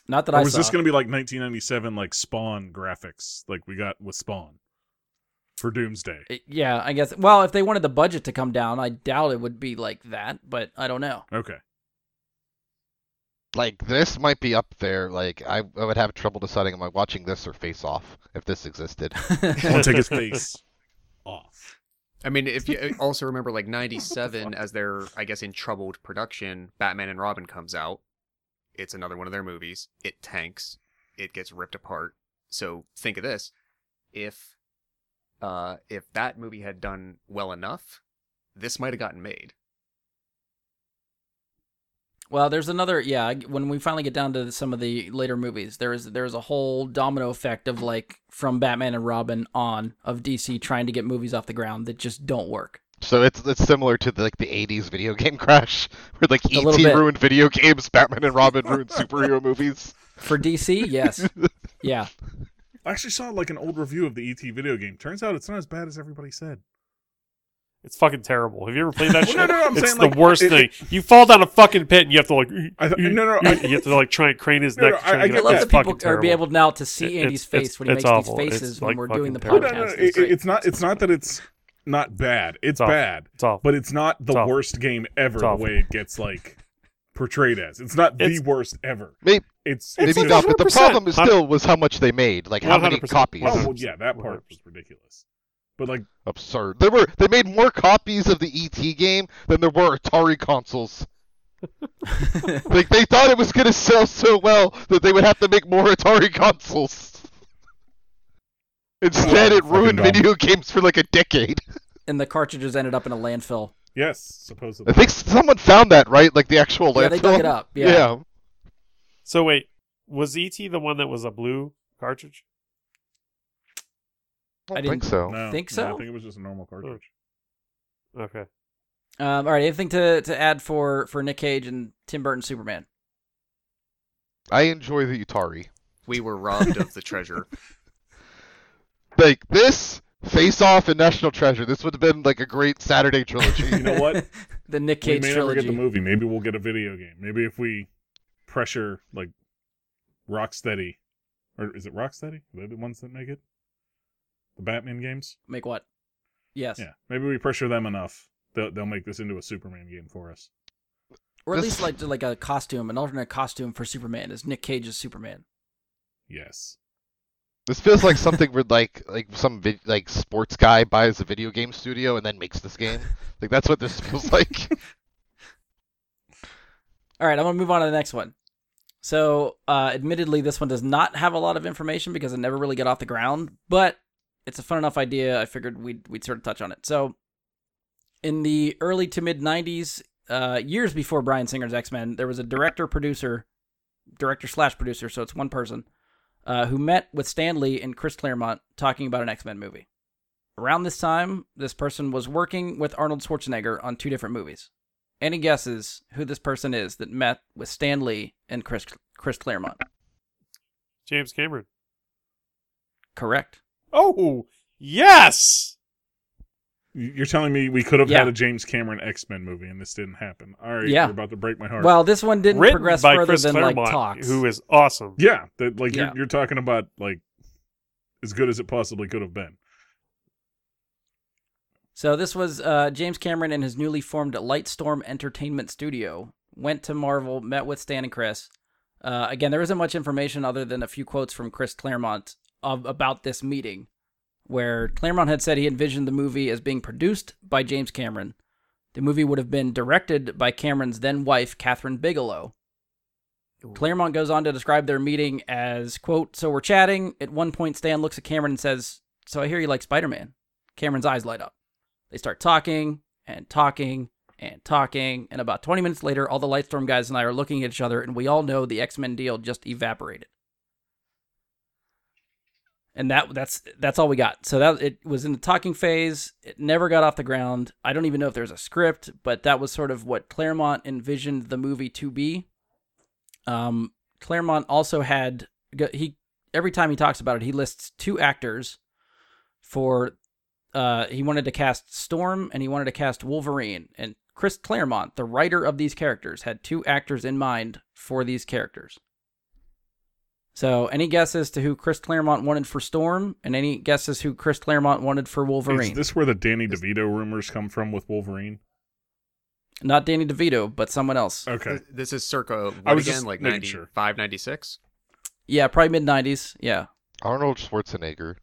Speaker 2: Not that
Speaker 3: Or
Speaker 2: I
Speaker 3: was
Speaker 2: saw.
Speaker 3: this going to be like 1997, like Spawn graphics, like we got with Spawn for Doomsday?
Speaker 2: Uh, Yeah, I guess. Well, if they wanted the budget to come down, I doubt it would be like that. But I don't know.
Speaker 3: Okay,
Speaker 1: like this might be up there. Like I, I would have trouble deciding am I watching this or Face Off if this existed.
Speaker 3: I want to take his face off.
Speaker 5: I mean, if you also remember, like '97, as they're, I guess, in troubled production, Batman and Robin comes out. It's another one of their movies. It tanks. It gets ripped apart. So think of this: if, uh, if that movie had done well enough, this might have gotten made.
Speaker 2: Well, there's another yeah. When we finally get down to some of the later movies, there is there is a whole domino effect of like from Batman and Robin on of DC trying to get movies off the ground that just don't work.
Speaker 1: So it's it's similar to the, like the '80s video game crash, where like
Speaker 2: little
Speaker 1: ET
Speaker 2: bit.
Speaker 1: ruined video games, Batman and Robin ruined superhero movies.
Speaker 2: For DC, yes, yeah,
Speaker 3: I actually saw like an old review of the ET video game. Turns out it's not as bad as everybody said.
Speaker 4: It's fucking terrible. Have you ever played that shit?
Speaker 3: Well, no, no, no, I'm
Speaker 4: it's
Speaker 3: saying,
Speaker 4: the
Speaker 3: like,
Speaker 4: worst
Speaker 3: it-
Speaker 4: thing. You fall down a fucking pit and you have to like.
Speaker 3: I th- no, no, I-
Speaker 4: you have to like try and crane his
Speaker 3: No, no,
Speaker 4: neck. to
Speaker 3: I-
Speaker 4: try and
Speaker 3: I
Speaker 4: get
Speaker 3: get
Speaker 2: I
Speaker 4: up.
Speaker 2: love
Speaker 4: It's
Speaker 3: that.
Speaker 2: that people
Speaker 4: fucking
Speaker 2: are be
Speaker 4: terrible.
Speaker 2: able now to see
Speaker 4: It-
Speaker 2: Andy's
Speaker 4: it's-
Speaker 2: face
Speaker 4: it's-
Speaker 2: when he
Speaker 4: it's
Speaker 2: makes
Speaker 4: awful.
Speaker 2: these
Speaker 4: It's,
Speaker 2: faces
Speaker 4: like,
Speaker 2: when we're doing the
Speaker 4: fucking
Speaker 3: No,
Speaker 2: podcast.
Speaker 3: no, no,
Speaker 2: It's
Speaker 3: it,
Speaker 2: great.
Speaker 3: it's not. It's not that it's not bad. It's,
Speaker 4: It's awful.
Speaker 3: bad,
Speaker 4: It's awful.
Speaker 3: but it's not the
Speaker 4: It's awful.
Speaker 3: worst game ever.
Speaker 4: It's
Speaker 3: The
Speaker 4: awful.
Speaker 3: way it gets like portrayed as. It's not the
Speaker 4: It's-
Speaker 3: worst ever.
Speaker 1: Maybe
Speaker 3: It's it's
Speaker 1: maybe
Speaker 4: like
Speaker 1: not, but the
Speaker 4: 100%.
Speaker 1: problem is still was how much they made, like how many
Speaker 4: 100%.
Speaker 1: copies.
Speaker 3: Oh well,
Speaker 4: 100%.
Speaker 3: yeah, that part was ridiculous. But like,
Speaker 1: Absurd. There were they made more copies of the ET game than there were Atari consoles. like they thought it was gonna sell so well that they would have to make more Atari consoles. Instead,
Speaker 3: Yeah,
Speaker 1: it ruined
Speaker 3: fucking dumb.
Speaker 1: video games for like a decade.
Speaker 2: and the cartridges ended up in a landfill.
Speaker 3: yes,
Speaker 1: I
Speaker 3: supposedly.
Speaker 1: think someone found that, right? Like the actual
Speaker 2: Yeah, they dug
Speaker 1: landfill?
Speaker 2: it up. Yeah.
Speaker 4: So wait, was ET the one that was a blue cartridge?
Speaker 1: I
Speaker 2: I
Speaker 1: don't think
Speaker 2: didn't-
Speaker 1: so.
Speaker 3: No,
Speaker 2: Think
Speaker 3: no, I
Speaker 2: so?
Speaker 3: think it was just a normal cartridge.
Speaker 4: Okay.
Speaker 2: Um, all right, anything to, to add for, for Nick Cage and Tim Burton Superman?
Speaker 1: I enjoy the Atari.
Speaker 5: We were robbed of the treasure.
Speaker 1: Like this, Face Off and National Treasure. This would have been like a great Saturday trilogy.
Speaker 3: You know what?
Speaker 2: the Nick
Speaker 3: we
Speaker 2: Cage
Speaker 3: may never
Speaker 2: trilogy.
Speaker 3: get the movie. Maybe we'll get a video game. Maybe if we pressure like Rocksteady, or is it Rocksteady? Are they the ones that make it? The Batman games.
Speaker 2: Make what? Yes.
Speaker 3: Yeah, maybe we pressure them enough. They'll they'll make this into a Superman game for us.
Speaker 2: Or at
Speaker 1: This-
Speaker 2: least like like a costume, an alternate costume for Superman is Nick Cage's Superman.
Speaker 3: Yes.
Speaker 1: This feels like something where like like some vid- like sports guy buys a video game studio and then makes this game. Like that's what this feels like.
Speaker 2: All right, I'm gonna move on to the next one. So, uh, admittedly, this one does not have a lot of information because it never really got off the ground, but it's a fun enough idea. I figured we'd we'd sort of touch on it. So, in the early to mid '90s, uh, years before Brian Singer's X Men, there was a director producer, director slash producer, so it's one person, uh, who met with Stan Lee and Chris Claremont talking about an X Men movie. Around this time, this person was working with Arnold Schwarzenegger on two different movies. Any guesses who this person is that met with Stan Lee and Chris Chris Claremont?
Speaker 4: James Cameron.
Speaker 2: Correct.
Speaker 4: Oh yes.
Speaker 3: You- You're telling me we could have had
Speaker 2: Yeah.
Speaker 3: a James Cameron X Men movie and this didn't happen. All right,
Speaker 2: Yeah.
Speaker 3: you're about to break my heart.
Speaker 2: Well, this one didn't
Speaker 4: Written
Speaker 2: progress
Speaker 4: by
Speaker 2: further
Speaker 4: Chris
Speaker 2: than
Speaker 4: Claremont,
Speaker 2: like talks.
Speaker 4: who is awesome.
Speaker 3: yeah, that, like
Speaker 2: Yeah.
Speaker 3: You're, you're talking about like as good as it possibly could have been.
Speaker 2: So this was uh, James Cameron and his newly formed Lightstorm Entertainment Studio went to Marvel, met with Stan and Chris. Uh, again, there isn't much information other than a few quotes from Chris Claremont of, about this meeting, where Claremont had said he envisioned the movie as being produced by James Cameron. The movie would have been directed by Cameron's then wife, Catherine Bigelow. Claremont goes on to describe their meeting as, quote, so we're chatting. At one point, Stan looks at Cameron and says, so I hear you like Spider Man. Cameron's eyes light up. They start talking and talking and talking, and about 20 minutes later, all the Lightstorm guys and I are looking at each other, and we all know the X Men deal just evaporated. And that that's that's all we got. So that it was in the talking phase. It never got off the ground. I don't even know if there's a script, but that was sort of what Claremont envisioned the movie to be. Um, Claremont also had he every time he talks about it, he lists two actors for uh, he wanted to cast Storm and he wanted to cast Wolverine. And Chris Claremont, the writer of these characters, had two actors in mind for these characters. So, any guesses to who Chris Claremont wanted for Storm, and any guesses who Chris Claremont wanted for Wolverine?
Speaker 3: Is this where the Danny DeVito rumors come from with Wolverine?
Speaker 2: Not Danny DeVito, but someone else.
Speaker 3: Okay.
Speaker 5: Th- This is circa
Speaker 3: I
Speaker 5: what
Speaker 3: was
Speaker 5: again,
Speaker 3: just
Speaker 5: like
Speaker 3: making
Speaker 5: 95,
Speaker 3: sure.
Speaker 5: 96?
Speaker 2: Yeah, probably mid '90s. Yeah.
Speaker 1: Arnold Schwarzenegger.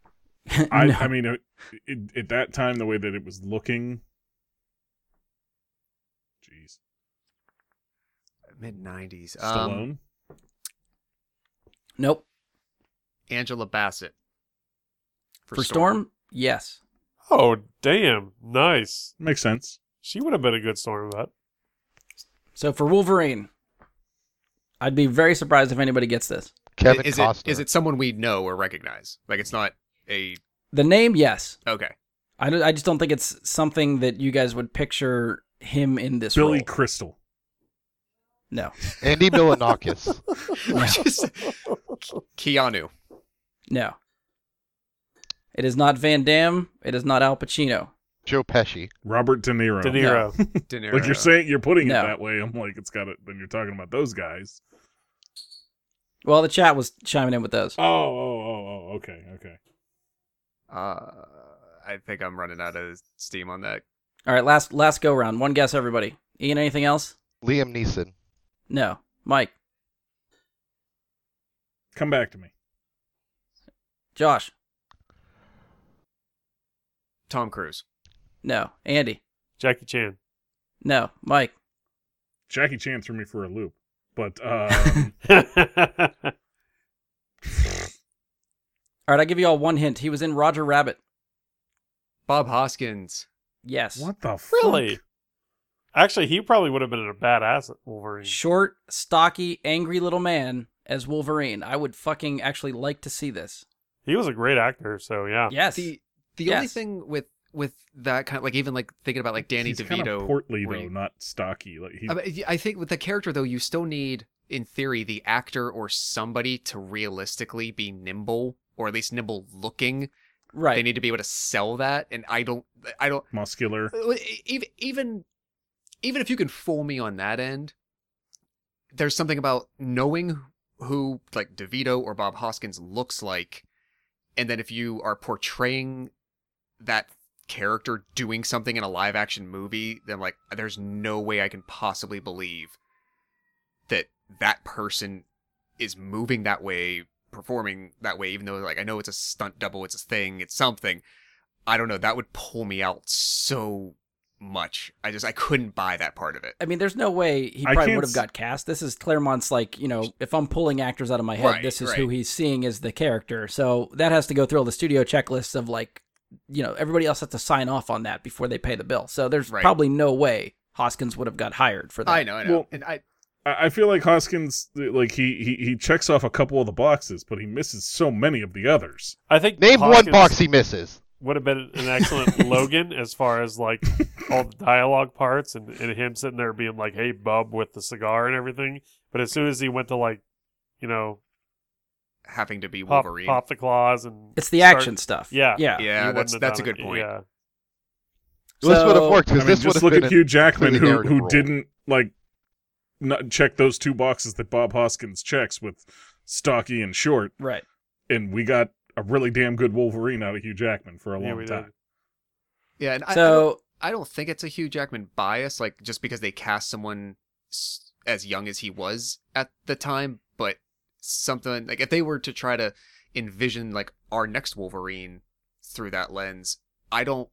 Speaker 3: I,
Speaker 2: No.
Speaker 3: I mean, it, it, at that time, the way that it was looking. Jeez.
Speaker 5: Mid 90s. Um,
Speaker 3: Stallone?
Speaker 2: nope.
Speaker 5: Angela Bassett.
Speaker 2: For, Storm, yes.
Speaker 4: Oh, damn. Nice.
Speaker 3: Makes sense.
Speaker 4: She would have been a good storm vet.
Speaker 2: So for Wolverine, I'd be very surprised if anybody gets this.
Speaker 1: Kevin
Speaker 5: is,
Speaker 1: Costner.
Speaker 5: It, is it someone we know or recognize? Like, it's not a.
Speaker 2: The name, yes.
Speaker 5: Okay.
Speaker 2: I, don't- I just don't think it's something that you guys would picture him in this
Speaker 3: Billy
Speaker 2: role.
Speaker 3: Crystal.
Speaker 2: No.
Speaker 1: Andy Milanakis.
Speaker 5: Just- Keanu.
Speaker 2: No. It is not Van Damme. It is not Al Pacino.
Speaker 1: Joe Pesci.
Speaker 3: Robert De Niro.
Speaker 4: De Niro.
Speaker 5: De Niro.
Speaker 3: Like you're saying, you're putting
Speaker 2: No.
Speaker 3: it that way. I'm like, it's got it. Then you're talking about those guys.
Speaker 2: Well, the chat was chiming in with those.
Speaker 3: Oh, oh, oh, oh. Okay, okay.
Speaker 5: Uh, I think I'm running out of steam on that.
Speaker 2: All right, last last go round. One guess, everybody. Ian, anything else?
Speaker 1: Liam Neeson.
Speaker 2: No. Mike,
Speaker 3: Come back to me.
Speaker 2: Josh,
Speaker 5: Tom Cruise.
Speaker 2: no. Andy,
Speaker 4: Jackie Chan.
Speaker 2: no. Mike,
Speaker 3: Jackie Chan threw me for a loop, but um,
Speaker 4: oh,
Speaker 2: All right, I'll give you all one hint. He was in Roger Rabbit.
Speaker 5: Bob Hoskins.
Speaker 2: Yes.
Speaker 3: what the fuck?
Speaker 4: really? Actually, he probably would have been a badass Wolverine.
Speaker 2: Short, stocky, angry little man as Wolverine. I would fucking actually like to see this.
Speaker 4: He was a great actor, so
Speaker 5: Oh.
Speaker 4: yeah.
Speaker 2: Yes.
Speaker 5: The the
Speaker 2: Yes.
Speaker 5: only thing with with that kind of like even like thinking about like Danny
Speaker 3: He's
Speaker 5: DeVito.
Speaker 3: kind of portly
Speaker 5: where
Speaker 3: though,
Speaker 5: you-
Speaker 3: not stocky. Like he,
Speaker 5: I, mean, I think with the character though, you still need in theory the actor or somebody to realistically be nimble or at least nimble looking.
Speaker 2: right.
Speaker 5: They need to be able to sell that, and I don't. I don't. uh, e,
Speaker 3: muscular.
Speaker 5: even even even if you can fool me on that end, there's something about knowing who like DeVito or Bob Hoskins looks like, and then if you are portraying that character doing something in a live action movie, then like there's no way I can possibly believe that that person is moving that way, performing that way, even though like I know it's a stunt double, it's a thing, it's something. I don't know. That would pull me out so much. I just I couldn't buy that part of it.
Speaker 2: I mean, there's no way he
Speaker 3: I
Speaker 2: probably
Speaker 3: can't
Speaker 2: would have
Speaker 3: s-
Speaker 2: got cast. This is Claremont's, like, you know, if I'm pulling actors out of my head,
Speaker 5: Right,
Speaker 2: this is
Speaker 5: right.
Speaker 2: who he's seeing as the character. So that has to go through all the studio checklists of, like, you know, everybody else has to sign off on that before they pay the bill. So there's
Speaker 5: Right.
Speaker 2: probably no way Hoskins would have got hired for that.
Speaker 5: I know, I know.
Speaker 3: Well-
Speaker 5: and I
Speaker 3: I, I feel like Hoskins, like he, he he checks off a couple of the boxes, but he misses so many of the others.
Speaker 4: I think
Speaker 1: Name
Speaker 4: Hawkins
Speaker 1: one box he misses.
Speaker 4: would have been an excellent Logan as far as like all the dialogue parts and, and him sitting there being like, "Hey, bub," with the cigar and everything. But as soon as he went to like, you know,
Speaker 5: having to be
Speaker 4: pop,
Speaker 5: Wolverine.
Speaker 4: pop the claws and
Speaker 2: It's the
Speaker 4: start-
Speaker 2: action stuff.
Speaker 4: Yeah.
Speaker 2: Yeah.
Speaker 5: Yeah,
Speaker 4: he wouldn't
Speaker 5: that's
Speaker 4: have
Speaker 5: that's a
Speaker 4: done
Speaker 5: good
Speaker 4: it.
Speaker 5: point.
Speaker 4: Yeah,
Speaker 1: this would have
Speaker 2: So-
Speaker 1: worked
Speaker 3: I
Speaker 1: because
Speaker 3: mean,
Speaker 1: this would
Speaker 3: just
Speaker 1: have
Speaker 3: look
Speaker 1: been.
Speaker 3: at Hugh Jackman,
Speaker 1: completely
Speaker 3: who who
Speaker 1: narrative role.
Speaker 3: didn't like not check those two boxes that Bob Hoskins checks with stocky and short,
Speaker 2: Right.
Speaker 3: and we got a really damn good Wolverine out of Hugh Jackman for a
Speaker 4: Yeah,
Speaker 3: long
Speaker 4: we
Speaker 3: time.
Speaker 4: did.
Speaker 5: yeah, and I- I, don't,
Speaker 2: So
Speaker 5: I don't think it's a Hugh Jackman bias, like just because they cast someone s- as young as he was at the time, but something like if they were to try to envision like our next Wolverine through that lens, I don't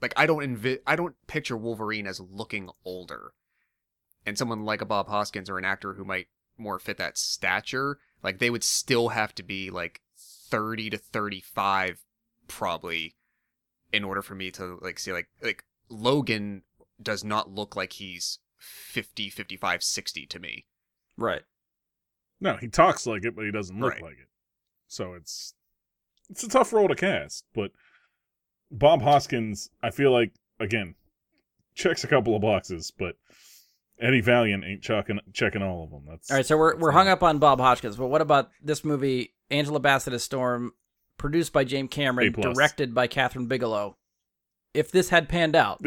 Speaker 5: like I don't envi- I don't picture Wolverine as looking older. And someone like a Bob Hoskins or an actor who might more fit that stature, like they would still have to be like 30 to 35 probably in order for me to like see like like Logan does not look like he's 50, 55, 60 to me.
Speaker 2: right.
Speaker 3: No, he talks like it, but he doesn't look
Speaker 5: Right.
Speaker 3: like it. So it's it's a tough role to cast, but Bob Hoskins, I feel like again checks a couple of boxes, but Eddie Valiant ain't checking checking all of them. That's
Speaker 2: All right. So we're we're hung up on Bob Hodgkins, but what about this movie, Angela Bassett as Storm, produced by James
Speaker 3: A
Speaker 2: Cameron,
Speaker 3: plus.
Speaker 2: directed by Catherine Bigelow? If this had panned out,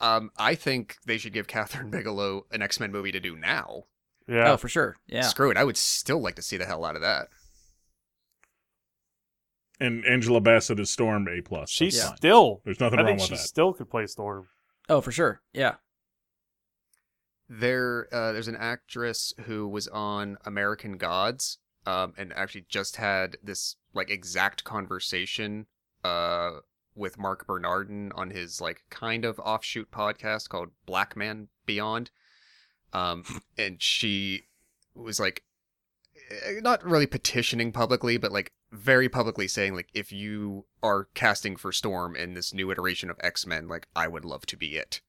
Speaker 5: Um I think they should give Catherine Bigelow an X-Men movie to do now.
Speaker 4: yeah.
Speaker 2: oh for sure, yeah.
Speaker 5: Screw it, I would still like to see the hell out of that.
Speaker 3: and Angela Bassett is Storm A plus.
Speaker 4: She
Speaker 3: That's fine.
Speaker 4: still.
Speaker 3: There's nothing
Speaker 4: I
Speaker 3: wrong
Speaker 4: think
Speaker 3: with
Speaker 4: she
Speaker 3: that.
Speaker 4: still could play Storm.
Speaker 2: Oh for sure, yeah.
Speaker 5: there uh, there's an actress who was on American Gods um, and actually just had this like exact conversation uh, with Mark Bernardin on his like kind of offshoot podcast called Black Man Beyond um, and she was like eh, not really petitioning publicly but like very publicly saying like if you are casting for Storm in this new iteration of X-Men like I would love to be it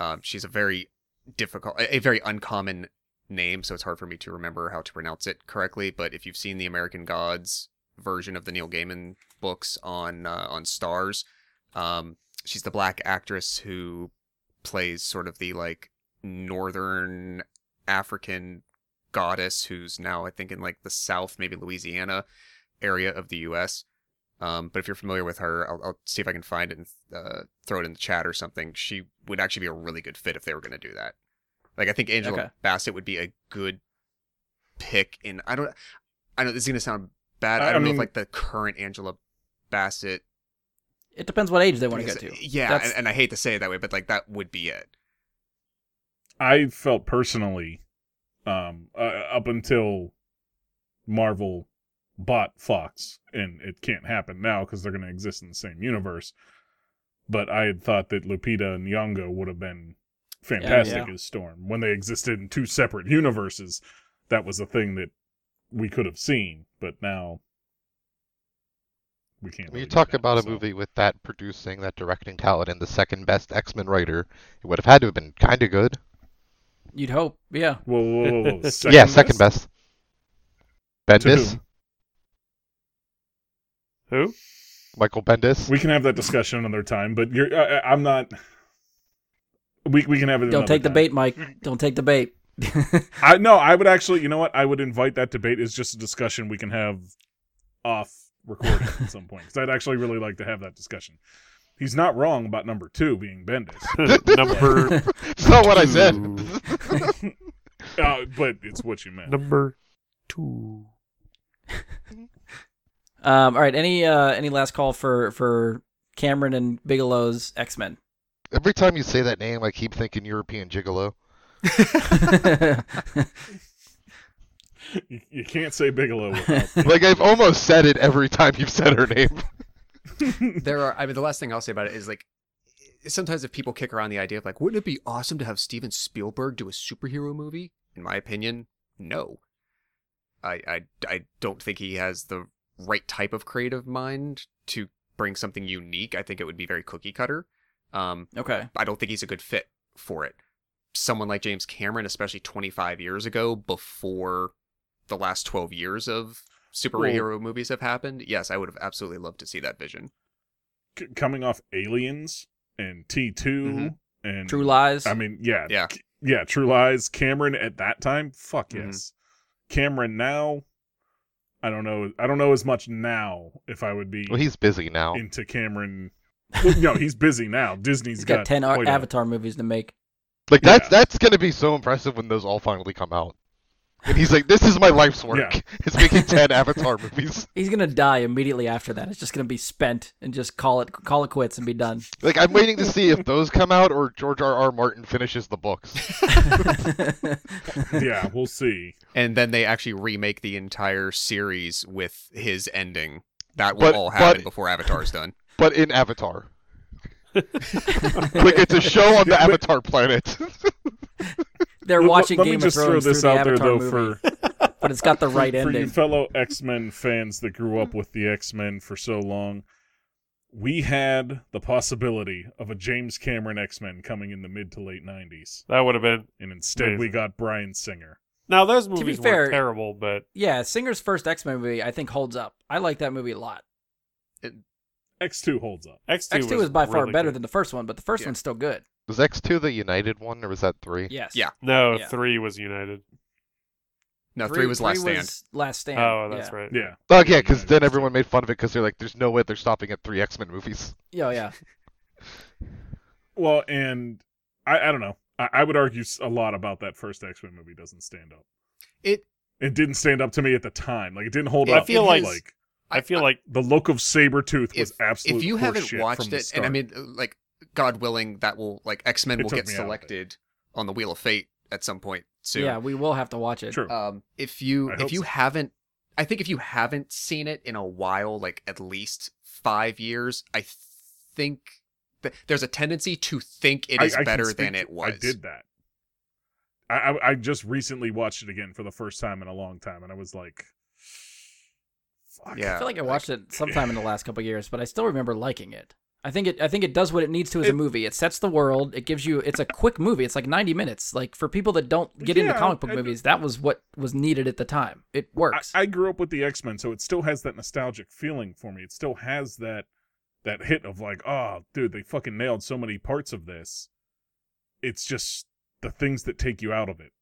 Speaker 5: um, she's a very difficult, a a very uncommon name, so it's hard for me to remember how to pronounce it correctly. But if you've seen the American Gods version of the Neil Gaiman books on uh, on Stars, um, she's the black actress who plays sort of the like northern African goddess who's now I think in like the South, maybe Louisiana area of the U.S. Um, but if you're familiar with her, I'll, I'll see if I can find it and uh, throw it in the chat or something. She would actually be a really good fit if they were going to do that. Like I think Angela
Speaker 2: Okay.
Speaker 5: Bassett would be a good pick. In I don't, I know this is going to sound bad.
Speaker 3: I-
Speaker 5: I,
Speaker 3: I
Speaker 5: don't know
Speaker 3: mean-
Speaker 5: if like the current Angela Bassett.
Speaker 2: It depends what age they want to
Speaker 5: because-
Speaker 2: get to.
Speaker 5: Yeah,
Speaker 2: That's-
Speaker 5: and, and I hate to say it that way, but like that would be it.
Speaker 3: I felt personally, um, uh, up until Marvel bought Fox, and it can't happen now because they're going to exist in the same universe. But I had thought that Lupita and Nyong'o would have been fantastic as Storm when they existed in two separate universes. That was a thing that we could have seen, but now we can't.
Speaker 1: When you
Speaker 3: really do
Speaker 1: talk
Speaker 3: that,
Speaker 1: about a
Speaker 3: so.
Speaker 1: movie with that producing, that directing talent, and the second best X Men writer, it would have had to have been kind of good.
Speaker 2: You'd hope, yeah.
Speaker 3: Whoa, whoa, whoa, whoa.
Speaker 1: yeah, second best.
Speaker 3: To
Speaker 1: Bendis,
Speaker 3: whom?
Speaker 4: Who?
Speaker 1: Michael Bendis.
Speaker 3: We can have that discussion another time, but you're. I, I- I'm not. We we can have it.
Speaker 2: Don't
Speaker 3: another
Speaker 2: take the
Speaker 3: time.
Speaker 2: bait, Mike. Don't take the bait.
Speaker 3: I no. I would actually. You know what? I would invite that debate as just a discussion we can have off recording at some point because I'd actually really like to have that discussion. He's not wrong about number two being Bendis,
Speaker 4: number
Speaker 1: It's not what I said.
Speaker 4: Ooh.
Speaker 3: uh, but it's what you meant.
Speaker 4: number two.
Speaker 2: Um, all right. Any uh, any last call for for Cameron and Bigelow's X Men?
Speaker 1: Every time you say that name, I keep thinking European Gigolo.
Speaker 3: You, you can't say Bigelow. Without.
Speaker 1: Like I've almost said it every time you've said her name.
Speaker 5: there are. I mean, the last thing I'll say about it is like sometimes if people kick around the idea of like, wouldn't it be awesome to have Steven Spielberg do a superhero movie? In my opinion, no. I I I don't think he has the right type of creative mind to bring something unique. I think it would be very cookie cutter. Um,
Speaker 2: okay.
Speaker 5: I don't think he's a good fit for it. Someone like James Cameron, especially 25 years ago, before the last 12 years of superhero movies have happened, yes, I would have absolutely loved to see that vision.
Speaker 3: C- coming off Aliens and T 2
Speaker 5: Mhm.
Speaker 3: and
Speaker 2: True Lies.
Speaker 3: I mean, yeah,
Speaker 5: Yeah.
Speaker 3: C- yeah. True Lies, Cameron at that time, fuck
Speaker 5: Mhm.
Speaker 3: yes. Cameron now, I don't know. I don't know as much now if I would be
Speaker 1: Well, he's busy now.
Speaker 3: into Cameron. Well, no, he's busy now. Disney's
Speaker 2: He's got, ten
Speaker 3: quite
Speaker 2: ar-
Speaker 3: a-
Speaker 2: Avatar movies to make.
Speaker 1: Like
Speaker 3: Yeah.
Speaker 1: that's that's gonna be so impressive when those all finally come out. And he's like, "This is my life's work.
Speaker 3: Yeah.
Speaker 1: It's making ten Avatar movies."
Speaker 2: He's gonna die immediately after that. It's just gonna be spent and just call it call it quits and be done.
Speaker 1: Like I'm waiting to see if those come out or George R. R. Martin finishes the books.
Speaker 3: yeah, we'll see.
Speaker 5: And then they actually remake the entire series with his ending. That will
Speaker 1: But-
Speaker 5: all happen
Speaker 1: but-
Speaker 5: before Avatar's done.
Speaker 1: but in Avatar. like it's a show on the Avatar planet.
Speaker 2: They're
Speaker 3: Let-
Speaker 2: watching
Speaker 3: let
Speaker 2: Game
Speaker 3: me
Speaker 2: of
Speaker 3: just
Speaker 2: Thrones
Speaker 3: throw this
Speaker 2: through the
Speaker 3: out there
Speaker 2: Avatar
Speaker 3: though
Speaker 2: movie,
Speaker 3: for
Speaker 2: but it's got the right
Speaker 3: for you
Speaker 2: ending.
Speaker 3: fellow X-Men fans that grew up with the X-Men for so long. We had the possibility of a James Cameron X-Men coming in the mid to late 90s,
Speaker 4: That would have been.
Speaker 3: and instead we
Speaker 4: Amazing.
Speaker 3: got Brian Singer.
Speaker 4: Now those movies
Speaker 2: fair-
Speaker 4: were terrible, but
Speaker 2: Yeah, Singer's first X Men movie I think holds up. I like that movie a lot.
Speaker 3: X2 holds up.
Speaker 4: X two
Speaker 2: X two is by far better than
Speaker 4: than
Speaker 2: the first one, but the first
Speaker 5: Yeah.
Speaker 2: one's still good.
Speaker 1: Was X two the United one or was that three?
Speaker 2: Yes.
Speaker 5: Yeah.
Speaker 4: no
Speaker 2: Yeah.
Speaker 4: three was United.
Speaker 5: No, three, was Last Stand.
Speaker 2: Last Stand.
Speaker 4: oh, that's
Speaker 2: yeah.
Speaker 4: right.
Speaker 3: Yeah.
Speaker 1: Oh yeah, because
Speaker 3: United
Speaker 1: then
Speaker 3: was
Speaker 1: everyone made fun of it because they're like, "There's no way they're stopping at three X Men movies."
Speaker 2: Yeah, oh, yeah.
Speaker 3: Well, and I, I don't know. I, I would argue s- a lot about that first X Men movie doesn't stand up.
Speaker 5: It-
Speaker 3: it didn't stand up to me at the time. Like it didn't hold
Speaker 5: It-
Speaker 3: up.
Speaker 4: I feel
Speaker 5: it
Speaker 4: like-
Speaker 5: has-
Speaker 3: like
Speaker 4: I feel like
Speaker 3: the look of Sabretooth was
Speaker 5: If-
Speaker 3: absolute.
Speaker 5: If you
Speaker 3: horseshit
Speaker 5: haven't
Speaker 3: from
Speaker 5: watched
Speaker 3: the
Speaker 5: it, and I
Speaker 3: start.
Speaker 5: mean, like, God willing, that will, like, X Men
Speaker 3: It
Speaker 5: will
Speaker 3: took
Speaker 5: get
Speaker 3: me out of it.
Speaker 5: selected on the Wheel of Fate at some point soon.
Speaker 2: Yeah, we will have to watch it.
Speaker 3: True.
Speaker 5: Um, if you
Speaker 3: I
Speaker 5: if
Speaker 3: hope
Speaker 5: you
Speaker 3: so.
Speaker 5: haven't, I think if you haven't seen it in a while, like at least five years, I think that there's a tendency to think it
Speaker 3: I-
Speaker 5: is
Speaker 3: I can
Speaker 5: better
Speaker 3: speak
Speaker 5: than
Speaker 3: to-
Speaker 5: it was.
Speaker 3: I did that. I, I I just recently watched it again for the first time in a long time, and I was like, "Fuck."
Speaker 5: Yeah.
Speaker 2: I feel like I watched it sometime in the last couple of years, but I still remember liking it. I think it I think it does what it needs to as a
Speaker 3: It-
Speaker 2: movie. It sets the world. It gives you it's a quick movie. It's like 90 minutes. Like for people that don't get into
Speaker 3: Yeah,
Speaker 2: comic book
Speaker 3: I-
Speaker 2: movies, that was what was needed at the time. It
Speaker 3: I,
Speaker 2: works.
Speaker 3: I grew up with the X Men, so it still has that nostalgic feeling for me. It still has that that hit of like, "Oh, dude, they fucking nailed so many parts of this." It's just the things that take you out of it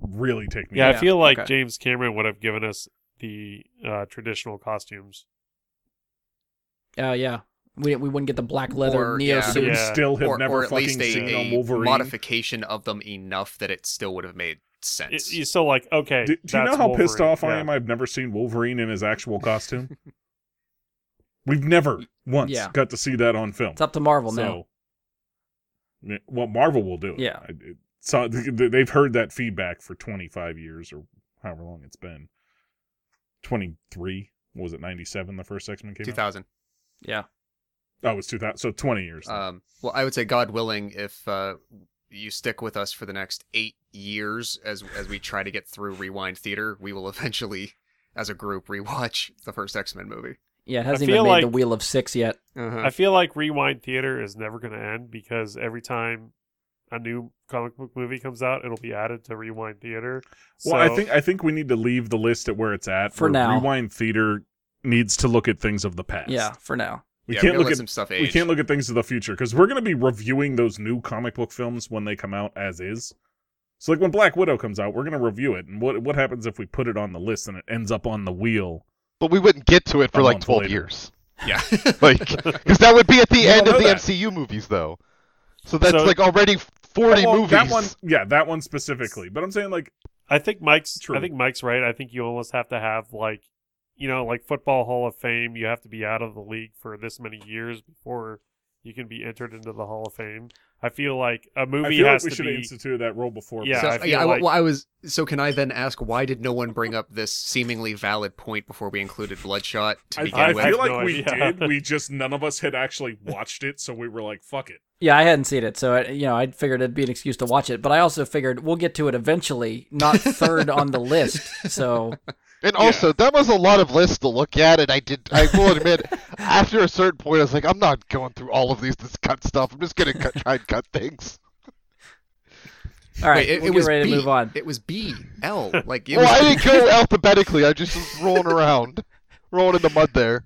Speaker 3: really take me.
Speaker 4: Yeah,
Speaker 2: Yeah,
Speaker 4: I feel like
Speaker 2: okay.
Speaker 4: James Cameron would have given us the uh, traditional costumes.
Speaker 2: Oh yeah. We, we wouldn't get the black leather
Speaker 5: Or,
Speaker 2: neo
Speaker 5: yeah.
Speaker 3: out. So
Speaker 2: suit.
Speaker 3: we
Speaker 4: Yeah.
Speaker 3: still have
Speaker 5: or,
Speaker 3: never
Speaker 5: or at
Speaker 3: fucking
Speaker 5: least
Speaker 3: seen
Speaker 5: a, a
Speaker 3: Wolverine.
Speaker 5: modification of them enough that it still would have made
Speaker 4: It,
Speaker 5: sense.
Speaker 4: you still like okay.
Speaker 3: do, do you know
Speaker 4: that's
Speaker 3: how pissed
Speaker 4: Wolverine.
Speaker 3: off I
Speaker 4: Yeah.
Speaker 3: am? I've never seen Wolverine in his actual costume. We've never once
Speaker 2: Yeah.
Speaker 3: got to see that on film.
Speaker 2: It's up to Marvel now.
Speaker 3: So, well, Marvel will do it.
Speaker 2: Yeah.
Speaker 3: I- it- So th- th- they've heard that feedback for 25 years or however long it's been. 23 What was it 97 the first X Men came
Speaker 5: Two
Speaker 3: out?
Speaker 5: thousand.
Speaker 2: Yeah.
Speaker 3: Oh, it was 2000. So 20 years. then.
Speaker 5: Um, well, I would say, God willing, if uh, you stick with us for the next eight years as as we try to get through Rewind Theater, we will eventually, as a group, rewatch the first X Men movie.
Speaker 2: Yeah, it hasn't
Speaker 4: feel
Speaker 2: even made the
Speaker 4: like-
Speaker 2: wheel of 6 yet.
Speaker 5: Uh-huh.
Speaker 4: I feel like Rewind Theater is never going to end because every time a new comic book movie comes out, it'll be added to Rewind Theater.
Speaker 3: Well, I
Speaker 4: So-
Speaker 3: think I think we need to leave the list at where it's at.
Speaker 2: For
Speaker 3: where
Speaker 2: now.
Speaker 3: Rewind Theater needs to look at things of the past.
Speaker 2: Yeah, for now.
Speaker 3: we
Speaker 5: Yeah,
Speaker 3: can't
Speaker 5: gotta
Speaker 3: look
Speaker 5: let
Speaker 3: at
Speaker 5: some stuff
Speaker 3: we
Speaker 5: age.
Speaker 3: can't look at things of the future because we're going to be reviewing those new comic book films when they come out as is. So like when Black Widow comes out, we're going to review it, and what what happens if we put it on the list and it ends up on the wheel?
Speaker 1: But we wouldn't get to it for
Speaker 3: A
Speaker 1: like
Speaker 3: month
Speaker 1: 12
Speaker 3: later.
Speaker 1: years.
Speaker 5: Yeah.
Speaker 1: Like, because that would be at the
Speaker 3: You
Speaker 1: end
Speaker 3: don't
Speaker 1: of
Speaker 3: know
Speaker 1: the
Speaker 3: that.
Speaker 1: MCU movies, though. So that's
Speaker 4: So-
Speaker 1: like already 40
Speaker 3: Well,
Speaker 1: movies.
Speaker 3: That one, yeah, that one specifically. But I'm saying like,
Speaker 4: I think Mike's.
Speaker 3: True.
Speaker 4: I think Mike's right. I think you almost have to have like, you know, like football Hall of Fame. You have to be out of the league for this many years before you can be entered into the Hall of Fame. I feel like a
Speaker 3: I
Speaker 4: movie
Speaker 3: feel like
Speaker 4: has
Speaker 3: we
Speaker 4: to
Speaker 3: should have
Speaker 4: be.
Speaker 3: instituted that rule before.
Speaker 4: Yeah,
Speaker 5: so,
Speaker 4: I feel
Speaker 5: yeah,
Speaker 4: like-
Speaker 5: well, I was. So, can I then ask why did no one bring up this seemingly valid point before we included Bloodshot to
Speaker 3: I,
Speaker 5: begin
Speaker 3: I feel
Speaker 5: with?
Speaker 4: have
Speaker 3: like
Speaker 4: no
Speaker 3: we
Speaker 4: idea.
Speaker 3: did. We just none of us had actually watched it, so we were like, "Fuck it."
Speaker 2: Yeah, I hadn't seen it, so I, you know I figured it'd be an excuse to watch it. But I also figured we'll get to it eventually, not third on the list. So
Speaker 1: And
Speaker 3: Yeah.
Speaker 1: also, that was a lot of lists to look at, and I did. I will admit, after a certain point, I was like, I'm not going through all of these this cut stuff. I'm just gonna cut, try and cut things.
Speaker 2: all right,
Speaker 5: Wait, it,
Speaker 2: we'll
Speaker 5: it
Speaker 2: get
Speaker 5: was
Speaker 2: ready
Speaker 5: B.
Speaker 2: to move on.
Speaker 5: It was B L. Like it
Speaker 1: well, I
Speaker 5: was
Speaker 1: didn't go alphabetically. I just was rolling around, rolling in the mud there.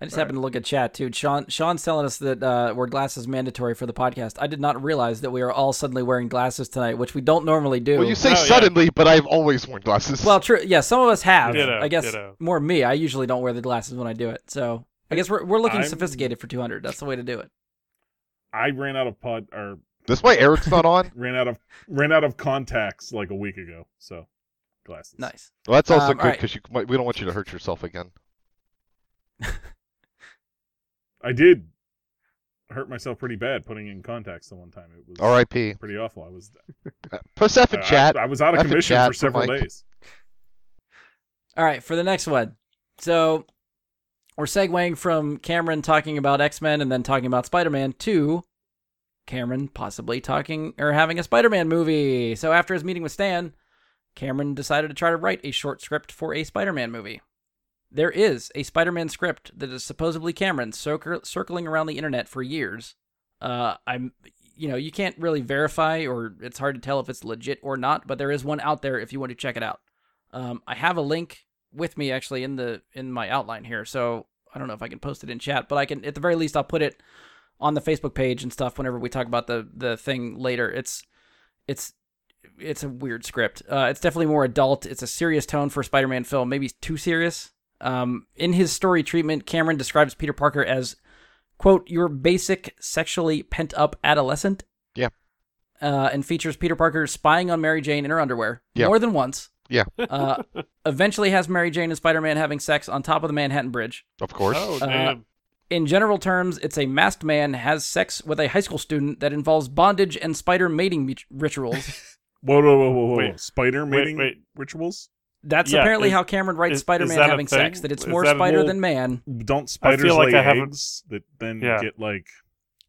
Speaker 2: I just happened to look at chat too. Sean Sean's telling us that uh, wear glasses mandatory for the podcast. I did not realize that we are all suddenly wearing glasses tonight, which we don't normally do.
Speaker 1: Well, you say
Speaker 4: Oh, yeah.
Speaker 1: suddenly, but I've always worn glasses.
Speaker 2: Well, true. Yeah, some of us have.
Speaker 4: Ditto,
Speaker 2: I guess
Speaker 4: ditto.
Speaker 2: more me. I usually don't wear the glasses when I do it. So I guess we're we're looking
Speaker 3: I'm-
Speaker 2: sophisticated for 200. That's the way to do it.
Speaker 3: I ran out of pod or
Speaker 1: that's why Eric's not on.
Speaker 3: ran out of ran out of contacts like a week ago. So glasses.
Speaker 2: Nice.
Speaker 1: Well, that's also
Speaker 2: Um,
Speaker 1: good
Speaker 2: alright.
Speaker 1: because you we don't want you to hurt yourself again.
Speaker 3: I did hurt myself pretty bad putting in contacts the one time. It was
Speaker 1: R.I.P.
Speaker 3: pretty awful. I was
Speaker 1: Uh, Press F in
Speaker 3: I-
Speaker 1: chat.
Speaker 3: I, was out of
Speaker 1: F in
Speaker 3: commission
Speaker 1: chat
Speaker 3: for
Speaker 1: for
Speaker 3: several
Speaker 1: Mike.
Speaker 3: days.
Speaker 2: All right, for the next one. So we're segueing from Cameron talking about X Men and then talking about Spider Man to Cameron possibly talking or having a Spider Man movie. So after his meeting with Stan, Cameron decided to try to write a short script for a Spider Man movie. There is a Spider Man script that is supposedly Cameron's circ- circling around the internet for years. Uh, I'm, you know, you can't really verify or it's hard to tell if it's legit or not, but there is one out there if you want to check it out. Um, I have a link with me actually in the in my outline here, so I don't know if I can post it in chat, but I can at the very least I'll put it on the Facebook page and stuff whenever we talk about the the thing later. It's it's it's a weird script. Uh, it's definitely more adult. It's a serious tone for a Spider-Man film, maybe too serious. Um, in his story treatment, Cameron describes Peter Parker as quote your basic sexually pent up adolescent.
Speaker 1: Yeah.
Speaker 2: Uh, and features Peter Parker spying on Mary Jane in her underwear
Speaker 1: Yeah.
Speaker 2: more than once
Speaker 1: Yeah,
Speaker 2: uh, eventually has Mary Jane and Spider Man having sex on top of the Manhattan Bridge.
Speaker 1: of course.
Speaker 4: Oh
Speaker 2: Uh,
Speaker 4: damn!
Speaker 2: In general terms, it's a masked man has sex with a high school student that involves bondage and spider mating mit- rituals.
Speaker 3: Whoa, whoa, whoa, whoa, whoa!
Speaker 4: Wait.
Speaker 3: Spider mating
Speaker 4: wait.
Speaker 3: rituals?
Speaker 2: That's
Speaker 4: Yeah,
Speaker 2: apparently
Speaker 4: is-
Speaker 2: how Cameron writes
Speaker 4: is-
Speaker 2: Spider
Speaker 4: is
Speaker 2: Man
Speaker 4: that a
Speaker 2: having
Speaker 4: thing?
Speaker 2: sex, that it's
Speaker 4: Is
Speaker 2: more
Speaker 4: that a
Speaker 2: spider
Speaker 4: whole-
Speaker 2: than man.
Speaker 3: Don't spiders
Speaker 4: like
Speaker 3: lay
Speaker 4: I haven't-
Speaker 3: eggs that then
Speaker 4: Yeah.
Speaker 3: get like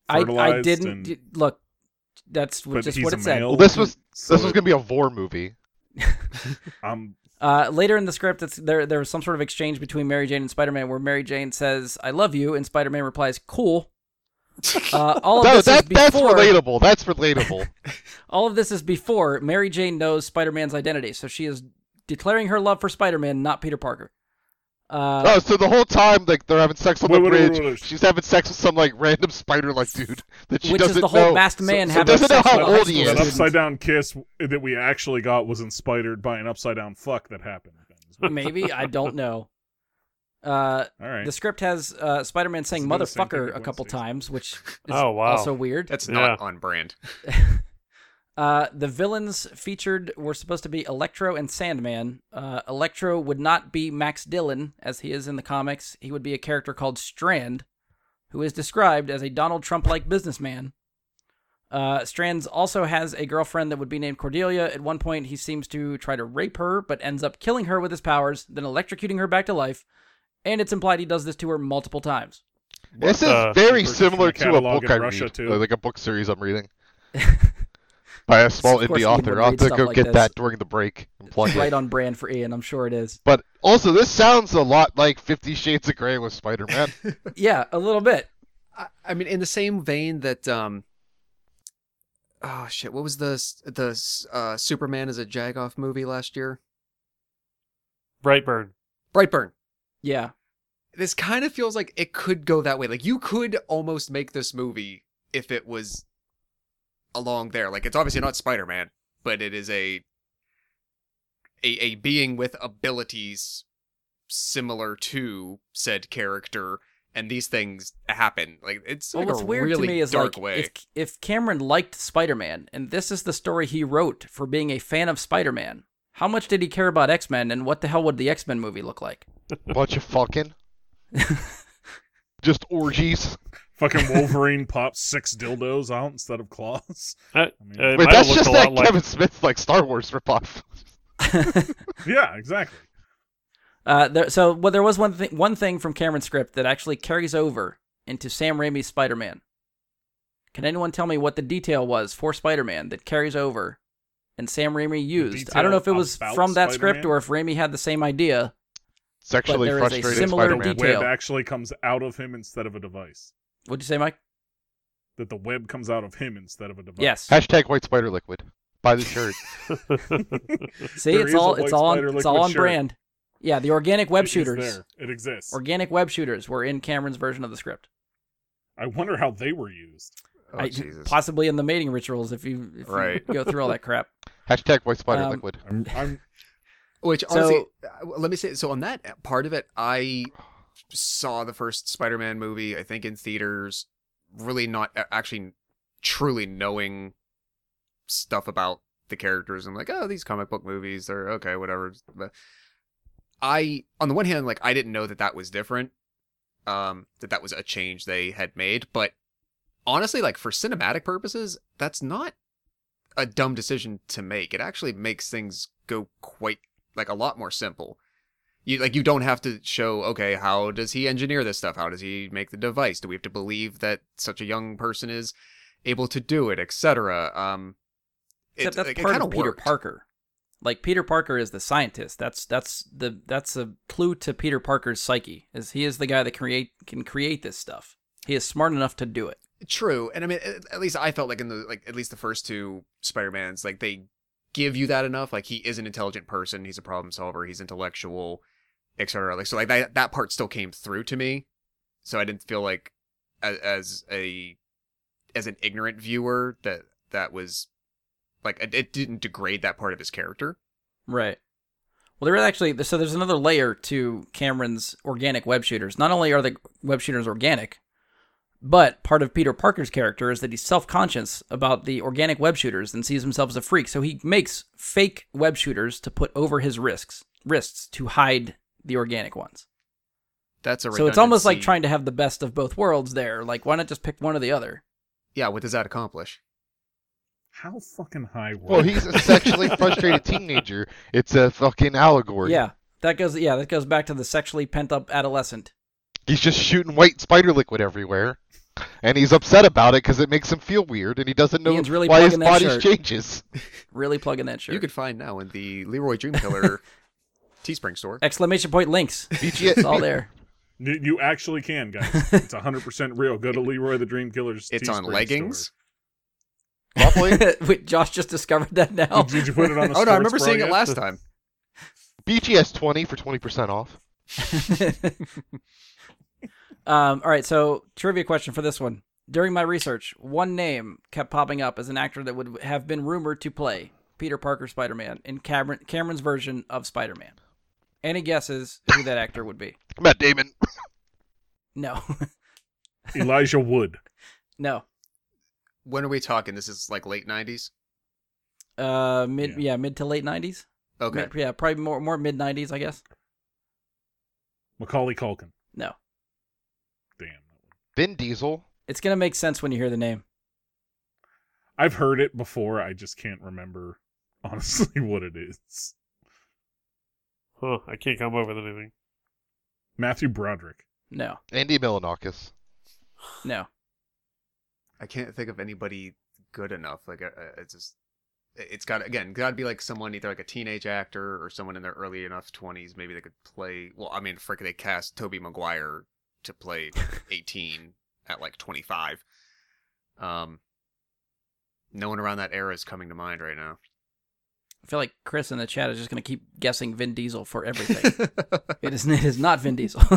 Speaker 2: I, I
Speaker 3: fertilized
Speaker 2: didn't.
Speaker 3: and-
Speaker 2: d- Look, that's w-
Speaker 3: but
Speaker 2: just
Speaker 3: he's
Speaker 2: what
Speaker 3: a
Speaker 2: it said.
Speaker 3: male?
Speaker 1: Well, this was-
Speaker 3: so
Speaker 1: this was
Speaker 3: it-
Speaker 1: gonna be a vor movie.
Speaker 3: I'm
Speaker 2: Uh, later in the script, it's, there there was some sort of exchange between Mary Jane and Spider Man where Mary Jane says, "I love you," and Spider Man replies, "Cool." Uh, all of
Speaker 1: No,
Speaker 2: this is
Speaker 1: that that's
Speaker 2: before-
Speaker 1: relatable. That's relatable.
Speaker 2: All of this is before Mary Jane knows Spider Man's identity, so she is declaring her love for Spider Man, not Peter Parker. Uh,
Speaker 1: oh, so the whole time like they're having sex on
Speaker 3: Wait,
Speaker 1: the
Speaker 3: wait, wait,
Speaker 1: bridge,
Speaker 3: wait, wait.
Speaker 1: she's having sex with some like random spider like dude that she
Speaker 2: which
Speaker 1: doesn't
Speaker 2: is the whole
Speaker 1: know.
Speaker 2: masked man
Speaker 1: so
Speaker 2: having
Speaker 1: doesn't know
Speaker 2: sex
Speaker 1: how
Speaker 2: with a high
Speaker 1: old he
Speaker 2: school
Speaker 1: is.
Speaker 3: That
Speaker 2: student.
Speaker 3: upside down kiss that we actually got was inspired by an upside down fuck that happened.
Speaker 2: Maybe I don't know. Uh,
Speaker 3: All right.
Speaker 2: The script has uh, Spider Man saying
Speaker 3: It's another same thing
Speaker 2: motherfucker
Speaker 3: at
Speaker 2: a couple
Speaker 3: Wednesdays.
Speaker 2: times, which is
Speaker 4: Oh, wow.
Speaker 2: also weird.
Speaker 5: That's not on brand.
Speaker 2: Uh, the villains featured were supposed to be Electro and Sandman. Uh, Electro would not be Max Dillon, as he is in the comics. He would be a character called Strand, who is described as a Donald Trump like businessman. Uh, Strands also has a girlfriend that would be named Cordelia. At one point, he seems to try to rape her, but ends up killing her with his powers, then electrocuting her back to life. And it's implied he does this to her multiple times.
Speaker 1: This is
Speaker 4: the-
Speaker 1: very
Speaker 3: Purchased
Speaker 1: similar
Speaker 3: a
Speaker 1: to a
Speaker 3: uh, catalog
Speaker 1: book
Speaker 3: in
Speaker 1: I
Speaker 3: Russia,
Speaker 1: read,
Speaker 3: too.
Speaker 1: uh, like a book series I'm reading by a small
Speaker 2: Of
Speaker 1: indie
Speaker 2: course Ian would
Speaker 1: author. I'll have
Speaker 2: read
Speaker 1: to
Speaker 2: stuff
Speaker 1: go
Speaker 2: like
Speaker 1: get
Speaker 2: this.
Speaker 1: that during the break and plug
Speaker 2: right
Speaker 1: it.
Speaker 2: on brand for Ian, I'm sure it is.
Speaker 1: But also, this sounds a lot like Fifty Shades of Grey with Spider-Man.
Speaker 2: Yeah, a little bit.
Speaker 5: I, I mean, in the same vein that um, oh shit, what was the s- the s- uh, Superman as a Jagoff movie last year?
Speaker 4: Brightburn.
Speaker 5: Brightburn.
Speaker 2: Yeah.
Speaker 5: This kind of feels like it could go that way. Like you could almost make this movie if it was along there. Like it's obviously not Spider Man, but it is a a a being with abilities similar to said character. And these things happen. Like it's
Speaker 2: Well,
Speaker 5: like
Speaker 2: what's
Speaker 5: a
Speaker 2: weird
Speaker 5: really
Speaker 2: to me is
Speaker 5: dark
Speaker 2: like
Speaker 5: way.
Speaker 2: if if Cameron liked Spider-Man and this is the story he wrote for being a fan of Spider-Man, how much did he care about X-Men and what the hell would the X-Men movie look like?
Speaker 1: Bunch of fucking, just orgies.
Speaker 3: Fucking Wolverine pops six dildos out instead of claws.
Speaker 4: Uh,
Speaker 3: I mean-
Speaker 4: uh, it
Speaker 1: Wait,
Speaker 4: might have
Speaker 1: that's
Speaker 4: looked
Speaker 1: just
Speaker 4: a
Speaker 1: that
Speaker 4: lot like
Speaker 1: Kevin Smith like Star Wars ripoff.
Speaker 3: Yeah, exactly.
Speaker 2: Uh, there, so well, there was one thing one thing from Cameron's script that actually carries over into Sam Raimi's Spider-Man. Can anyone tell me what the detail was for Spider-Man that carries over and Sam Raimi used? I don't know if it
Speaker 3: detail
Speaker 2: was
Speaker 3: about
Speaker 2: from that script
Speaker 3: Spider-Man?
Speaker 2: or if Raimi had the same idea.
Speaker 1: Sexually
Speaker 2: there is a
Speaker 1: frustrated
Speaker 2: similar
Speaker 1: Spider-Man.
Speaker 2: detail.
Speaker 3: Web actually comes out of him instead of a device.
Speaker 2: What'd you say, Mike?
Speaker 3: That the web comes out of him instead of a device.
Speaker 2: Yes.
Speaker 1: Hashtag White Spider Liquid. Buy the shirt.
Speaker 2: See,
Speaker 3: There
Speaker 2: it's
Speaker 3: is a
Speaker 2: all
Speaker 3: white
Speaker 2: it's all on,
Speaker 3: spider
Speaker 2: it's all
Speaker 3: liquid
Speaker 2: on
Speaker 3: shirt.
Speaker 2: brand. Yeah, the organic web
Speaker 3: It is
Speaker 2: shooters.
Speaker 3: there. It exists.
Speaker 2: Organic web shooters were in Cameron's version of the script.
Speaker 3: I wonder how they were used.
Speaker 5: Oh,
Speaker 2: I-
Speaker 5: Jesus.
Speaker 2: Possibly in the mating rituals if you, if
Speaker 5: Right.
Speaker 2: you go through all that crap.
Speaker 1: Hashtag White Spider
Speaker 2: Um,
Speaker 1: Liquid.
Speaker 3: I'm, I'm
Speaker 5: Which
Speaker 2: So-
Speaker 5: honestly, uh, let me say. So on that part of it, I saw the first Spider-Man movie. I think in theaters, really not a- actually truly knowing stuff about the characters. I'm like, oh, these comic book movies, they're okay, whatever. But I, on the one hand, like I didn't know that that was different. Um, that that was a change they had made, but honestly, like for cinematic purposes, that's not a dumb decision to make. It actually makes things go quite like a lot more simple. You like you don't have to show okay how does he engineer this stuff? How does he make the device? Do we have to believe that such a young person is able to do it, etc. Um,
Speaker 2: Except that's
Speaker 5: like,
Speaker 2: part
Speaker 5: kinda
Speaker 2: of Peter
Speaker 5: worked.
Speaker 2: Parker. Like Peter Parker is the scientist. That's that's the that's a clue to Peter Parker's psyche. Is he is the guy that create can create this stuff. He is smart enough to do it.
Speaker 5: True, and I mean, at, at least I felt like in the like at least the first two Spider Mans, like they give you that enough. Like he is an intelligent person, he's a problem solver, he's intellectual, etc. Like so, like that that part still came through to me, so I didn't feel like as, as a as an ignorant viewer that that was like it, it didn't degrade that part of his character.
Speaker 2: Right. Well, there is actually so there's another layer to Cameron's organic web shooters. Not only are the web shooters organic, but part of Peter Parker's character is that he's self-conscious about the organic web shooters and sees himself as a freak. So he makes fake web shooters to put over his risks, wrists to hide the organic ones.
Speaker 5: That's a
Speaker 2: So it's almost like
Speaker 5: redundancy.
Speaker 2: trying to have the best of both worlds there. Like, why not just pick one or the other?
Speaker 5: Yeah, what does that accomplish?
Speaker 3: How fucking high were
Speaker 1: Well,
Speaker 3: you?
Speaker 1: he's a sexually frustrated teenager. It's a fucking allegory.
Speaker 2: Yeah, that goes. Yeah, that goes back to the sexually pent up adolescent.
Speaker 1: He's just shooting white spider liquid everywhere, and he's upset about it because it makes him feel weird, and he doesn't know
Speaker 2: Ian's really
Speaker 1: why his
Speaker 2: plugging that
Speaker 1: body
Speaker 2: shirt.
Speaker 1: changes.
Speaker 2: Really plugging that shirt.
Speaker 5: You could find now in the Leroy Dreamkiller Teespring store.
Speaker 2: Exclamation point links.
Speaker 1: VGA
Speaker 2: It's all there.
Speaker 3: You, you actually can, guys. It's 100% real. Go to Leroy the Dream Killer's.
Speaker 5: It's on
Speaker 3: Teespring
Speaker 5: leggings.
Speaker 1: Probably.
Speaker 2: Wait, Josh just discovered that
Speaker 3: store.
Speaker 2: now.
Speaker 3: Did, did you put it on a
Speaker 5: Oh no, I remember
Speaker 3: sports bra
Speaker 5: seeing
Speaker 3: yet?
Speaker 5: it last time.
Speaker 1: BGS 20 for 20% off.
Speaker 2: um, all right, so trivia question for this one. During my research, one name kept popping up as an actor that would have been rumored to play Peter Parker Spider Man in Cameron, Cameron's version of Spider Man. Any guesses who that actor would be?
Speaker 1: Matt Damon.
Speaker 2: No,
Speaker 3: Elijah Wood.
Speaker 2: no.
Speaker 5: When are we talking? This is like late '90s.
Speaker 2: Uh, mid
Speaker 3: Yeah.
Speaker 2: yeah, mid to late nineties.
Speaker 5: Okay,
Speaker 2: yeah, probably more more mid nineties, I guess.
Speaker 3: Macaulay Culkin.
Speaker 2: No,
Speaker 3: Damn.
Speaker 1: Vin Diesel.
Speaker 2: it's gonna make sense when you hear the name.
Speaker 3: I've heard it before. I just can't remember, honestly, what it is.
Speaker 4: Huh, I can't come up with anything.
Speaker 3: Matthew Broderick.
Speaker 2: No,
Speaker 1: Andy Milanakis.
Speaker 2: no.
Speaker 5: I can't think of anybody good enough. Like, uh, uh, it's just, it's got again, got to be like someone either like a teenage actor or someone in their early enough twenties. Maybe they could play. Well, I mean, frick, they cast Toby Maguire to play 18 at like 25. Um, no one around that era is coming to mind right now.
Speaker 2: I feel like Chris in the chat is just gonna keep guessing Vin Diesel for everything. It is. It is not Vin Diesel.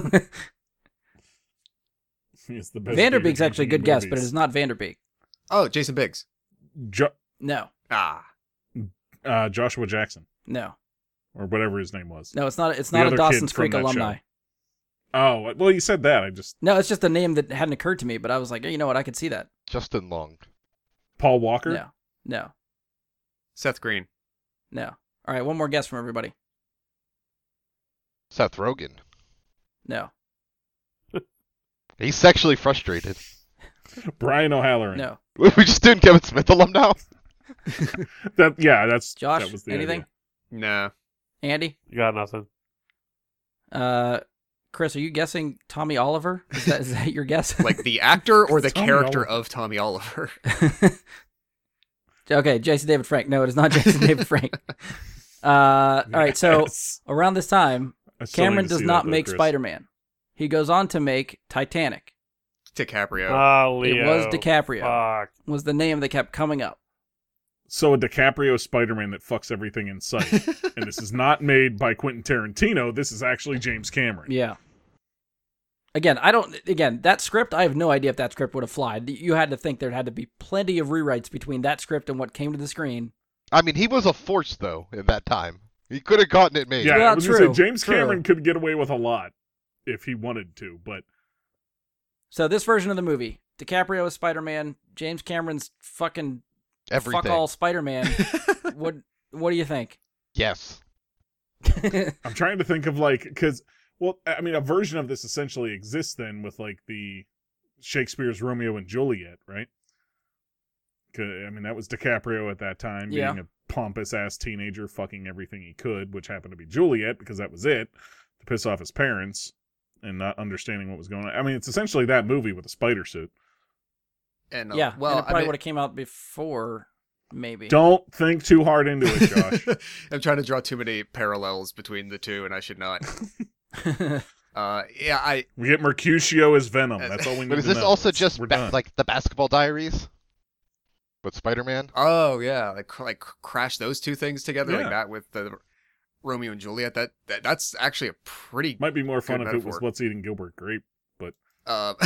Speaker 3: It's the best
Speaker 2: Vanderbeek's
Speaker 3: dude
Speaker 2: actually a
Speaker 3: in
Speaker 2: good guess, but it
Speaker 3: movies.
Speaker 2: is not Vanderbeek.
Speaker 5: oh, Jason Biggs.
Speaker 3: Jo-
Speaker 2: No,
Speaker 5: Ah,
Speaker 3: uh, Joshua Jackson
Speaker 2: no,
Speaker 3: or whatever his name was.
Speaker 2: no. It's not. It's
Speaker 3: The
Speaker 2: not
Speaker 3: other
Speaker 2: a
Speaker 3: kid
Speaker 2: Dawson's
Speaker 3: from
Speaker 2: Creek
Speaker 3: that
Speaker 2: alumni.
Speaker 3: show. Oh, well, you said that. I just
Speaker 2: No, it's just a name that hadn't occurred to me, but I was like, hey, you know what? I could see that.
Speaker 1: Justin Long.
Speaker 3: Paul Walker.
Speaker 2: No, no,
Speaker 5: Seth Green.
Speaker 2: no. All right, one more guess from everybody.
Speaker 1: Seth Rogen.
Speaker 2: No,
Speaker 1: He's sexually frustrated.
Speaker 3: Brian O'Halloran.
Speaker 2: no.
Speaker 1: We're just doing Kevin Smith alum now?
Speaker 3: That yeah, that's
Speaker 2: Josh,
Speaker 3: That was the
Speaker 2: anything?
Speaker 3: idea.
Speaker 5: No,
Speaker 2: Andy,
Speaker 4: You got nothing.
Speaker 2: uh, Chris, are you guessing Tommy Oliver? Is that, is that your guess?
Speaker 5: like the actor or the
Speaker 3: Tommy
Speaker 5: character
Speaker 3: Oliver.
Speaker 5: of Tommy Oliver.
Speaker 2: okay, Jason David Frank. No, it is not Jason David Frank. Uh, all right, so
Speaker 3: Yes.
Speaker 2: around this time,
Speaker 3: I still need
Speaker 2: Cameron
Speaker 3: to
Speaker 2: does
Speaker 3: see
Speaker 2: not
Speaker 3: that, though,
Speaker 2: make
Speaker 3: Chris.
Speaker 2: Spider Man. He goes on to make Titanic.
Speaker 5: DiCaprio.
Speaker 3: Uh,
Speaker 4: Ah, Leo.
Speaker 2: It was DiCaprio,
Speaker 4: Fuck.
Speaker 2: was the name that kept coming up.
Speaker 3: So a DiCaprio Spider-Man that fucks everything in sight, and this is not made by Quentin Tarantino. This is actually James Cameron.
Speaker 2: Yeah. Again, I don't. Again, that script, I have no idea if that script would have flied. You had to think there had to be plenty of rewrites between that script and what came to the screen.
Speaker 1: I mean, he was a force, though, at that time. He could have gotten it made.
Speaker 3: Yeah,
Speaker 2: Well,
Speaker 3: I was gonna
Speaker 2: true,
Speaker 3: say James
Speaker 2: true.
Speaker 3: Cameron could get away with a lot if he wanted to, but
Speaker 2: So this version of the movie, DiCaprio as Spider Man, James Cameron's fucking
Speaker 1: Everything.
Speaker 2: fuck all Spider Man. what What do you think?
Speaker 1: Yes.
Speaker 3: I'm trying to think of like because well, I mean, a version of this essentially exists then with like the Shakespeare's Romeo and Juliet, right? 'Cause, I mean, that was DiCaprio at that time being
Speaker 2: Yeah.
Speaker 3: a pompous ass teenager, fucking everything he could, which happened to be Juliet because that was it to piss off his parents and not understanding what was going on. I mean, it's essentially that movie with a spider suit.
Speaker 5: and, uh,
Speaker 2: yeah. and
Speaker 5: well,
Speaker 2: it
Speaker 5: I
Speaker 2: probably
Speaker 5: mean-
Speaker 2: would have came out before, maybe.
Speaker 3: Don't think too hard into it, Josh.
Speaker 5: I'm trying to draw too many parallels between the two, and I should not. Uh, yeah, I
Speaker 3: we get Mercutio as Venom. That's all we need
Speaker 1: But is
Speaker 3: to
Speaker 1: this
Speaker 3: know.
Speaker 1: also
Speaker 3: It's-
Speaker 1: just
Speaker 3: we're
Speaker 1: ba-
Speaker 3: done.
Speaker 1: like the basketball diaries? But Spider Man?
Speaker 5: oh yeah, like cr- like crash those two things together
Speaker 3: Yeah.
Speaker 5: like that with the Romeo and Juliet. That, that that's actually a pretty.
Speaker 3: might be more fun if it
Speaker 5: Good
Speaker 3: was
Speaker 5: metaphor.
Speaker 3: What's Eating Gilbert Grape.
Speaker 5: Uh,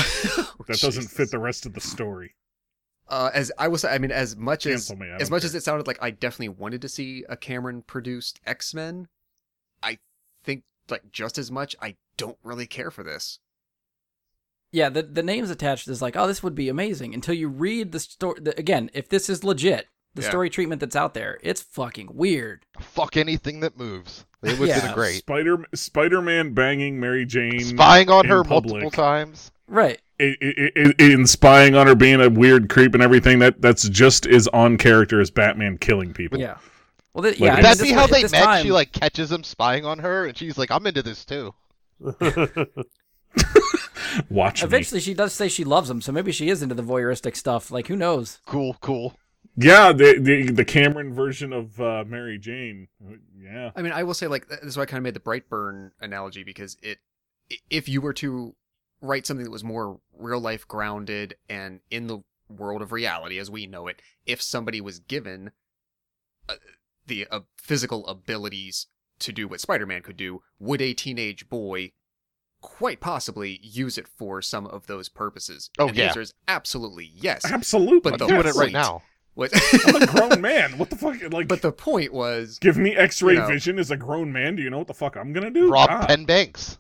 Speaker 3: That doesn't fit the rest of the story.
Speaker 5: Uh, as I was, I mean, as much as
Speaker 3: Cancel me. I
Speaker 5: as
Speaker 3: don't
Speaker 5: much
Speaker 3: care.
Speaker 5: as it sounded like I definitely wanted to see a Cameron produced X Men, I think like just as much I don't really care for this.
Speaker 2: yeah the, the names attached is like oh this would be amazing until you read the story the, again if this is legit the
Speaker 5: Yeah.
Speaker 2: story treatment that's out there it's fucking weird
Speaker 1: fuck anything that moves. It would have
Speaker 2: Yeah.
Speaker 1: been great.
Speaker 3: Spider Spider Man banging Mary Jane,
Speaker 1: Spying on
Speaker 3: in
Speaker 1: her multiple
Speaker 3: public.
Speaker 1: times.
Speaker 2: Right.
Speaker 3: i- i- i- i- in spying on her, being a weird creep and everything. That that's just as on character as Batman killing people.
Speaker 2: Yeah. Well, th-
Speaker 3: Like,
Speaker 2: yeah. I mean,
Speaker 3: That'd
Speaker 1: That'd
Speaker 2: this-
Speaker 1: be how
Speaker 2: at
Speaker 1: they
Speaker 2: this
Speaker 1: met.
Speaker 2: Time,
Speaker 1: She like catches him spying on her, and she's like, "I'm into this too."
Speaker 3: Watch me.
Speaker 2: Eventually, she does say she loves him, so maybe she is into the voyeuristic stuff. Like, who knows?
Speaker 1: Cool, cool.
Speaker 3: Yeah, the, the the Cameron version of uh, Mary Jane. Yeah.
Speaker 5: I mean, I will say like th- this is why I kind of made the Brightburn analogy because it, i- if you were to write something that was more real life grounded and in the world of reality as we know it, if somebody was given uh, the uh, physical abilities to do what Spider-Man could do, would a teenage boy quite possibly use it for some of those purposes?
Speaker 1: Oh,
Speaker 5: and
Speaker 1: yeah.
Speaker 5: The answer is absolutely yes.
Speaker 3: Absolutely.
Speaker 1: I'm
Speaker 5: But the
Speaker 1: doing it right
Speaker 5: point-
Speaker 1: now.
Speaker 5: What-
Speaker 3: I'm a grown man. What the fuck? Like,
Speaker 5: but the point was
Speaker 3: give me X-ray
Speaker 5: you know.
Speaker 3: vision as a grown man. Do you know what the fuck I'm gonna do?
Speaker 1: Rob
Speaker 3: God.
Speaker 1: Penn Banks.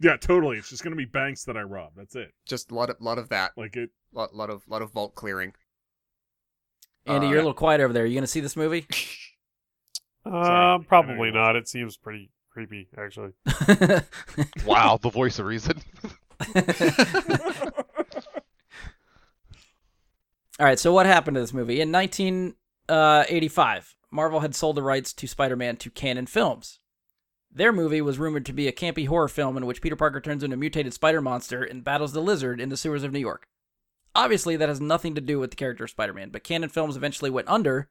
Speaker 3: Yeah, totally. It's just gonna be banks that I rob. That's it.
Speaker 5: just a lot of lot of that,
Speaker 3: Like it.
Speaker 5: lot, lot of lot of vault clearing.
Speaker 2: Andy,
Speaker 5: Uh,
Speaker 2: you're a little quiet over there. you gonna see this movie?
Speaker 4: um, probably
Speaker 3: Anyway.
Speaker 4: not. It seems pretty creepy, actually.
Speaker 1: Wow, the voice of reason.
Speaker 2: All right, so what happened to this movie? In 1985, Marvel had sold the rights to Spider Man to Canon Films. Their movie was rumored to be a campy horror film in which Peter Parker turns into a mutated spider monster and battles the lizard in the sewers of New York. Obviously, that has nothing to do with the character of Spider Man, but Canon Films eventually went under,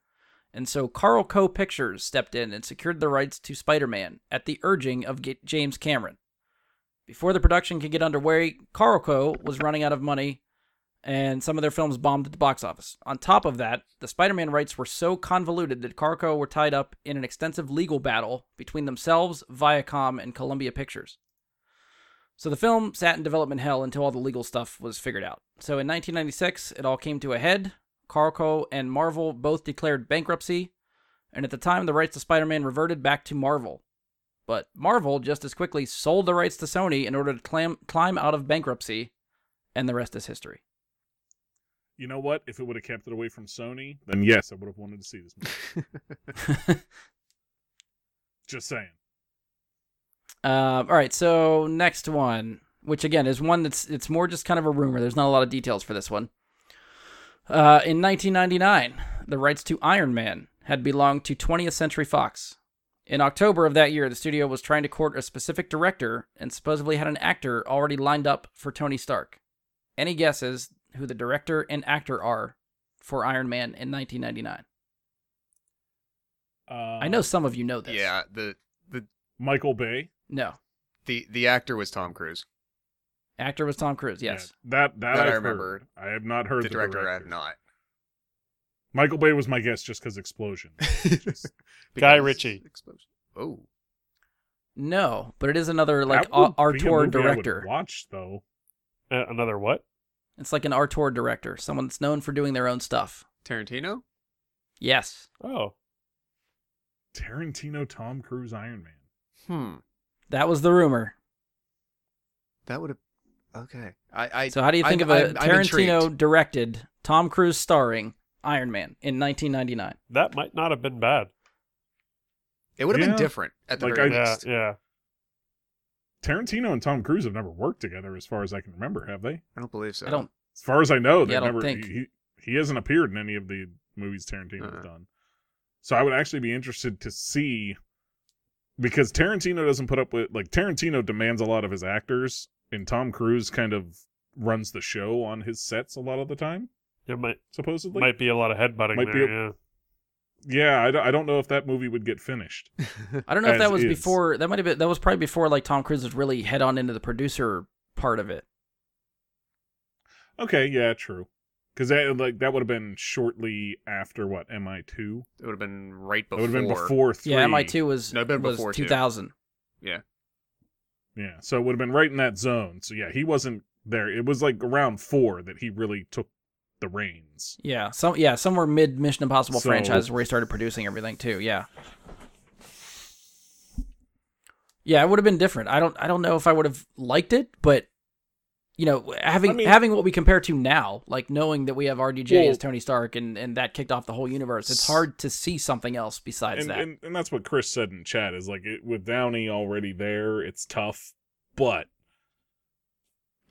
Speaker 2: and so Carl Co. Pictures stepped in and secured the rights to Spider Man at the urging of G- James Cameron. Before the production could get underway, Carl Co. was running out of money and some of their films bombed at the box office. On top of that, the Spider Man rights were so convoluted that Carco were tied up in an extensive legal battle between themselves, Viacom, and Columbia Pictures. So the film sat in development hell until all the legal stuff was figured out. So in 1996, it all came to a head. Carco and Marvel both declared bankruptcy, and at the time, the rights to Spider Man reverted back to Marvel. But Marvel just as quickly sold the rights to Sony in order to clam- climb out of bankruptcy, and the rest is history.
Speaker 3: You know what? If it would have kept it away from Sony, then yes, I would have wanted to see this movie. Just saying.
Speaker 2: Um, all right, so next one, which again is one that's it's more just kind of a rumor. There's not a lot of details for this one. Uh, in 1999, the rights to Iron Man had belonged to 20th Century Fox. In October of that year, the studio was trying to court a specific director and supposedly had an actor already lined up for Tony Stark. Any guesses who the director and actor are for Iron Man in 1999?
Speaker 3: Uh,
Speaker 2: I know some of you know this.
Speaker 5: Yeah, the
Speaker 3: Michael Bay.
Speaker 2: No.
Speaker 5: the the actor was Tom Cruise.
Speaker 2: Actor was Tom Cruise.
Speaker 3: Yeah,
Speaker 2: Yes.
Speaker 3: that that,
Speaker 5: That I
Speaker 3: I've
Speaker 5: remember.
Speaker 3: heard. I have not heard
Speaker 5: the director, I have
Speaker 3: director.
Speaker 5: not.
Speaker 3: Michael Bay was my guess just because explosion.
Speaker 4: Guy
Speaker 5: Because-
Speaker 4: Ritchie.
Speaker 5: Explosion. Oh,
Speaker 2: No, but it is another like
Speaker 3: That
Speaker 2: au-
Speaker 3: would be a
Speaker 2: artur
Speaker 3: movie I would
Speaker 2: director.
Speaker 3: Watch though.
Speaker 4: Uh, another what?
Speaker 2: It's like an artur director, someone that's known for doing their own stuff.
Speaker 5: Tarantino.
Speaker 2: Yes,
Speaker 4: Oh,
Speaker 3: Tarantino, Tom Cruise, Iron Man.
Speaker 5: Hmm.
Speaker 2: that was the rumor.
Speaker 5: That would have. Okay. I. I
Speaker 2: so how do you think
Speaker 5: I'm-
Speaker 2: of a
Speaker 5: I'm- I'm
Speaker 2: Tarantino
Speaker 5: intrigued.
Speaker 2: directed, Tom Cruise starring Iron Man in 1999?
Speaker 4: that might not have been bad.
Speaker 5: it would have
Speaker 3: Yeah.
Speaker 5: been different at the
Speaker 3: Like,
Speaker 5: very
Speaker 3: I-
Speaker 4: Yeah,
Speaker 5: least.
Speaker 4: yeah.
Speaker 3: Tarantino and Tom Cruise have never worked together, as far as I can remember, have they?
Speaker 5: I don't believe so.
Speaker 2: I don't.
Speaker 3: As far as I know, they
Speaker 2: Yeah, I
Speaker 3: have
Speaker 2: don't
Speaker 3: never.
Speaker 2: think.
Speaker 3: He, he hasn't appeared in any of the movies Tarantino's
Speaker 5: Uh-uh.
Speaker 3: done. So I would actually be interested to see because Tarantino doesn't put up with like Tarantino demands a lot of his actors, and Tom Cruise kind of runs the show on his sets a lot of the time,
Speaker 4: There might
Speaker 3: supposedly.
Speaker 4: might be a lot of headbutting
Speaker 3: Might be
Speaker 4: there.
Speaker 3: a-
Speaker 4: yeah.
Speaker 3: Yeah, I don't, I don't know if that movie would get finished.
Speaker 2: I don't know if
Speaker 3: As
Speaker 2: that was
Speaker 3: is.
Speaker 2: before. That might have been. That was probably before like Tom Cruise was really head on into the producer part of it.
Speaker 3: Okay, yeah, true. Because that like that would have been shortly after what MI two.
Speaker 5: It would have been right
Speaker 3: That
Speaker 5: before.
Speaker 3: would have been before three.
Speaker 2: Yeah, MI2 was
Speaker 5: No, it been
Speaker 2: was
Speaker 5: before too.
Speaker 2: 2000.
Speaker 3: Yeah, so it would have been right in that zone. So yeah, he wasn't there. It was like around four that he really took the reins.
Speaker 2: Yeah, some yeah, somewhere mid Mission Impossible
Speaker 3: So-
Speaker 2: franchise where he started producing everything too. Yeah. Yeah, it would have been different. I don't I don't know if I would have liked it, but you know, having
Speaker 3: I mean-
Speaker 2: having what we compare to now, like knowing that we have RDJ
Speaker 3: Well-
Speaker 2: as Tony Stark and and that kicked off the whole universe. It's
Speaker 3: S-
Speaker 2: hard to see something else besides
Speaker 3: and,
Speaker 2: that.
Speaker 3: and and that's what Chris said in chat is like it, with Downey already there, it's tough. But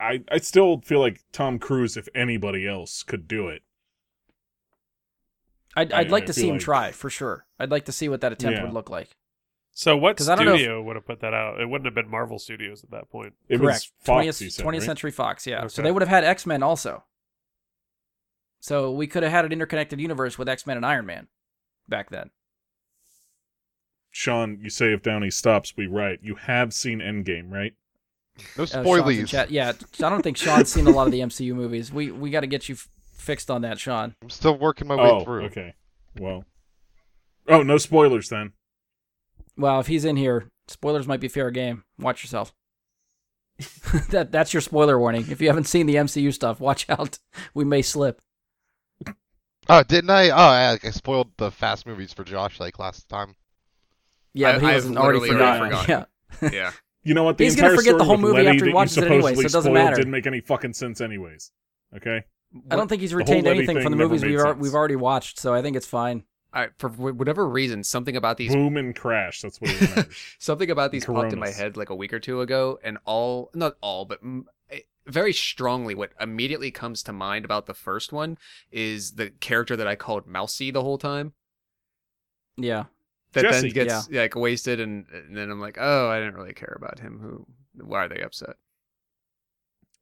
Speaker 3: I I still feel like Tom Cruise, if anybody else, could do it.
Speaker 2: I'd,
Speaker 3: I-
Speaker 2: I'd like
Speaker 3: I
Speaker 2: to
Speaker 3: feel
Speaker 2: see him
Speaker 3: like-
Speaker 2: try for sure. I'd like to see what that attempt
Speaker 3: Yeah.
Speaker 2: would look like.
Speaker 4: So what
Speaker 2: 'Cause I don't know if-
Speaker 4: studio would have put that out? It wouldn't have been Marvel Studios at that point.
Speaker 3: It
Speaker 2: Correct.
Speaker 3: was Fox, you
Speaker 2: 20th,
Speaker 3: said,
Speaker 2: 20th
Speaker 3: right?
Speaker 2: Century Fox, yeah. So
Speaker 4: Okay.
Speaker 2: they would have had X Men also. So we could have had an interconnected universe with X Men and Iron Man back then.
Speaker 3: Sean, you say if Downey stops, we write. You have seen Endgame, right?
Speaker 1: No
Speaker 2: Uh, Sean's in
Speaker 1: spoilies.
Speaker 2: chat. Yeah, I don't think Sean's seen a lot of the MCU movies. We we got to get you f- fixed on that, Sean.
Speaker 1: I'm still working my way
Speaker 3: oh,
Speaker 1: through.
Speaker 3: okay. Well, oh, no spoilers then.
Speaker 2: Well, if he's in here, spoilers might be fair game. Watch yourself. that that's your spoiler warning. If you haven't seen the MCU stuff, watch out. We may slip.
Speaker 1: Oh, didn't I? Oh, I, I spoiled the fast movies for Josh like last time.
Speaker 2: Yeah,
Speaker 5: I-
Speaker 2: but he
Speaker 5: I've
Speaker 2: wasn't already
Speaker 5: literally
Speaker 2: forgotten.
Speaker 3: already
Speaker 5: forgotten.
Speaker 2: Yeah.
Speaker 5: Yeah.
Speaker 3: You know what? The
Speaker 2: He's gonna
Speaker 3: entire
Speaker 2: forget the
Speaker 3: story
Speaker 2: whole
Speaker 3: with
Speaker 2: movie
Speaker 3: Letty
Speaker 2: after he
Speaker 3: that you
Speaker 2: watches it anyway,
Speaker 3: supposedly
Speaker 2: so it doesn't
Speaker 3: spoiled
Speaker 2: matter.
Speaker 3: Didn't make any fucking sense, anyways. Okay.
Speaker 2: I don't think he's
Speaker 3: whole
Speaker 2: retained
Speaker 3: Levy
Speaker 2: anything
Speaker 3: thing
Speaker 2: from the
Speaker 3: never
Speaker 2: movies
Speaker 3: made
Speaker 2: we've al-
Speaker 3: sense.
Speaker 2: we've already watched, so I think it's fine.
Speaker 5: I, for wh- whatever reason, something about these
Speaker 3: Boom and crash. That's what it remembers.
Speaker 5: something about these popped in my
Speaker 3: Coronas.
Speaker 5: head like a week or two ago, and all not all, but mm, eh, very strongly, what immediately comes to mind about the first one is the character that I called Mousy the whole time.
Speaker 2: Yeah.
Speaker 5: That
Speaker 3: Jesse.
Speaker 5: then gets like wasted, and, and then I'm like, oh, I didn't really care about him. Who? Why are they upset?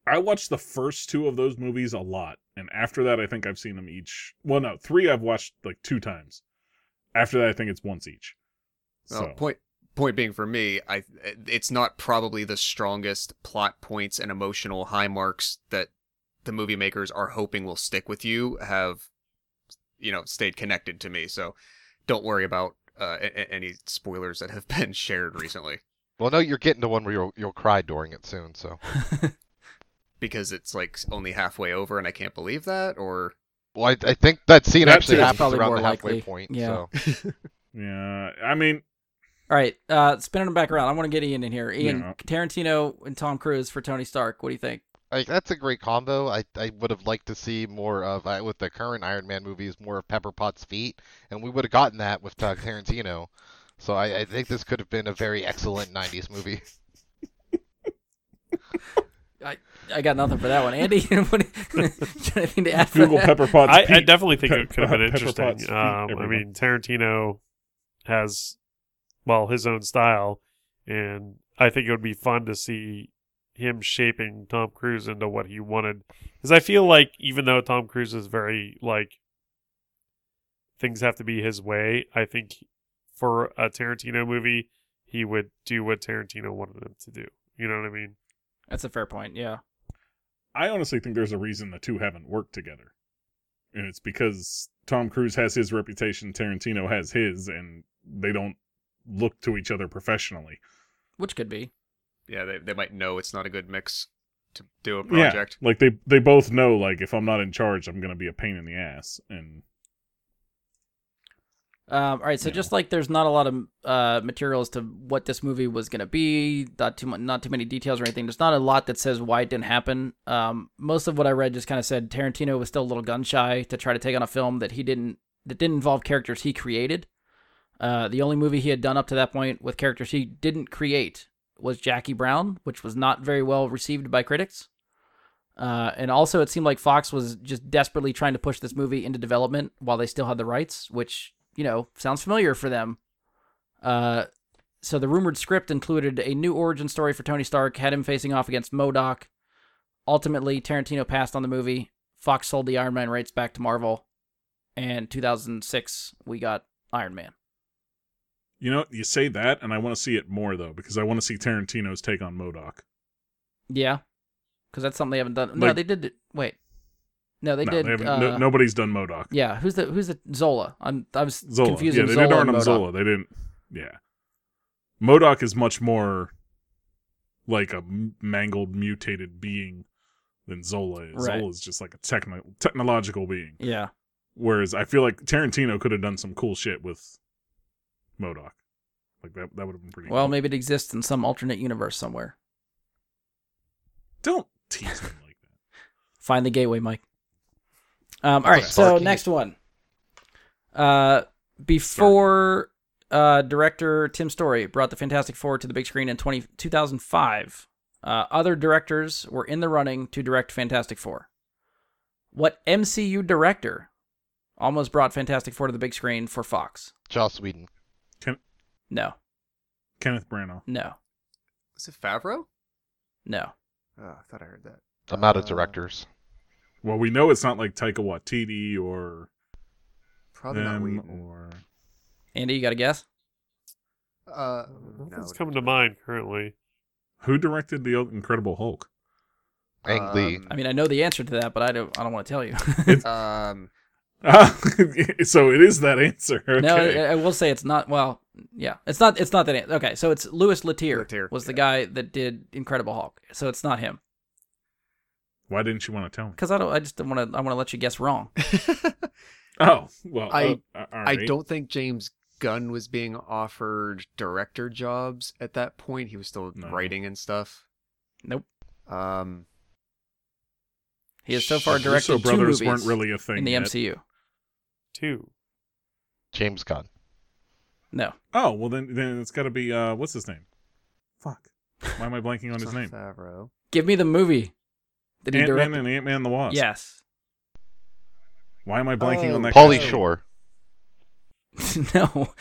Speaker 3: I watched the first two of those movies a lot, and after that, I think I've seen them each. Well, no, three I've watched like two times. After that, I think it's once each.
Speaker 4: Oh,
Speaker 5: Well,
Speaker 3: So
Speaker 5: point point being for me, I it's not probably the strongest plot points and emotional high marks that the movie makers are hoping will stick with you have you know stayed connected to me. So don't worry about uh, a- a- any spoilers that have been shared recently
Speaker 1: Well, no, you're getting to one where you'll you'll cry during it soon. So,
Speaker 5: because it's like only halfway over and I can't believe that or
Speaker 1: well, I, I think that scene
Speaker 3: That
Speaker 1: actually
Speaker 3: scene's
Speaker 1: happens
Speaker 2: probably
Speaker 1: around
Speaker 2: more
Speaker 1: the halfway
Speaker 2: likely.
Speaker 1: point.
Speaker 2: Yeah.
Speaker 1: So.
Speaker 3: yeah, I mean,
Speaker 2: All right. Uh spinning him back around. I want to get Ian in here. Ian
Speaker 3: Yeah.
Speaker 2: Tarantino and Tom Cruise for Tony Stark. What do you think?
Speaker 1: Like that's a great combo. I I would have liked to see more of I, with the current Iron Man movies, more of Pepper Potts' feet, and we would have gotten that with uh, Tarantino. So I, I think this could have been a very excellent '90s movie.
Speaker 2: I got nothing for that one. Andy, what do you got anything to add for
Speaker 3: Google
Speaker 2: that?
Speaker 3: Pepper Potts.
Speaker 4: I, I
Speaker 3: Uh, Pete.
Speaker 4: definitely think
Speaker 3: Pe-
Speaker 4: it could have been
Speaker 3: Pepper Potts
Speaker 4: interesting.
Speaker 3: feet
Speaker 4: Um, I
Speaker 3: everywhere.
Speaker 4: mean, Tarantino has, well, his own style, and I think it would be fun to see him shaping Tom Cruise into what he wanted. Because I feel like even though Tom Cruise is very like things have to be his way, I think for a Tarantino movie, he would do what Tarantino wanted him to do. You know what I mean?
Speaker 2: That's a fair point. Yeah.
Speaker 3: I honestly think there's a reason the two haven't worked together. And it's because Tom Cruise has his reputation, Tarantino has his, and they don't look to each other professionally.
Speaker 2: Which could be.
Speaker 5: yeah they they might know it's not a good mix to do a
Speaker 3: Yeah.
Speaker 5: project.
Speaker 3: Like they they both know like if I'm not in charge, I'm going to be a pain in the ass and
Speaker 2: Um, all right, so
Speaker 3: Yeah.
Speaker 2: just like there's not a lot of uh, material as to what this movie was gonna be, not too mu- not too many details or anything. There's not a lot that says why it didn't happen. Um, most of what I read just kind of said Tarantino was still a little gun shy to try to take on a film that he didn't that didn't involve characters he created. Uh, the only movie he had done up to that point with characters he didn't create was Jackie Brown, which was not very well received by critics. Uh, and also, it seemed like Fox was just desperately trying to push this movie into development while they still had the rights, which you know sounds familiar for them. Uh, so the rumored script included a new origin story for Tony Stark, had him facing off against Modoc. Ultimately, Tarantino passed on the movie. Fox sold the Iron Man rights back to Marvel, and 2006 we got Iron Man.
Speaker 3: you know, you say that and I want to see it more though because I want to see Tarantino's take on Modoc.
Speaker 2: Yeah, because that's something they haven't done. No,
Speaker 3: Like-
Speaker 2: they did. Wait, no, they
Speaker 3: no,
Speaker 2: did.
Speaker 3: they haven't,
Speaker 2: uh,
Speaker 3: no, nobody's done Modoc.
Speaker 2: Yeah, who's the who's the Zola? I'm I was
Speaker 3: Zola.
Speaker 2: confusing
Speaker 3: yeah, they
Speaker 2: Zola
Speaker 3: did
Speaker 2: and
Speaker 3: Arnim
Speaker 2: Modoc.
Speaker 3: Zola. They didn't. Yeah, Modoc is much more like a m- mangled, mutated being than Zola is.
Speaker 2: Right.
Speaker 3: Zola is just like a techno- technological being.
Speaker 2: Yeah,
Speaker 3: Whereas I feel like Tarantino could have done some cool shit with Modoc. Like that, that would have been pretty.
Speaker 2: well,
Speaker 3: cool.
Speaker 2: maybe it exists in some alternate universe somewhere.
Speaker 3: don't tease me like that.
Speaker 2: Find the gateway, Mike. Um, all right,
Speaker 1: Okay.
Speaker 2: so
Speaker 1: Barking.
Speaker 2: next one. Uh, before uh, director Tim Story brought the Fantastic Four to the big screen in 20, 2005, uh, other directors were in the running to direct Fantastic Four. What MCU director almost brought Fantastic Four to the big screen for Fox?
Speaker 1: Joss Whedon.
Speaker 2: No,
Speaker 3: Kenneth Branagh.
Speaker 2: no,
Speaker 5: Is it Favreau?
Speaker 2: no.
Speaker 5: Oh, I thought I heard that.
Speaker 1: I'm out of
Speaker 5: Uh,
Speaker 1: directors.
Speaker 3: Well, we know it's not like Taika Waititi or
Speaker 5: Probably not
Speaker 3: them
Speaker 5: Whedon.
Speaker 3: or
Speaker 2: Andy, you got a guess?
Speaker 5: Uh,
Speaker 4: Nothing's
Speaker 5: no,
Speaker 4: coming to mind currently.
Speaker 3: who directed the Incredible Hulk.
Speaker 1: Ang Lee.
Speaker 2: I mean, I know the answer to that, but I don't. I don't want to tell you.
Speaker 5: Um,
Speaker 3: Ah, so it is that answer. Okay.
Speaker 2: No, I, I will say it's not. Well, yeah, it's not. It's not that. an- Okay, so it's Louis Letier
Speaker 5: Leterrier,
Speaker 2: was the
Speaker 5: yeah.
Speaker 2: guy that did Incredible Hulk. So it's not him
Speaker 3: Why didn't you want to tell me?
Speaker 2: because I don't. I just don't want to. I want to let you guess wrong.
Speaker 3: Oh, well,
Speaker 5: I-
Speaker 3: uh, all
Speaker 5: I
Speaker 3: right.
Speaker 5: don't think James Gunn was being offered director jobs at that point. He was still
Speaker 3: No.
Speaker 5: writing and stuff.
Speaker 2: Nope.
Speaker 5: Um,
Speaker 2: He has so far
Speaker 3: The
Speaker 2: directed
Speaker 3: Russo
Speaker 2: two
Speaker 3: brothers
Speaker 2: movies
Speaker 3: weren't really a thing
Speaker 2: in the
Speaker 3: yet.
Speaker 2: MCU.
Speaker 4: Two.
Speaker 1: James Gunn.
Speaker 2: No,
Speaker 3: Oh, well then, then it's got to be uh, what's his name? Fuck. Why am I blanking on
Speaker 5: it's
Speaker 3: his
Speaker 5: not
Speaker 3: name?
Speaker 5: Favreau.
Speaker 2: give me the movie that he
Speaker 3: Ant Man
Speaker 2: directed.
Speaker 3: and Ant Man and the Wasp.
Speaker 2: Yes.
Speaker 3: Why am I blanking
Speaker 5: Oh.
Speaker 3: on that?
Speaker 1: Paulie
Speaker 3: guy?
Speaker 1: Shore.
Speaker 2: no,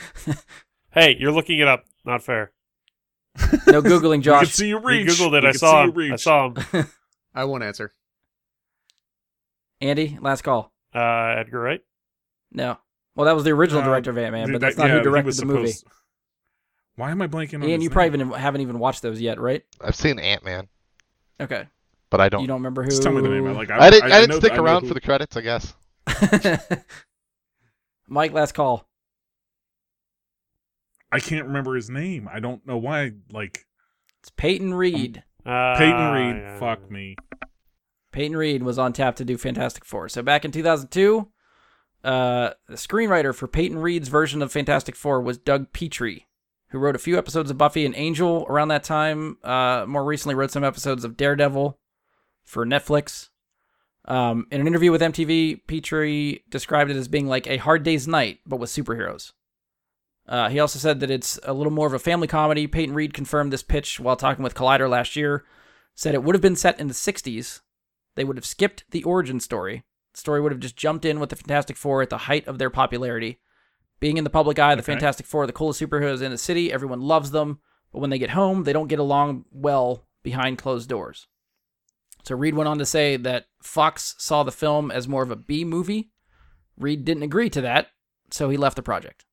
Speaker 4: Hey, you're looking it up. Not fair.
Speaker 2: no googling
Speaker 3: We can
Speaker 2: Josh.
Speaker 3: see you
Speaker 4: We
Speaker 3: reach.
Speaker 4: googled it.
Speaker 3: We
Speaker 4: I
Speaker 3: can
Speaker 4: saw
Speaker 3: see you
Speaker 4: him. I
Speaker 3: reach.
Speaker 4: saw him.
Speaker 5: I won't answer.
Speaker 2: Andy, last call.
Speaker 4: Uh, Edgar Wright.
Speaker 2: No. Well, that was the original
Speaker 3: Uh,
Speaker 2: director of Ant Man,
Speaker 3: Dude,
Speaker 2: but
Speaker 3: that-
Speaker 2: that's not
Speaker 3: yeah,
Speaker 2: who
Speaker 3: he
Speaker 2: directed
Speaker 3: was
Speaker 2: the movie.
Speaker 3: supposed- Why am I blanking on?
Speaker 2: Ian,
Speaker 3: his
Speaker 2: you
Speaker 3: name?
Speaker 2: probably even, haven't even watched those yet, right?
Speaker 1: I've seen Ant Man,
Speaker 2: Okay.
Speaker 1: but I don't.
Speaker 2: You don't remember who?
Speaker 3: Just tell me the name. I like.
Speaker 1: I didn't. I, didn't
Speaker 3: know-
Speaker 1: stick
Speaker 3: know
Speaker 1: around
Speaker 3: who-
Speaker 1: for the credits. I guess.
Speaker 2: Mike, last call.
Speaker 3: I can't remember his name. I don't know why. Like
Speaker 2: It's Peyton Reed.
Speaker 4: Uh,
Speaker 3: Peyton Reed.
Speaker 4: yeah.
Speaker 3: Fuck me.
Speaker 2: Peyton Reed was on tap to do Fantastic Four. So back in 2002, uh, the screenwriter for Peyton Reed's version of Fantastic Four was Doug Petrie, who wrote a few episodes of Buffy and Angel around that time. Uh, more recently, wrote some episodes of Daredevil for Netflix. Um, in an interview with MTV, Petrie described it as being like a hard day's night, but with superheroes. Uh, he also said that it's a little more of a family comedy. Peyton Reed confirmed this pitch while talking with Collider last year. Said it would have been set in the 60s, they would have skipped the origin story. The story would have just jumped in with the Fantastic Four at the height of their popularity. Being in the public eye, the
Speaker 3: Okay.
Speaker 2: Fantastic Four are the coolest superheroes in the city. Everyone loves them. But when they get home, they don't get along well behind closed doors. So Reed went on to say that Fox saw the film as more of a B movie. Reed didn't agree to that, so he left the project.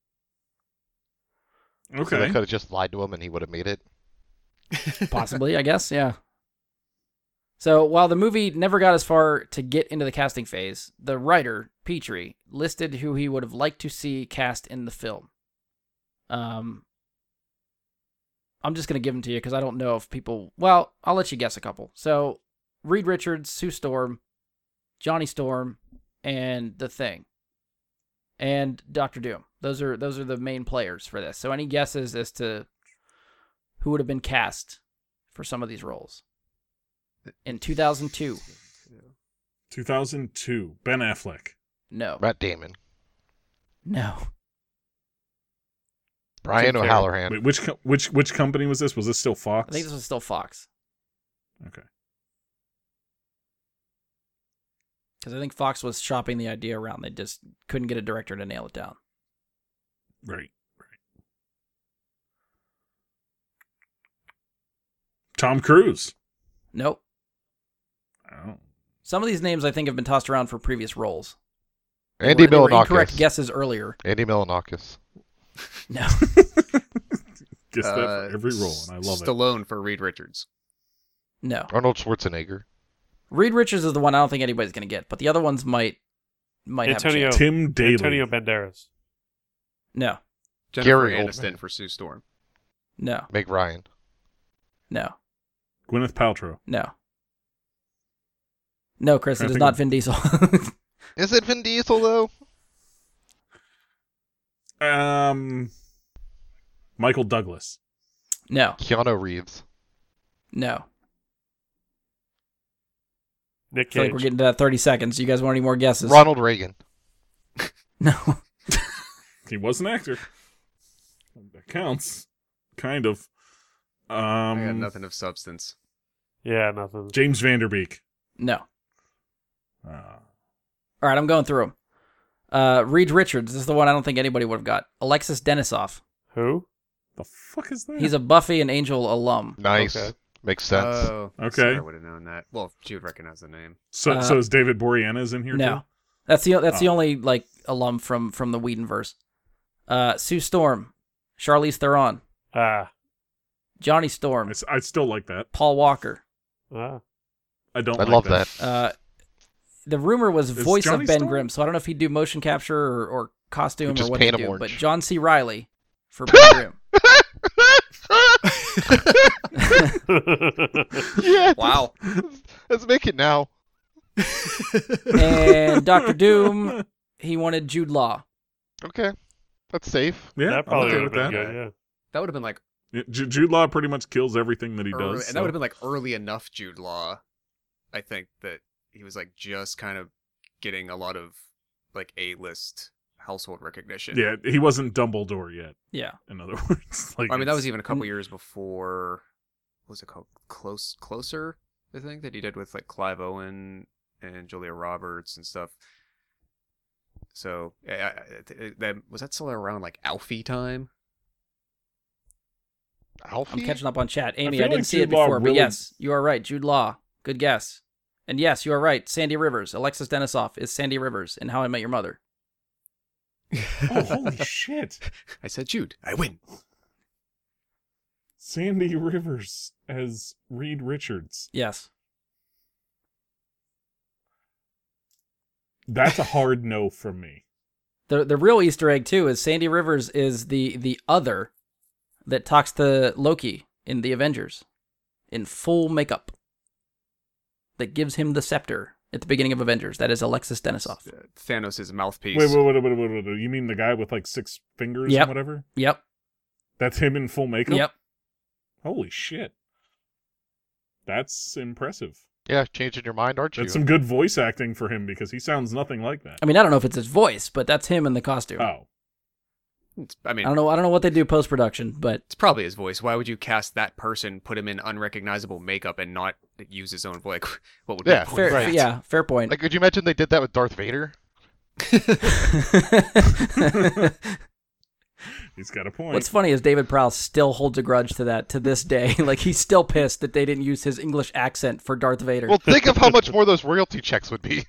Speaker 1: So they
Speaker 3: Okay.
Speaker 1: could have just lied to him, and he would have made it.
Speaker 2: Possibly, I guess, yeah. So while the movie never got as far to get into the casting phase, the writer, Petrie, listed who he would have liked to see cast in the film. Um, I'm just going to give them to you because I don't know if people. Well, I'll let you guess a couple. So Reed Richards, Sue Storm, Johnny Storm, and The Thing, and Doctor Doom. Those are those are the main players for this. So any guesses as to who would have been cast for some of these roles in 2002?
Speaker 3: 2002. Ben Affleck.
Speaker 2: No,
Speaker 1: Matt Damon,
Speaker 2: no,
Speaker 1: Brian
Speaker 4: Carrey.
Speaker 1: O'Halloran.
Speaker 3: Wait, which co- which which company was this? Was this still Fox?
Speaker 2: I think this was still Fox
Speaker 3: Okay.
Speaker 2: because I think Fox was shopping the idea around. They just couldn't get a director to nail it down.
Speaker 3: Right. Right. Tom Cruise.
Speaker 2: Nope.
Speaker 3: Oh.
Speaker 2: Some of these names I think have been tossed around for previous roles. They
Speaker 1: Andy
Speaker 2: were- they were Incorrect
Speaker 1: Milanakis.
Speaker 2: guesses earlier.
Speaker 1: Andy Milanakis.
Speaker 2: No.
Speaker 3: Gets that
Speaker 5: Uh,
Speaker 3: for every role, and I love it.
Speaker 5: Stallone for Reed Richards.
Speaker 2: No.
Speaker 1: Arnold Schwarzenegger.
Speaker 2: Reed Richards is the one I don't think anybody's going to get, but the other ones might might
Speaker 4: Antonio-
Speaker 2: have a chance.
Speaker 3: Tim Daly.
Speaker 4: Antonio Banderas.
Speaker 2: No.
Speaker 5: Jennifer
Speaker 1: Gary
Speaker 5: Aniston
Speaker 1: Oldman.
Speaker 5: for Sue Storm.
Speaker 2: No.
Speaker 1: Meg Ryan.
Speaker 2: No.
Speaker 3: Gwyneth Paltrow.
Speaker 2: No. No, Chris, it
Speaker 3: Trying to
Speaker 2: is
Speaker 3: think
Speaker 2: not
Speaker 3: of-
Speaker 2: Vin Diesel.
Speaker 1: Is it Vin Diesel though?
Speaker 3: Um. Michael Douglas.
Speaker 2: no.
Speaker 1: Keanu Reeves.
Speaker 2: No.
Speaker 4: Nick
Speaker 2: feel
Speaker 4: Cage.
Speaker 2: like we're getting to that 30 seconds. You guys want any more guesses?
Speaker 1: Ronald Reagan.
Speaker 2: No.
Speaker 3: He was an actor. That counts. Kind of. Um,
Speaker 5: I got nothing of substance.
Speaker 4: yeah, nothing.
Speaker 3: James Vanderbeek.
Speaker 2: No.
Speaker 3: Uh,
Speaker 2: All right, I'm going through them. Uh, Reed Richards. This is the one I don't think anybody would have got. Alexis Denisov.
Speaker 4: Who?
Speaker 3: the fuck is that?
Speaker 2: He's a Buffy and Angel alum.
Speaker 1: Nice.
Speaker 4: Okay.
Speaker 1: Makes sense.
Speaker 5: Oh,
Speaker 3: Okay.
Speaker 5: Sarah would have known that. Well, she would recognize the name.
Speaker 3: so,
Speaker 2: uh,
Speaker 3: so is David Boreanaz in here
Speaker 2: No,
Speaker 3: too?
Speaker 2: that's the that's the
Speaker 3: Oh.
Speaker 2: only like alum from from the Whedonverse. Uh, Sue Storm, Charlize Theron,
Speaker 4: Ah,
Speaker 2: Johnny
Speaker 3: I,
Speaker 2: Storm,
Speaker 3: s- I still like that.
Speaker 2: Paul Walker.
Speaker 4: ah.
Speaker 3: I don't.
Speaker 1: I
Speaker 3: like
Speaker 1: love that.
Speaker 2: Uh, the rumor was
Speaker 3: Is
Speaker 2: voice
Speaker 3: Johnny
Speaker 2: of Ben
Speaker 3: Storm-
Speaker 2: Grimm, so I don't know if he'd do motion capture or, or costume or
Speaker 1: Just
Speaker 2: what
Speaker 1: paint
Speaker 2: he'd
Speaker 1: him
Speaker 2: do. But
Speaker 1: orange.
Speaker 2: John C. Riley for Ben Grimm.
Speaker 1: yeah.
Speaker 5: Wow.
Speaker 1: Let's make it now.
Speaker 2: And Doctor Doom, he wanted Jude Law.
Speaker 1: Okay. That's safe.
Speaker 3: Yeah,
Speaker 4: that
Speaker 3: I'm
Speaker 4: probably
Speaker 3: okay
Speaker 4: would have
Speaker 3: with
Speaker 4: been
Speaker 3: that.
Speaker 4: good. Yeah.
Speaker 5: That would have been like
Speaker 3: Yeah, Ju- Jude Law pretty much kills everything that he
Speaker 5: early,
Speaker 3: does.
Speaker 5: and that
Speaker 3: so-
Speaker 5: would have been like early enough Jude Law. I think that he was like just kind of getting a lot of like A list household recognition.
Speaker 3: yeah, he wasn't Dumbledore yet.
Speaker 2: Yeah.
Speaker 3: In other words, like
Speaker 5: I mean that
Speaker 3: it's-
Speaker 5: was even a couple years before. What was it called? Close, closer. I think that he did with like Clive Owen and Julia Roberts and stuff. So I- I, I, th- that was that still around like Alfie time.
Speaker 1: Alfie?
Speaker 2: I'm catching up on chat. Amy,
Speaker 3: feel
Speaker 2: I, didn't
Speaker 3: like
Speaker 2: see
Speaker 3: Jude
Speaker 2: it
Speaker 3: Law
Speaker 2: before, but
Speaker 3: really-
Speaker 2: yes, you are right. Jude Law. Good guess. And yes, you are right. Sandy Rivers. Alexis Denisoff is Sandy Rivers in How I Met Your Mother.
Speaker 3: Oh, holy shit!
Speaker 5: I said Jude, I win.
Speaker 3: Sandy Rivers as Reed Richards.
Speaker 2: Yes.
Speaker 3: That's a hard no from me.
Speaker 2: The the real Easter egg too is Sandy Rivers is the the other that talks to Loki in the Avengers in full makeup. That gives him the scepter at the beginning of Avengers. That is Alexis Denisoff.
Speaker 5: Uh, Thanos' mouthpiece.
Speaker 3: Wait, wait, wait, wait, wait, wait, wait. You mean the guy with like six fingers
Speaker 2: Yep.
Speaker 3: and whatever?
Speaker 2: Yep.
Speaker 3: That's him in full makeup.
Speaker 2: Yep.
Speaker 3: Holy shit. That's impressive.
Speaker 1: Yeah, changing your mind, aren't you?
Speaker 3: That's some good voice acting for him because he sounds nothing like that.
Speaker 2: I mean, I don't know if it's his voice, but that's him in the costume.
Speaker 3: Oh,
Speaker 5: It's- I
Speaker 2: I
Speaker 5: mean,
Speaker 2: don't know. I don't know what they do post production, but
Speaker 5: It's probably his voice. Why would you cast that person, put him in unrecognizable makeup, and not use his own voice? Like, what would be
Speaker 1: Yeah,
Speaker 5: the
Speaker 2: fair.
Speaker 5: point?
Speaker 1: Right.
Speaker 2: Yeah. Fair point.
Speaker 1: Like, could you imagine they did that with Darth Vader?
Speaker 3: he's got a point.
Speaker 2: What's funny is David Prowse still holds a grudge to that to this day. like he's still pissed that they didn't use his English accent for Darth Vader.
Speaker 1: Well, think of how much more those royalty checks would be.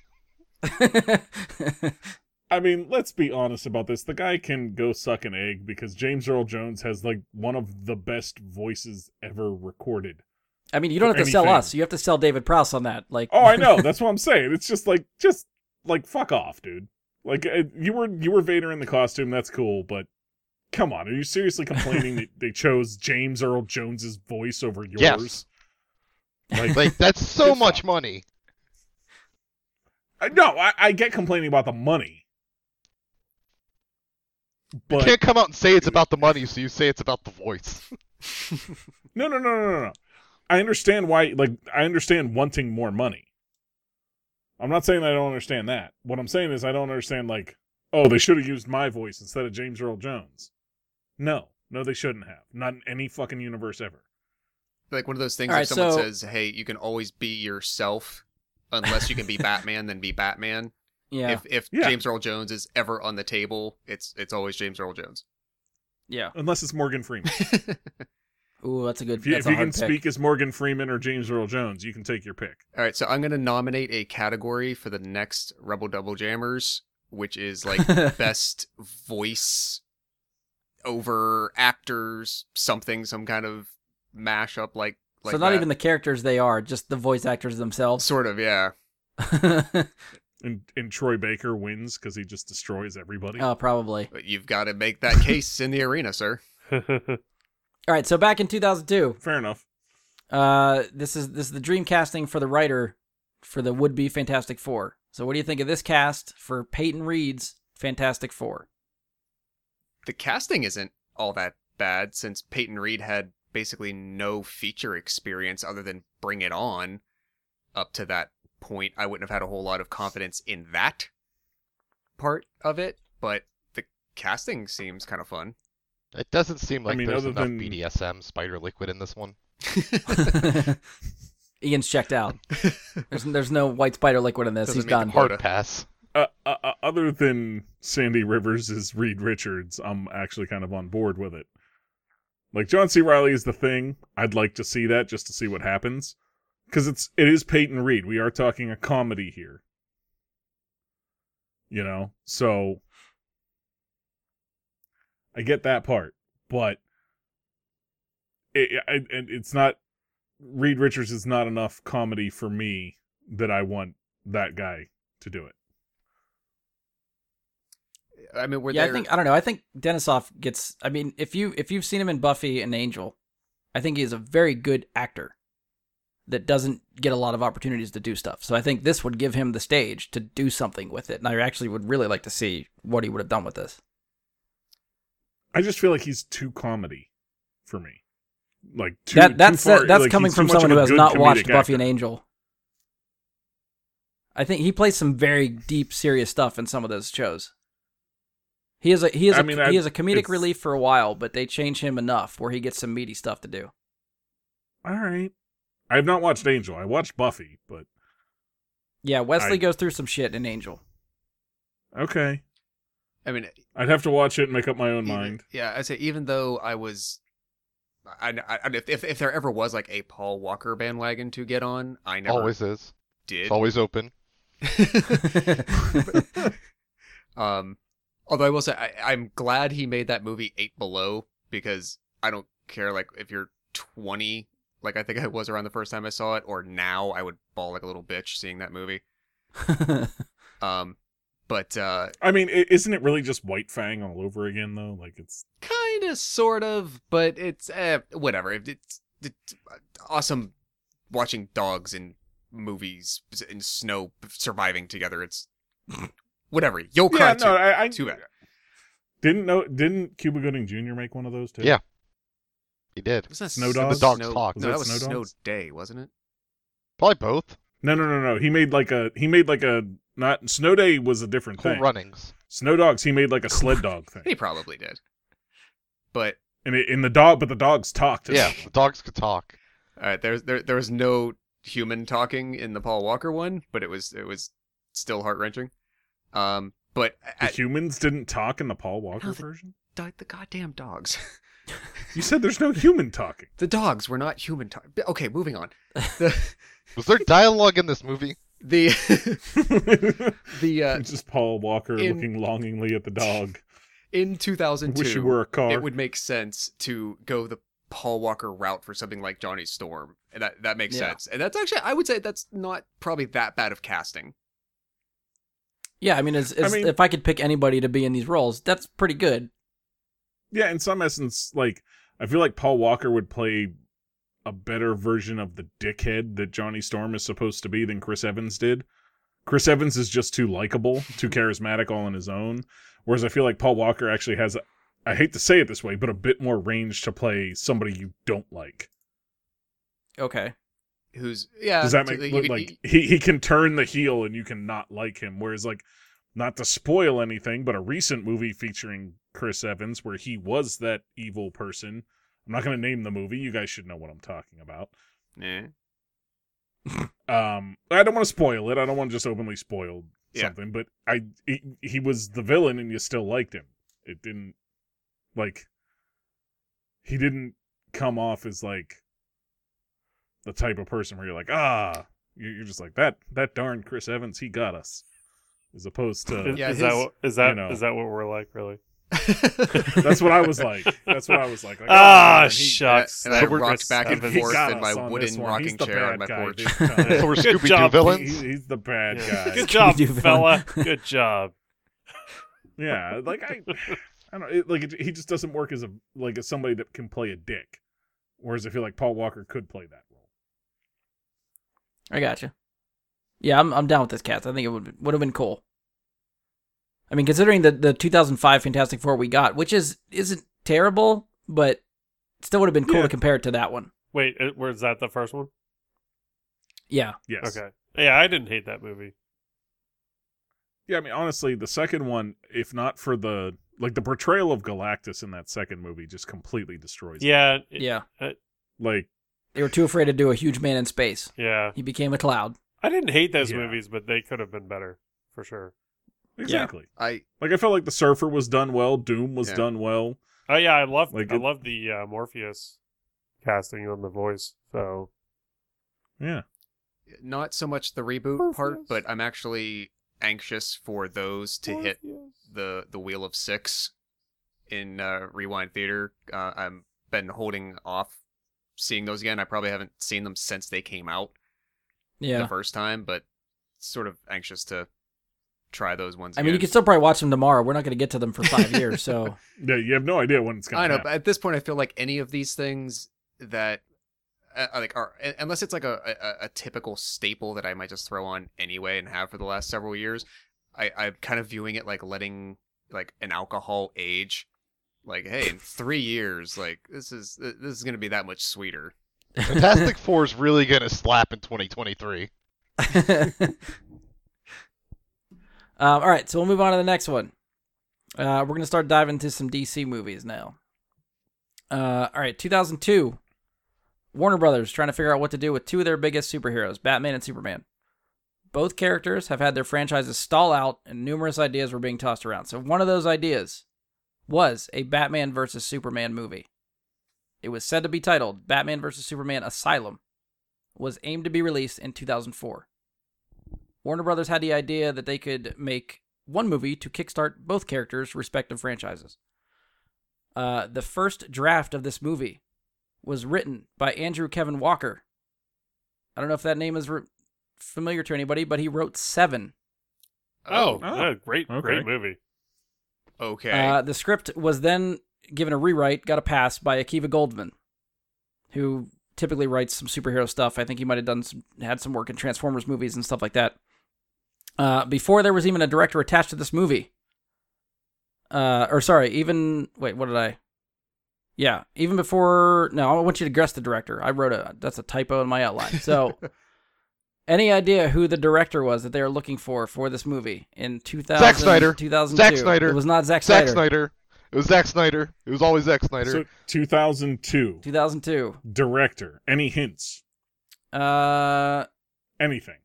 Speaker 3: I mean, let's be honest about this. The guy can go suck an egg because James Earl Jones has like one of the best voices ever recorded.
Speaker 2: I mean, you don't have to sell
Speaker 3: Anything.
Speaker 2: us. You have to sell David Prowse on that. Like,
Speaker 3: Oh, I know. That's what I'm saying. It's just like, just like fuck off, dude. Like uh, you were you were Vader in the costume. That's cool, but come on, are you seriously complaining that they chose James Earl Jones's voice over yours?
Speaker 1: Yes.
Speaker 3: Like,
Speaker 1: Like, that's so
Speaker 3: Good
Speaker 1: much
Speaker 3: fuck.
Speaker 1: money.
Speaker 3: I- Uh, no, I, I get complaining about the money,
Speaker 1: You
Speaker 3: but
Speaker 1: can't come out and say it's about the money, so you say it's about the voice.
Speaker 3: no, no, no, no, no, no. I understand why. Like, I understand wanting more money. I'm not saying I don't understand that. What I'm saying is I don't understand. Like, oh, they should have used my voice instead of James Earl Jones. No, no, they shouldn't have. Not in any fucking universe ever.
Speaker 5: Like one of those things
Speaker 2: All
Speaker 5: where
Speaker 2: right,
Speaker 5: someone
Speaker 2: so-
Speaker 5: says, "Hey, you can always be yourself, unless you can be Batman, then be Batman."
Speaker 2: yeah,
Speaker 5: If if
Speaker 3: Yeah.
Speaker 5: James Earl Jones is ever on the table, it's it's always James Earl Jones.
Speaker 2: yeah.
Speaker 3: Unless it's Morgan Freeman.
Speaker 2: Ooh, that's a good.
Speaker 3: If you,
Speaker 2: that's
Speaker 3: if
Speaker 2: a
Speaker 3: you
Speaker 2: hard
Speaker 3: can
Speaker 2: pick.
Speaker 3: speak as Morgan Freeman or James Earl Jones, you can take your pick.
Speaker 5: All right, so I'm gonna nominate a category for the next Rebel Double Jammers, which is like best voice over actors, something, some kind of mashup, like like
Speaker 2: so not
Speaker 5: that.
Speaker 2: even the characters they are, just the voice actors themselves.
Speaker 5: sort of, yeah.
Speaker 2: oh,
Speaker 3: And and Troy Baker wins because he just destroys everybody.
Speaker 2: Oh. probably.
Speaker 5: But you've got to make that case in the arena, sir.
Speaker 2: All right. So back in 2002,
Speaker 3: Fair enough.
Speaker 2: uh, this is this is the dream casting for the writer for the would be Fantastic Four. So what do you think of this cast for Peyton Reed's Fantastic Four?
Speaker 5: The casting isn't all that bad since Peyton Reed had basically no feature experience other than Bring It On up to that point, I wouldn't have had a whole lot of confidence in that part of it. But the casting seems kind of fun.
Speaker 1: It doesn't seem
Speaker 3: I
Speaker 1: like
Speaker 3: mean,
Speaker 1: there's
Speaker 3: other
Speaker 1: enough
Speaker 3: than-
Speaker 1: BDSM spider liquid in this one.
Speaker 2: Ian's checked out. There's there's no white spider liquid in this.
Speaker 5: Doesn't
Speaker 2: He's
Speaker 5: meet the
Speaker 2: done.
Speaker 5: bar-
Speaker 1: Hard
Speaker 5: Florida.
Speaker 1: pass.
Speaker 3: uh, uh, uh, other than Sandy Rivers is Reed Richards, I'm actually kind of on board with it. Like John C. Riley is the thing. I'd like to see that just to see what happens, because it's it is Peyton Reed. We are talking a comedy here, you know. So I get that part, but it, I, and it's not Reed Richards is not enough comedy for me that I want that guy to do it.
Speaker 5: I mean, we're
Speaker 2: yeah,
Speaker 5: there.
Speaker 2: I think I don't know. I think Denisoff gets. I mean, if you if you've seen him in Buffy and Angel, I think he's a very good actor that doesn't get a lot of opportunities to do stuff. So I think this would give him the stage to do something with it. And I actually would really like to see what he would have done with this.
Speaker 3: I just feel like he's too comedy for me. Like too,
Speaker 2: that that's
Speaker 3: too far,
Speaker 2: that, that's
Speaker 3: like,
Speaker 2: coming
Speaker 3: he's
Speaker 2: from
Speaker 3: too much of
Speaker 2: someone who
Speaker 3: a
Speaker 2: has
Speaker 3: good
Speaker 2: not watched
Speaker 3: comedic
Speaker 2: Buffy and
Speaker 3: actor.
Speaker 2: Angel. I think he plays some very deep, serious stuff in some of those shows. He is a he is
Speaker 3: I
Speaker 2: a
Speaker 3: mean, I-
Speaker 2: he is a comedic
Speaker 3: it's-
Speaker 2: relief for a while, but they change him enough where he gets some meaty stuff to do.
Speaker 3: All right, I have not watched Angel. I watched Buffy, but
Speaker 2: Yeah, Wesley
Speaker 3: I-
Speaker 2: goes through some shit in Angel.
Speaker 3: okay,
Speaker 5: I mean,
Speaker 3: I'd have to watch it and make up my own
Speaker 5: even-
Speaker 3: mind.
Speaker 5: Yeah, I say even though I was, I, I, I- if if there ever was like a Paul Walker bandwagon to get on, I never
Speaker 1: Always is.
Speaker 5: did.
Speaker 1: It's always open.
Speaker 5: um, although I will say I, I'm glad he made that movie Eight Below because I don't care like if you're 20, like I think I was around the first time I saw it, or now I would ball like a little bitch seeing that movie. Um, but uh,
Speaker 3: I mean, i- isn't it really just White Fang all over again though? Like it's
Speaker 5: kind of, sort of, but it's eh, whatever. It- It's, it's awesome watching dogs in movies in snow surviving together. It's whatever. You'll cry
Speaker 3: yeah,
Speaker 5: too.
Speaker 3: no, I, I
Speaker 5: Too bad.
Speaker 3: didn't know. Didn't Cuba Gooding Jr. make one of those too?
Speaker 1: Yeah. He did.
Speaker 5: Was that
Speaker 3: Snow
Speaker 5: s- that was
Speaker 1: Dogs? Dogs
Speaker 5: Snow-
Speaker 1: Talk.
Speaker 5: No,
Speaker 3: Was
Speaker 5: that
Speaker 3: it
Speaker 5: was
Speaker 3: Snow
Speaker 5: Snow
Speaker 3: Dogs?
Speaker 5: Day, wasn't it?
Speaker 1: Probably both.
Speaker 3: No, no, no, no. He made like a. He made like a. Not Snow Day was a different
Speaker 1: Cool
Speaker 3: thing.
Speaker 1: runnings.
Speaker 3: Snow Dogs. He made like a sled dog thing,
Speaker 5: He probably did. But
Speaker 3: and it, in the dog, but the dogs talked.
Speaker 1: Yeah, the dogs could talk.
Speaker 5: all right, uh, there's there there was no human talking in the Paul Walker one, but it was it was still heart wrenching. Um, but
Speaker 3: The
Speaker 5: I,
Speaker 3: humans didn't talk in the Paul Walker
Speaker 5: No, the-
Speaker 3: version.
Speaker 5: I, the goddamn dogs.
Speaker 3: You said there's no human talking.
Speaker 5: The dogs were not human talk. Okay, moving on. The
Speaker 1: Was there dialogue in this movie?
Speaker 5: the
Speaker 3: it's
Speaker 5: the uh,
Speaker 3: just Paul Walker
Speaker 5: in-
Speaker 3: looking longingly at the dog.
Speaker 5: in
Speaker 3: I
Speaker 5: 2002
Speaker 3: wish you were a car.
Speaker 5: it would make sense to go the Paul Walker route for something like Johnny Storm. And that that makes
Speaker 2: Yeah.
Speaker 5: sense. And that's actually I would say that's not probably that bad of casting.
Speaker 2: yeah, I mean, as,
Speaker 3: I
Speaker 2: as,
Speaker 3: mean-
Speaker 2: if I could pick anybody to be in these roles, that's pretty good.
Speaker 3: Yeah, in some essence, like I feel like Paul Walker would play a better version of the dickhead that Johnny Storm is supposed to be than Chris Evans did. Chris Evans is just too likable, too charismatic all on his own. Whereas I feel like Paul Walker actually has, I hate to say it this way, but a bit more range to play somebody you don't like.
Speaker 2: Okay.
Speaker 5: Who's yeah?
Speaker 3: Does that
Speaker 5: so
Speaker 3: make
Speaker 5: you
Speaker 3: look
Speaker 5: could-
Speaker 3: like he, he can turn the heel and you can not like him? Whereas like not to spoil anything, but a recent movie featuring Chris Evans where he was that evil person. I'm not gonna name the movie. You guys should know what I'm talking about.
Speaker 5: Eh.
Speaker 3: Um, I don't want to spoil it. I don't want to just openly spoil
Speaker 5: Yeah.
Speaker 3: something. But I he, he was the villain and you still liked him. It didn't like he didn't come off as like the type of person where you're like ah you're you're just like that that darn chris evans he got us as opposed to
Speaker 4: Is,
Speaker 5: Yeah,
Speaker 4: is
Speaker 5: his-
Speaker 4: that what- is that
Speaker 3: uh, you know.
Speaker 4: is that what we're like really?
Speaker 3: that's what i was like that's what i was like, like
Speaker 4: Ah,
Speaker 3: man, he-
Speaker 4: shucks.
Speaker 5: and I
Speaker 4: That we're
Speaker 5: rocked
Speaker 4: just
Speaker 5: back and
Speaker 3: he
Speaker 4: having-
Speaker 5: forth
Speaker 3: got
Speaker 5: in my
Speaker 3: us on
Speaker 5: wooden
Speaker 3: this one.
Speaker 5: rocking
Speaker 3: He's the
Speaker 5: chair
Speaker 3: bad
Speaker 5: on my
Speaker 3: guy
Speaker 5: porch.
Speaker 3: this time.
Speaker 1: So we're
Speaker 4: Good
Speaker 1: Scooby Doo
Speaker 4: job,
Speaker 3: He-
Speaker 1: villains?
Speaker 3: he's the bad
Speaker 4: Yeah.
Speaker 3: guy
Speaker 4: Good job,
Speaker 2: Scooby-Doo
Speaker 4: fella.
Speaker 2: villain.
Speaker 4: Good job.
Speaker 3: yeah like i i don't it, like it, he just doesn't work as a like as somebody that can play a dick whereas i feel like paul walker could play that role
Speaker 2: I gotcha. Yeah, I'm I'm down with this cast. I think it would would have been cool. I mean, considering the the 2005 Fantastic Four we got, which is isn't terrible, but still would have been cool
Speaker 3: Yeah.
Speaker 2: to compare it to that one.
Speaker 4: Wait, uh, was that the first one?
Speaker 2: Yeah.
Speaker 3: Yes.
Speaker 4: Okay. Yeah, I didn't hate that movie.
Speaker 3: Yeah, I mean, honestly, the second one, if not for the like the portrayal of Galactus in that second movie, just completely destroys. it.
Speaker 4: Yeah. it-
Speaker 2: Yeah.
Speaker 3: Like,
Speaker 2: They were too afraid to do a huge man in space.
Speaker 4: Yeah.
Speaker 2: He became a cloud.
Speaker 4: I didn't hate those
Speaker 3: Yeah.
Speaker 4: movies, but they could have been better for sure.
Speaker 3: exactly.
Speaker 5: I
Speaker 3: Like, I felt like the Surfer was done well. Doom was
Speaker 5: Yeah.
Speaker 3: done well.
Speaker 4: Oh yeah, I love
Speaker 3: Like
Speaker 4: I
Speaker 3: it-
Speaker 4: love the uh, Morpheus casting on the voice. So
Speaker 3: Yeah.
Speaker 5: not so much the reboot part,
Speaker 4: Morpheus.
Speaker 5: but I'm actually anxious for those to hit the the wheel of six in uh, Rewind Theater. Uh, I've been holding off seeing those again. I probably haven't seen them since they came out the
Speaker 2: Yeah.
Speaker 5: first time, but sort of anxious to try those ones.
Speaker 2: I mean, you
Speaker 5: again.
Speaker 2: could still probably watch them tomorrow. We're not going to get to them for five years, so
Speaker 3: Yeah, you have no idea when it's gonna.
Speaker 5: I know,
Speaker 3: happen.
Speaker 5: but at this point, I feel like any of these things that uh, uh, like are un- unless it's like a, a a typical staple that I might just throw on anyway and have for the last several years, I I'm kind of viewing it like letting like an alcohol age. Like, hey, in three years, like this is this is gonna be that much sweeter.
Speaker 1: Fantastic Four is really gonna slap in 2023.
Speaker 2: um, all right, so we'll move on to the next one. Uh, we're going to start diving into some DC movies now. Uh, all right, 2002. Warner Brothers trying to figure out what to do with two of their biggest superheroes, Batman and Superman. Both characters have had their franchises stall out, and numerous ideas were being tossed around. So, one of those ideas was a Batman versus Superman movie. It was said to be titled Batman versus Superman Asylum was aimed to be released in 2004. Warner Brothers had the idea that they could make one movie to kickstart both characters' respective franchises. Uh, the first draft of this movie was written by Andrew Kevin Walker. I don't know if that name is re- familiar to anybody, but he wrote Seven.
Speaker 4: oh,
Speaker 3: Oh.
Speaker 4: yeah, great
Speaker 3: Okay.
Speaker 4: great movie.
Speaker 5: Oh, okay.
Speaker 2: Uh, the script was then given a rewrite, got a pass by Akiva Goldman, who typically writes some superhero stuff. I think he might have done some, had some work in Transformers movies and stuff like that. Uh, before there was even a director attached to this movie, uh, or sorry, even wait, what did I? Yeah, even before. No, I want you to guess the director. I wrote a that's a typo in my outline. So, any idea who the director was that they were looking for for this movie in 2000,
Speaker 1: Zack Snyder.
Speaker 2: 2002?
Speaker 1: Zack Snyder.
Speaker 2: It was not Zack
Speaker 1: Zack
Speaker 2: Snyder.
Speaker 1: Snyder. It was Zack Snyder. It was always Zack Snyder.
Speaker 3: so 2002
Speaker 2: 2002.
Speaker 3: director. Any hints?
Speaker 2: Uh,
Speaker 3: Anything?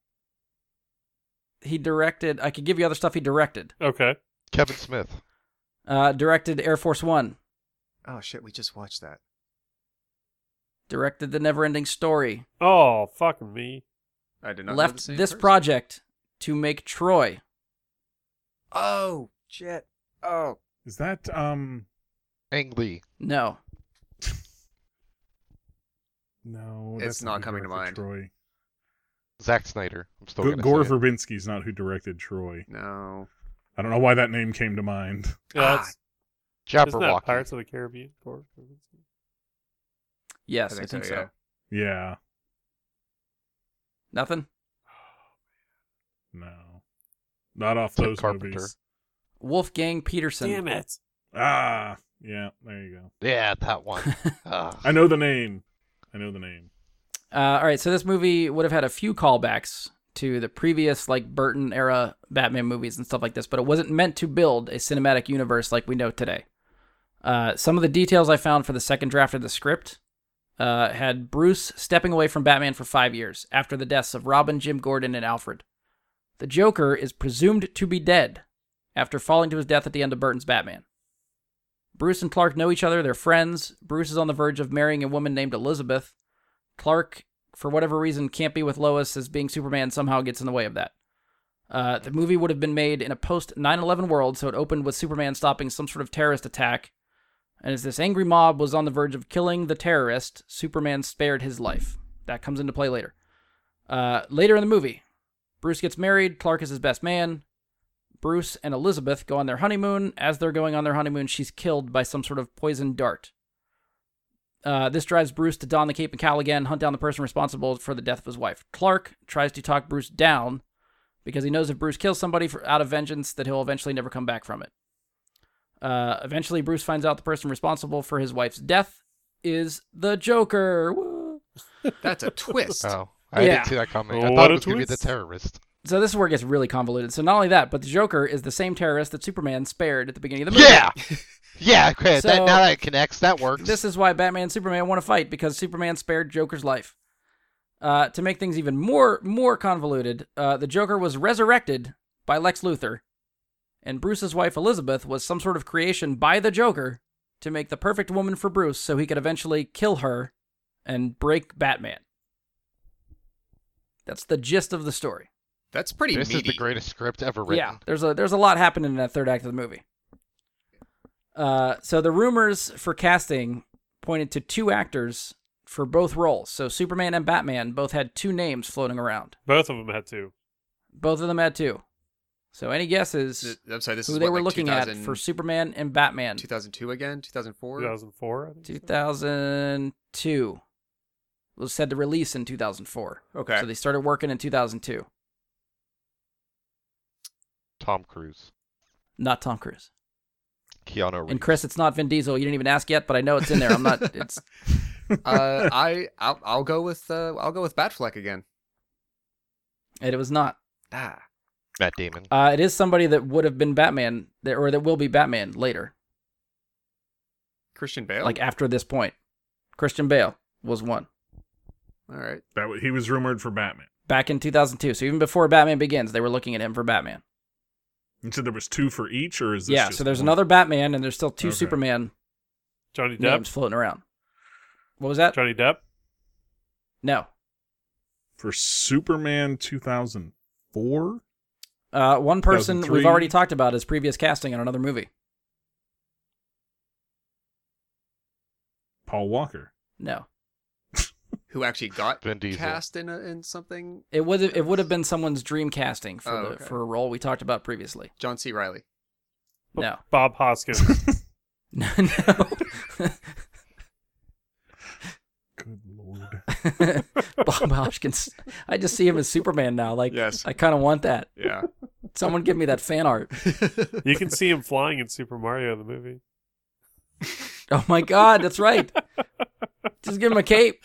Speaker 2: he directed. I could give you other stuff he directed.
Speaker 4: Okay.
Speaker 1: Kevin Smith.
Speaker 2: Uh, directed Air Force One.
Speaker 5: oh shit, we just watched that.
Speaker 2: Directed The Neverending Story.
Speaker 4: Oh fuck me.
Speaker 5: I did not know the
Speaker 2: left
Speaker 5: same
Speaker 2: this
Speaker 5: person.
Speaker 2: project to make Troy.
Speaker 5: Oh shit. Oh
Speaker 3: Is that um?
Speaker 1: Ang Lee.
Speaker 2: No,
Speaker 3: No,
Speaker 5: It's
Speaker 3: that's
Speaker 5: not
Speaker 3: who
Speaker 5: coming to
Speaker 3: directed
Speaker 5: mind.
Speaker 3: Troy.
Speaker 1: Zack Snyder. I'm still
Speaker 3: G-
Speaker 1: gonna
Speaker 3: Gore
Speaker 1: say it.
Speaker 3: Verbinski's not who directed Troy.
Speaker 5: no.
Speaker 3: I don't know why that name came to mind.
Speaker 4: Yeah,
Speaker 5: Ah,
Speaker 4: that's- isn't that
Speaker 1: Jabberwocky.
Speaker 4: Pirates of the Caribbean? Or-
Speaker 2: yes, I think, so.
Speaker 5: yeah.
Speaker 3: Yeah.
Speaker 2: Nothing.
Speaker 3: No. Not off
Speaker 1: Tim
Speaker 3: those
Speaker 1: Carpenter.
Speaker 3: movies.
Speaker 2: Wolfgang Peterson.
Speaker 4: Damn it!
Speaker 3: Ah, yeah. There you go.
Speaker 1: Yeah, that one. Ah.
Speaker 3: I know the name. I know the name.
Speaker 2: Uh, all right, so this movie would have had a few callbacks to the previous like Burton era Batman movies and stuff like this, but it wasn't meant to build a cinematic universe like we know today. Uh, some of the details I found for the second draft of the script uh, had Bruce stepping away from Batman for five years after the deaths of Robin, Jim Gordon, and Alfred. The Joker is presumed to be dead after falling to his death at the end of Burton's Batman. Bruce and Clark know each other, they're friends. Bruce is on the verge of marrying a woman named Elizabeth. Clark, for whatever reason, can't be with Lois as being Superman somehow gets in the way of that. Uh, the movie would have been made in a post 9 11 world, so it opened with Superman stopping some sort of terrorist attack. And as this angry mob was on the verge of killing the terrorist, Superman spared his life. That comes into play later. Uh, later in the movie, Bruce gets married, Clark is his best man. Bruce and Elizabeth go on their honeymoon. As they're going on their honeymoon, she's killed by some sort of poisoned dart. Uh, this drives Bruce to don the cape and cowl again, hunt down the person responsible for the death of his wife. Clark tries to talk Bruce down because he knows if Bruce kills somebody for, out of vengeance, that he'll eventually never come back from it. Uh, eventually, Bruce finds out the person responsible for his wife's death is the Joker. Woo.
Speaker 5: That's a twist.
Speaker 1: Oh. I
Speaker 2: Yeah.
Speaker 1: didn't see that coming. I
Speaker 4: What
Speaker 1: thought
Speaker 4: a
Speaker 1: it was going to be the
Speaker 4: twist.
Speaker 1: terrorist.
Speaker 2: So this is where it gets really convoluted. So not only that, but the Joker is the same terrorist that Superman spared at the beginning of the movie.
Speaker 1: Yeah, yeah. Okay, that,
Speaker 2: So-
Speaker 1: now that connects. That works.
Speaker 2: This is why Batman and Superman want to fight because Superman spared Joker's life. Uh, to make things even more more convoluted, uh, the Joker was resurrected by Lex Luthor, and Bruce's wife Elizabeth was some sort of creation by the Joker to make the perfect woman for Bruce, so he could eventually kill her and break Batman. That's the gist of the story.
Speaker 5: That's pretty
Speaker 1: This is
Speaker 5: meaty.
Speaker 1: the greatest script ever written.
Speaker 2: Yeah, there's a there's a lot happening in that third act of the movie. Uh, so the rumors for casting pointed to two actors for both roles. So Superman and Batman both had two names floating around.
Speaker 4: Both of them had to.
Speaker 2: Both of them had two. So any guesses
Speaker 5: Th- I'm sorry, this
Speaker 2: who
Speaker 5: is
Speaker 2: they
Speaker 5: what,
Speaker 2: were
Speaker 5: like
Speaker 2: looking
Speaker 5: 2000,
Speaker 2: at for Superman and Batman?
Speaker 5: 2002 again, 2004.
Speaker 4: 2004.
Speaker 2: 2002 It was said to release in 2004.
Speaker 5: Okay.
Speaker 2: So they started working in 2002.
Speaker 1: Tom Cruise,
Speaker 2: Not Tom Cruise.
Speaker 1: Keanu Reeves.
Speaker 2: And Chris, it's not Vin Diesel. You didn't even ask yet, but I know it's in there. I'm not. It's
Speaker 5: uh, I I'll, I'll go with uh, I'll go with Batfleck again.
Speaker 2: it was not.
Speaker 5: Ah,
Speaker 1: Matt Damon.
Speaker 2: Uh, it is somebody that would have been Batman, that, or that will be Batman later,
Speaker 5: Christian Bale.
Speaker 2: like after this point. Christian Bale was one
Speaker 5: all right,
Speaker 3: That wa- he was rumored for Batman.
Speaker 2: back in 2002. So even before Batman Begins, they were looking at him for Batman.
Speaker 3: You said there was two for each, or is this
Speaker 2: yeah.
Speaker 3: just
Speaker 2: So there's
Speaker 3: one?
Speaker 2: another Batman, and there's still two
Speaker 3: Okay.
Speaker 2: Superman
Speaker 4: Johnny Depp.
Speaker 2: names floating around. What was that?
Speaker 4: Johnny Depp.
Speaker 2: No.
Speaker 3: for Superman 2004.
Speaker 2: Uh, one person we've
Speaker 3: 2003.
Speaker 2: already talked about is previous casting on another movie.
Speaker 3: Paul Walker.
Speaker 2: No,
Speaker 5: who actually got
Speaker 1: Vin Diesel.
Speaker 5: cast in a, in something?
Speaker 2: it would it would have been someone's dream casting for
Speaker 5: Oh,
Speaker 2: the,
Speaker 5: okay.
Speaker 2: for a role we talked about previously.
Speaker 5: John C. Riley.
Speaker 4: B-
Speaker 2: No.
Speaker 4: Bob Hoskins.
Speaker 2: no, no.
Speaker 3: Good lord.
Speaker 2: Bob Hoskins. I just see him as Superman now. Like,
Speaker 5: Yes.
Speaker 2: I kind of want that.
Speaker 5: Yeah.
Speaker 2: Someone give me that fan art.
Speaker 4: you can see him flying in Super Mario the movie.
Speaker 2: Oh my God, that's right. Just give him a cape.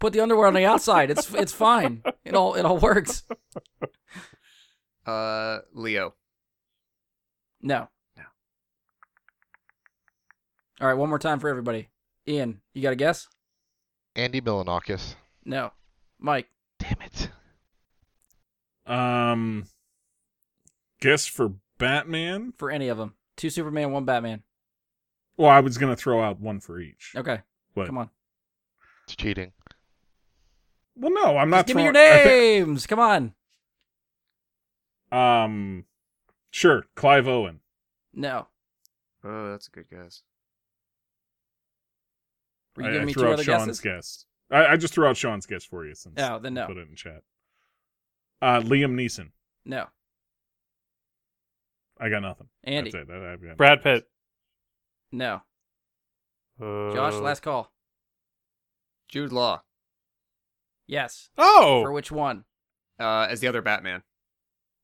Speaker 2: Put the underwear on the outside. It's it's fine. It all it all works.
Speaker 5: uh, Leo.
Speaker 2: No.
Speaker 5: No.
Speaker 2: All right, one more time for everybody. Ian, you got a guess?
Speaker 1: Andy Milanakis.
Speaker 2: No. Mike.
Speaker 1: Damn it.
Speaker 3: Um, guess for Batman.
Speaker 2: For any of them, two Superman, one Batman.
Speaker 3: Well, I was gonna throw out one for each.
Speaker 2: Okay,
Speaker 3: But,
Speaker 2: come on.
Speaker 1: It's cheating.
Speaker 3: Well, no, I'm not.
Speaker 2: Just give me your
Speaker 3: throwing- I thi-
Speaker 2: names. Come on.
Speaker 3: Um, sure, Clive Owen.
Speaker 2: No.
Speaker 5: Oh, that's a good guess.
Speaker 2: Were you
Speaker 3: I,
Speaker 2: giving
Speaker 3: I
Speaker 2: me
Speaker 3: threw
Speaker 2: two
Speaker 3: out
Speaker 2: other guesses?
Speaker 3: Sean's guess. I, I just threw out Sean's guess for you since
Speaker 2: Oh, then
Speaker 3: you
Speaker 2: no.
Speaker 3: put it in chat. Uh, Liam Neeson.
Speaker 2: No.
Speaker 3: I got nothing.
Speaker 2: Andy.
Speaker 3: That's it. I- I've got
Speaker 4: Brad
Speaker 3: nothing.
Speaker 4: Pitt.
Speaker 2: No.
Speaker 4: Uh,
Speaker 2: Josh, last call.
Speaker 5: Jude Law
Speaker 2: Yes. For
Speaker 4: Oh,
Speaker 2: which one?
Speaker 5: uh, as the other Batman,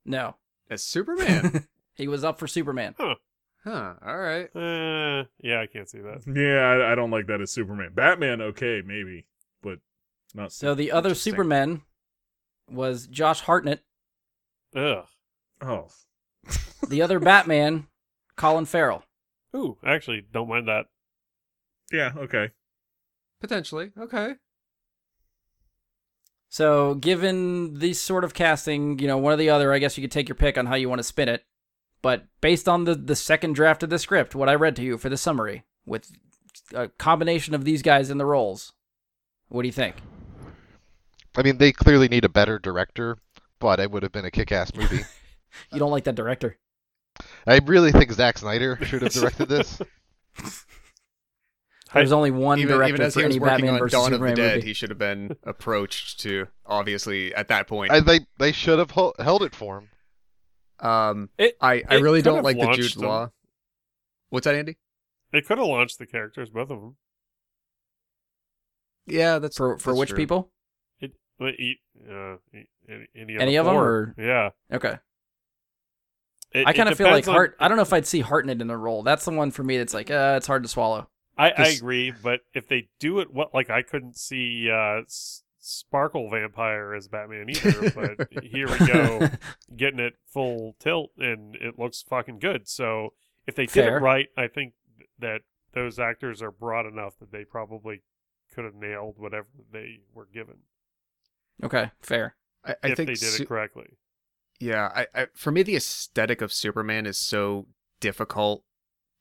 Speaker 2: No.
Speaker 5: as Superman.
Speaker 2: he was up for Superman.
Speaker 5: Oh, huh. All right.
Speaker 4: uh, yeah, I can't see that.
Speaker 3: Yeah, I, I don't like that as Superman. Batman, okay, maybe, but not.
Speaker 2: So the other
Speaker 5: Interesting.
Speaker 2: Superman was Josh Hartnett.
Speaker 4: Ugh.
Speaker 3: oh,
Speaker 2: The other Batman, Colin Farrell.
Speaker 4: Ooh, actually, don't mind that.
Speaker 3: yeah, okay.
Speaker 5: Potentially. Okay.
Speaker 2: So given these sort of casting, you know, one or the other, I guess you could take your pick on how you want to spin it. But based on the the second draft of the script, what I read to you for the summary, with a combination of these guys in the roles, what do you think?
Speaker 1: I mean, they clearly need a better director, but it would have been a kick-ass movie.
Speaker 2: You don't like that director?
Speaker 1: I really think Zack Snyder should have directed this.
Speaker 2: There's only one
Speaker 5: even,
Speaker 2: director
Speaker 5: even as
Speaker 2: for
Speaker 5: he was
Speaker 2: any
Speaker 5: working
Speaker 2: Batman
Speaker 5: on
Speaker 2: versus
Speaker 5: Dawn
Speaker 2: Superman
Speaker 5: of the Dead,
Speaker 2: movie.
Speaker 5: he should have been approached to obviously at that point.
Speaker 1: I, they they should have hel- held it for him.
Speaker 5: um,
Speaker 4: It,
Speaker 5: I, I
Speaker 4: It
Speaker 5: really
Speaker 4: could
Speaker 5: don't
Speaker 4: have
Speaker 5: like the
Speaker 4: launched
Speaker 5: Jude
Speaker 4: them.
Speaker 5: Law. What's that, Andy?
Speaker 4: it could have launched the characters, both of them.
Speaker 5: Yeah, that's
Speaker 2: For for
Speaker 5: that's
Speaker 2: which
Speaker 5: true.
Speaker 2: people?
Speaker 4: It, but e- uh, e- any, any of
Speaker 2: Any
Speaker 4: the
Speaker 2: of 'em,
Speaker 4: four.
Speaker 2: or-
Speaker 4: yeah.
Speaker 2: Okay.
Speaker 4: It-
Speaker 2: I
Speaker 4: it
Speaker 2: kind of feel like
Speaker 4: depends on-
Speaker 2: Hart. I don't know if I'd see Hartnett in the role. That's the one for me that's like, uh, it's hard to swallow.
Speaker 4: I, I
Speaker 5: This-
Speaker 4: agree, but if they do it, what like I couldn't see uh, S- sparkle vampire as Batman either, but here we go, getting it full tilt, and it looks fucking good. So if they did
Speaker 2: Fair.
Speaker 4: it right, I think that those actors are broad enough that they probably could have nailed whatever they were given
Speaker 2: Okay, fair.
Speaker 5: I, I
Speaker 4: if
Speaker 5: think
Speaker 4: they did
Speaker 5: Su-
Speaker 4: it correctly.
Speaker 5: Yeah, I, I for me the aesthetic of Superman is so difficult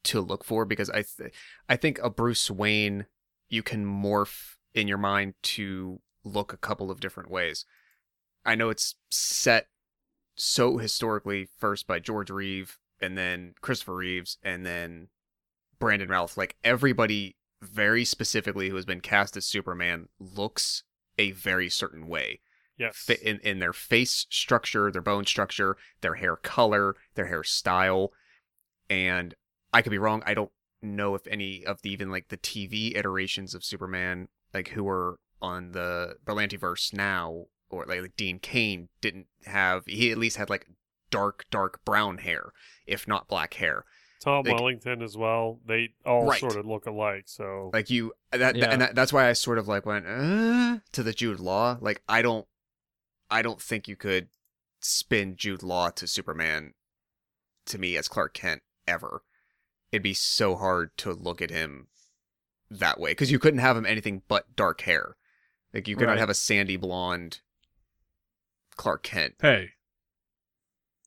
Speaker 5: to look for because I th- I think a Bruce Wayne you can morph in your mind to look a couple of different ways. I know it's set so historically first by George Reeve and then Christopher Reeves and then Brandon Ralph like everybody very specifically who has been cast as Superman looks a very certain way
Speaker 4: Yes.
Speaker 5: fit in, in their face structure, their bone structure, their hair color, their hair style. And I could be wrong. I don't know if any of the even like the TV iterations of Superman, like who are on the Berlantiverse now, or like, like Dean Kane didn't have, he at least had like dark, dark brown hair, if not black hair.
Speaker 4: Tom
Speaker 5: like-
Speaker 4: Wellington as well. They all
Speaker 5: Right.
Speaker 4: sort of look alike. So
Speaker 5: Like you, uh, that,
Speaker 2: Yeah.
Speaker 5: and that, that's why I sort of like went uh, to the Jude Law. Like I don't, I don't think you could spin Jude Law to Superman, to me as Clark Kent ever. It'd be so hard to look at him that way because you couldn't have him anything but dark hair. Like you could
Speaker 2: Right.
Speaker 5: not have a sandy blonde Clark Kent.
Speaker 3: Hey,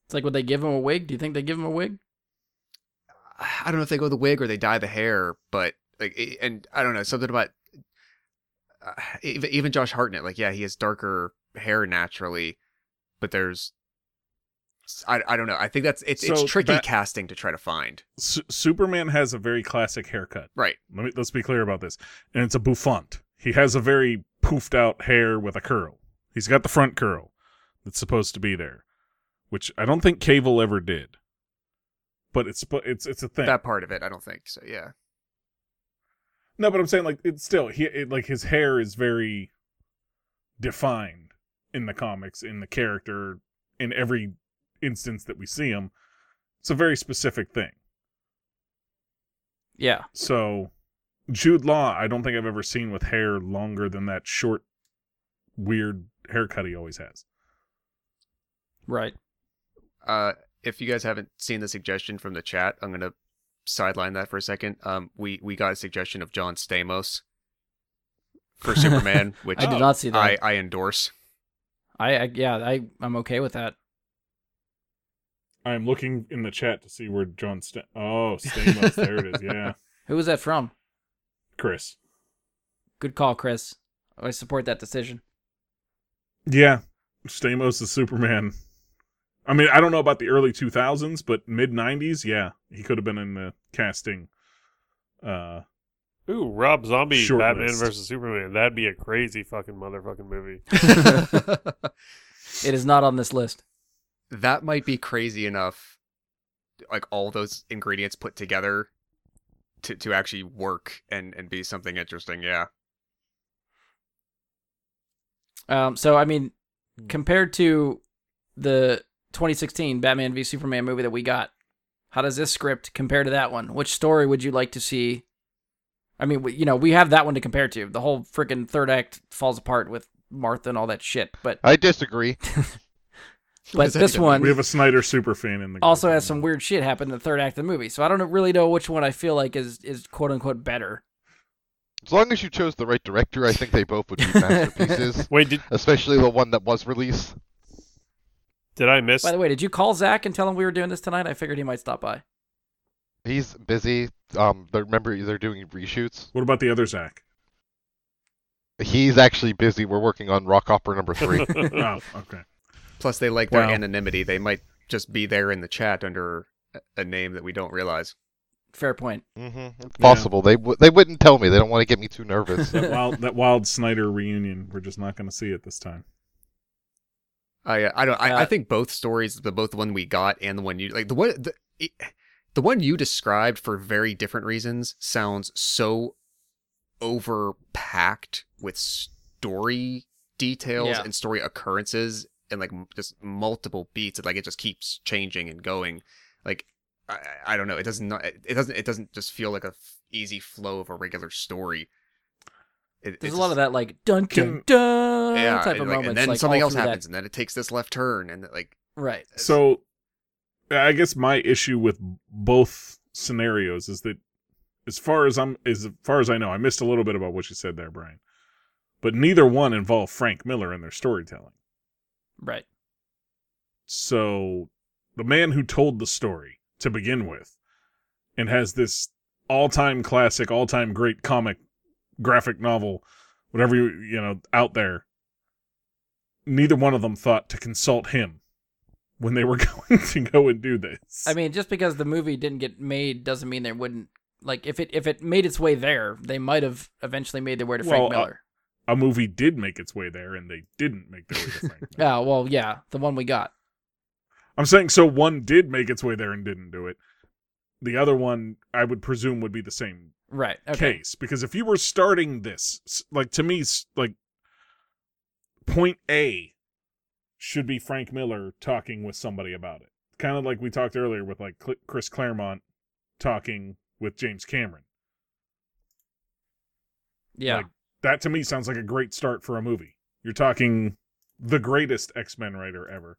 Speaker 2: It's like would they give him a wig? Do you think they give him a wig?
Speaker 5: I don't know if they go the wig or they dye the hair, but like, it- and I don't know something about uh, ev- even Josh Hartnett. Like, yeah, he has darker hair naturally, but there's I, I don't know. I think that's it's it's
Speaker 3: So
Speaker 5: tricky
Speaker 3: that-
Speaker 5: casting to try to find.
Speaker 3: Su- Superman has a very classic haircut.
Speaker 5: Right.
Speaker 3: Let me let's be clear about this. And it's a bouffant. He has a very poofed out hair with a curl. He's got the front curl that's supposed to be there, which I don't think Cable ever did. But it's sp- it's it's a thing.
Speaker 5: That part of it, I don't think so. Yeah.
Speaker 3: No, but I'm saying like it's still he it, like his hair is very defined in the comics, in the character, in every instance that we see him. It's a very specific thing.
Speaker 2: Yeah.
Speaker 3: So Jude Law, I don't think I've ever seen with hair longer than that short, weird haircut he always has.
Speaker 2: Right.
Speaker 5: Uh, if you guys haven't seen the suggestion from the chat, I'm gonna sideline that for a second. Um, we we got a suggestion of John Stamos for Superman, which
Speaker 2: I did
Speaker 3: Oh,
Speaker 2: not see that.
Speaker 5: I, I endorse.
Speaker 2: I, I yeah, I I'm okay with that.
Speaker 3: I'm looking in the chat to see where John St- Oh, Stamos, there it is. Yeah,
Speaker 2: Who was that from?
Speaker 3: Chris.
Speaker 2: Good call, Chris. I support that decision.
Speaker 3: Yeah, Stamos is Superman. I mean, I don't know about the early 2000s, but mid 90s, yeah, he could have been in the casting. Uh,
Speaker 4: ooh, Rob Zombie
Speaker 3: Short
Speaker 4: Batman
Speaker 3: list.
Speaker 4: versus Superman. That'd be a crazy fucking motherfucking movie.
Speaker 2: It is not on this list.
Speaker 5: that might be crazy enough like all those ingredients put together to, to actually work and, and be something interesting yeah
Speaker 2: Um, so I mean,
Speaker 5: Hmm.
Speaker 2: compared to the 2016 Batman v Superman movie that we got, how does this script compare to that one? Which story would you like to see? I mean, we- you know, we have that one to compare to. The whole freaking third act falls apart with Martha and all that shit. But
Speaker 1: I disagree.
Speaker 2: but
Speaker 5: Is that
Speaker 2: this
Speaker 5: even-
Speaker 2: one
Speaker 3: we have a Snyder super fan in the
Speaker 2: also
Speaker 3: group.
Speaker 2: has some weird shit happen in the third act of the movie. So I don't really know which one I feel like is is quote unquote better.
Speaker 1: As long as you chose the right director, I think they both would be masterpieces.
Speaker 4: Wait, did
Speaker 1: Especially the one that was released.
Speaker 4: did I miss?
Speaker 2: By the way, did you call Zach and tell him we were doing this tonight? I figured he might stop by.
Speaker 1: He's busy. Um, they remember they're doing reshoots.
Speaker 3: What about the other Zach?
Speaker 1: He's actually busy. We're working on Rock Opera number three.
Speaker 3: oh, okay.
Speaker 5: plus they like their
Speaker 3: Wow.
Speaker 5: anonymity they might just be there in the chat under a- a name that we don't realize
Speaker 2: Fair point.
Speaker 1: mm-hmm. Possible. They w- they wouldn't tell me. They don't want to get me too nervous.
Speaker 3: That wild, that wild Snyder reunion. We're just not going to see it this time.
Speaker 5: I uh, I don't I,
Speaker 2: Uh,
Speaker 5: I think both stories the both the one we got and the one you like the one the, it- the one you described for very different reasons sounds so overpacked with story details
Speaker 2: Yeah.
Speaker 5: and story occurrences and like m- just multiple beats and like it just keeps changing and going like I, I- I don't know it doesn't it doesn't it doesn't just feel like a f- easy flow of a regular story It,
Speaker 2: There's
Speaker 5: it's
Speaker 2: a lot of
Speaker 5: just-
Speaker 2: that like dun dun
Speaker 3: Can-
Speaker 2: dun
Speaker 5: Yeah,
Speaker 2: type
Speaker 5: and,
Speaker 2: of
Speaker 5: like,
Speaker 2: moments.
Speaker 5: and then
Speaker 2: like,
Speaker 5: something
Speaker 2: all
Speaker 5: else
Speaker 2: through that-
Speaker 5: happens, and then it takes this left turn, and like
Speaker 2: Right.
Speaker 3: So, I guess my issue with both scenarios is that, as far as I'm, as far as I know, I missed a little bit about what you said there, Brian. But neither one involved Frank Miller in their storytelling.
Speaker 2: Right.
Speaker 3: So, the man who told the story to begin with, and has this all-time classic, all-time great comic, graphic novel, whatever you you know out there. Neither one of them thought to consult him when they were going to go and do this.
Speaker 2: I mean, just because the movie didn't get made doesn't mean they wouldn't like if it if it made its way there, they might have eventually made their way to Frank
Speaker 3: Well, uh,
Speaker 2: Miller.
Speaker 3: a movie did make its way there, and they didn't make their way to Frank. Miller.
Speaker 2: yeah, well, yeah, the one we got.
Speaker 3: I'm saying so. One did make its way there and didn't do it. The other one, I would presume, would be the same
Speaker 2: Right. Okay.
Speaker 3: case because if you were starting this s- like to me s- like point a should be frank miller talking with somebody about it kind of like we talked earlier with like Cl- chris claremont talking with james cameron
Speaker 2: Yeah.
Speaker 3: like- that to me sounds like a great start for a movie you're talking the greatest x-men writer ever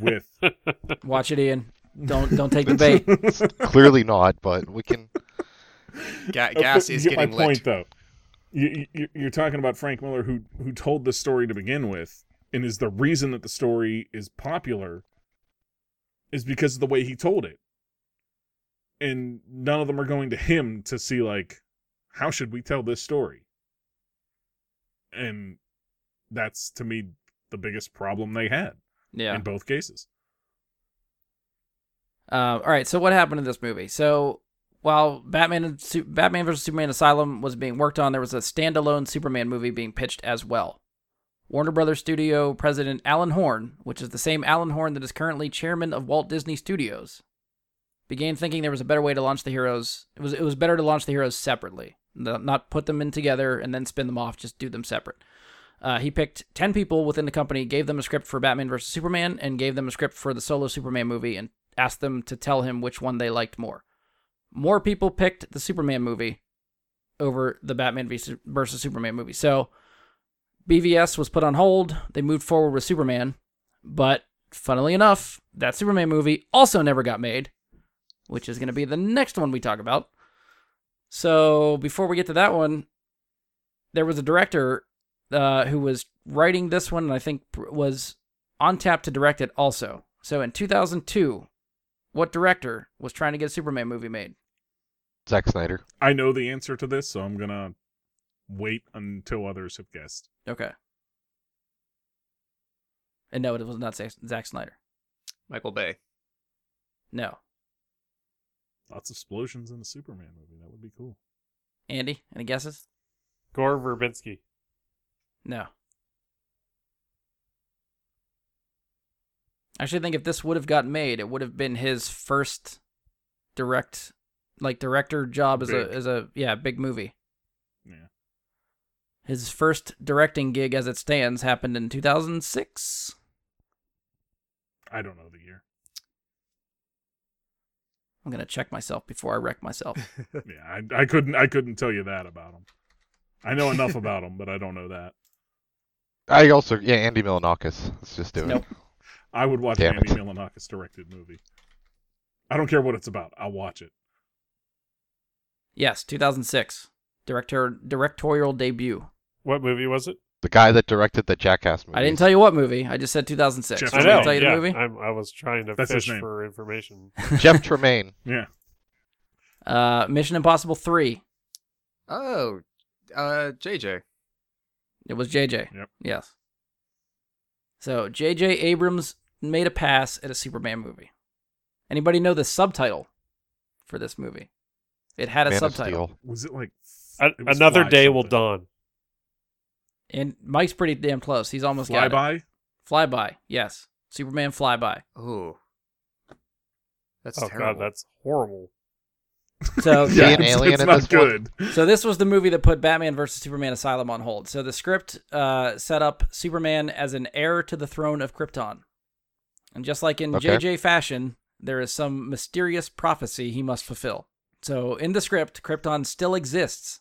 Speaker 3: with
Speaker 2: Watch it, Ian. Don't don't take the bait.
Speaker 1: Clearly not, but we can.
Speaker 5: Ga-
Speaker 3: Uh,
Speaker 5: gas
Speaker 3: but
Speaker 5: is
Speaker 3: you get
Speaker 5: getting
Speaker 3: my
Speaker 5: lit.
Speaker 3: point though. You, you, you're talking about Frank Miller, who who told the story to begin with, and is the reason that the story is popular, is because of the way he told it. And none of them are going to him to see like, how should we tell this story? And that's to me the biggest problem they had
Speaker 2: Yeah.
Speaker 3: in both cases.
Speaker 2: Uh, all right. So what happened in this movie? So while Batman and Su- Batman vs Superman Asylum was being worked on, there was a standalone Superman movie being pitched as well. Warner Brothers Studio president Alan Horn, which is the same Alan Horn that is currently chairman of Walt Disney Studios, began thinking there was a better way to launch the heroes. It was it was better to launch the heroes separately, not not put them in together and then spin them off. Just do them separate. Uh, he picked 10 people within the company, gave them a script for Batman vs. Superman, and gave them a script for the solo Superman movie, and asked them to tell him which one they liked more. More people picked the Superman movie over the Batman vs. versus Superman movie. So BVS was put on hold. They moved forward with Superman, but funnily enough, that Superman movie also never got made, which is going to be the next one we talk about. So before we get to that one, there was a director uh, who was writing this one and I think pr- was on tap to direct it also. So in 2002, what director was trying to get a Superman movie made?
Speaker 1: Zack Snyder.
Speaker 3: I know the answer to this, so I'm gonna wait until others have guessed.
Speaker 2: Okay. And no, it was not Zack Zack Snyder.
Speaker 5: Michael Bay.
Speaker 2: No.
Speaker 3: Lots of explosions in a Superman movie. That would be cool.
Speaker 2: Andy, any guesses?
Speaker 4: Gore Verbinski.
Speaker 2: No. I actually think if this would have gotten made, it would have been his first direct, like director job as a
Speaker 3: Big.
Speaker 2: as a yeah big movie.
Speaker 3: Yeah.
Speaker 2: His first directing gig, as it stands, happened in 2006.
Speaker 3: I don't know the year.
Speaker 2: I'm gonna check myself before I wreck myself.
Speaker 3: Yeah, I, I couldn't. I couldn't tell you that about him. I know enough about him, but I don't know that.
Speaker 1: I also yeah Andy Milonakis. Let's just do it.
Speaker 2: Nope.
Speaker 3: I would watch
Speaker 1: Damn
Speaker 3: an Andy
Speaker 1: it.
Speaker 3: Milonakis directed movie. I don't care what it's about. I'll watch it.
Speaker 2: yes, 2006. Director directorial debut.
Speaker 4: What movie was it?
Speaker 1: The guy that directed the Jackass movie.
Speaker 2: I didn't tell you what movie. I just said 2006.
Speaker 3: Jeff
Speaker 2: Did
Speaker 4: I
Speaker 2: I
Speaker 4: know.
Speaker 2: tell you
Speaker 4: yeah,
Speaker 2: the movie?
Speaker 4: I'm, I was trying to
Speaker 3: That's his
Speaker 4: fish
Speaker 3: name.
Speaker 4: for information.
Speaker 1: Jeff Tremaine.
Speaker 3: Yeah,
Speaker 2: Uh, Mission Impossible 3.
Speaker 5: Oh, uh, JJ.
Speaker 2: It was JJ.
Speaker 3: Yep.
Speaker 2: Yes. So JJ Abrams made a pass at a Superman movie. Anybody know the subtitle for this movie? It had a
Speaker 1: Man of
Speaker 2: subtitle.
Speaker 1: Steel.
Speaker 3: was it like
Speaker 4: A-
Speaker 3: it was
Speaker 4: Another
Speaker 3: Fly
Speaker 4: day will
Speaker 3: something.
Speaker 4: dawn.
Speaker 2: And Mike's pretty damn close. He's almost
Speaker 3: Fly
Speaker 2: got it.
Speaker 3: by.
Speaker 2: Flyby. Yes. Superman Flyby.
Speaker 5: Oh, that's
Speaker 4: oh
Speaker 5: terrible.
Speaker 4: god, that's horrible.
Speaker 2: So
Speaker 1: Oh, See an
Speaker 3: it's,
Speaker 1: alien
Speaker 3: it's
Speaker 1: in
Speaker 3: not
Speaker 1: this one?
Speaker 3: good.
Speaker 2: So this was the movie that put Batman versus Superman Asylum on hold. So the script uh, set up Superman as an heir to the throne of Krypton, and just like in
Speaker 1: Okay.
Speaker 2: JJ fashion, there is some mysterious prophecy he must fulfill. So in the script, Krypton still exists,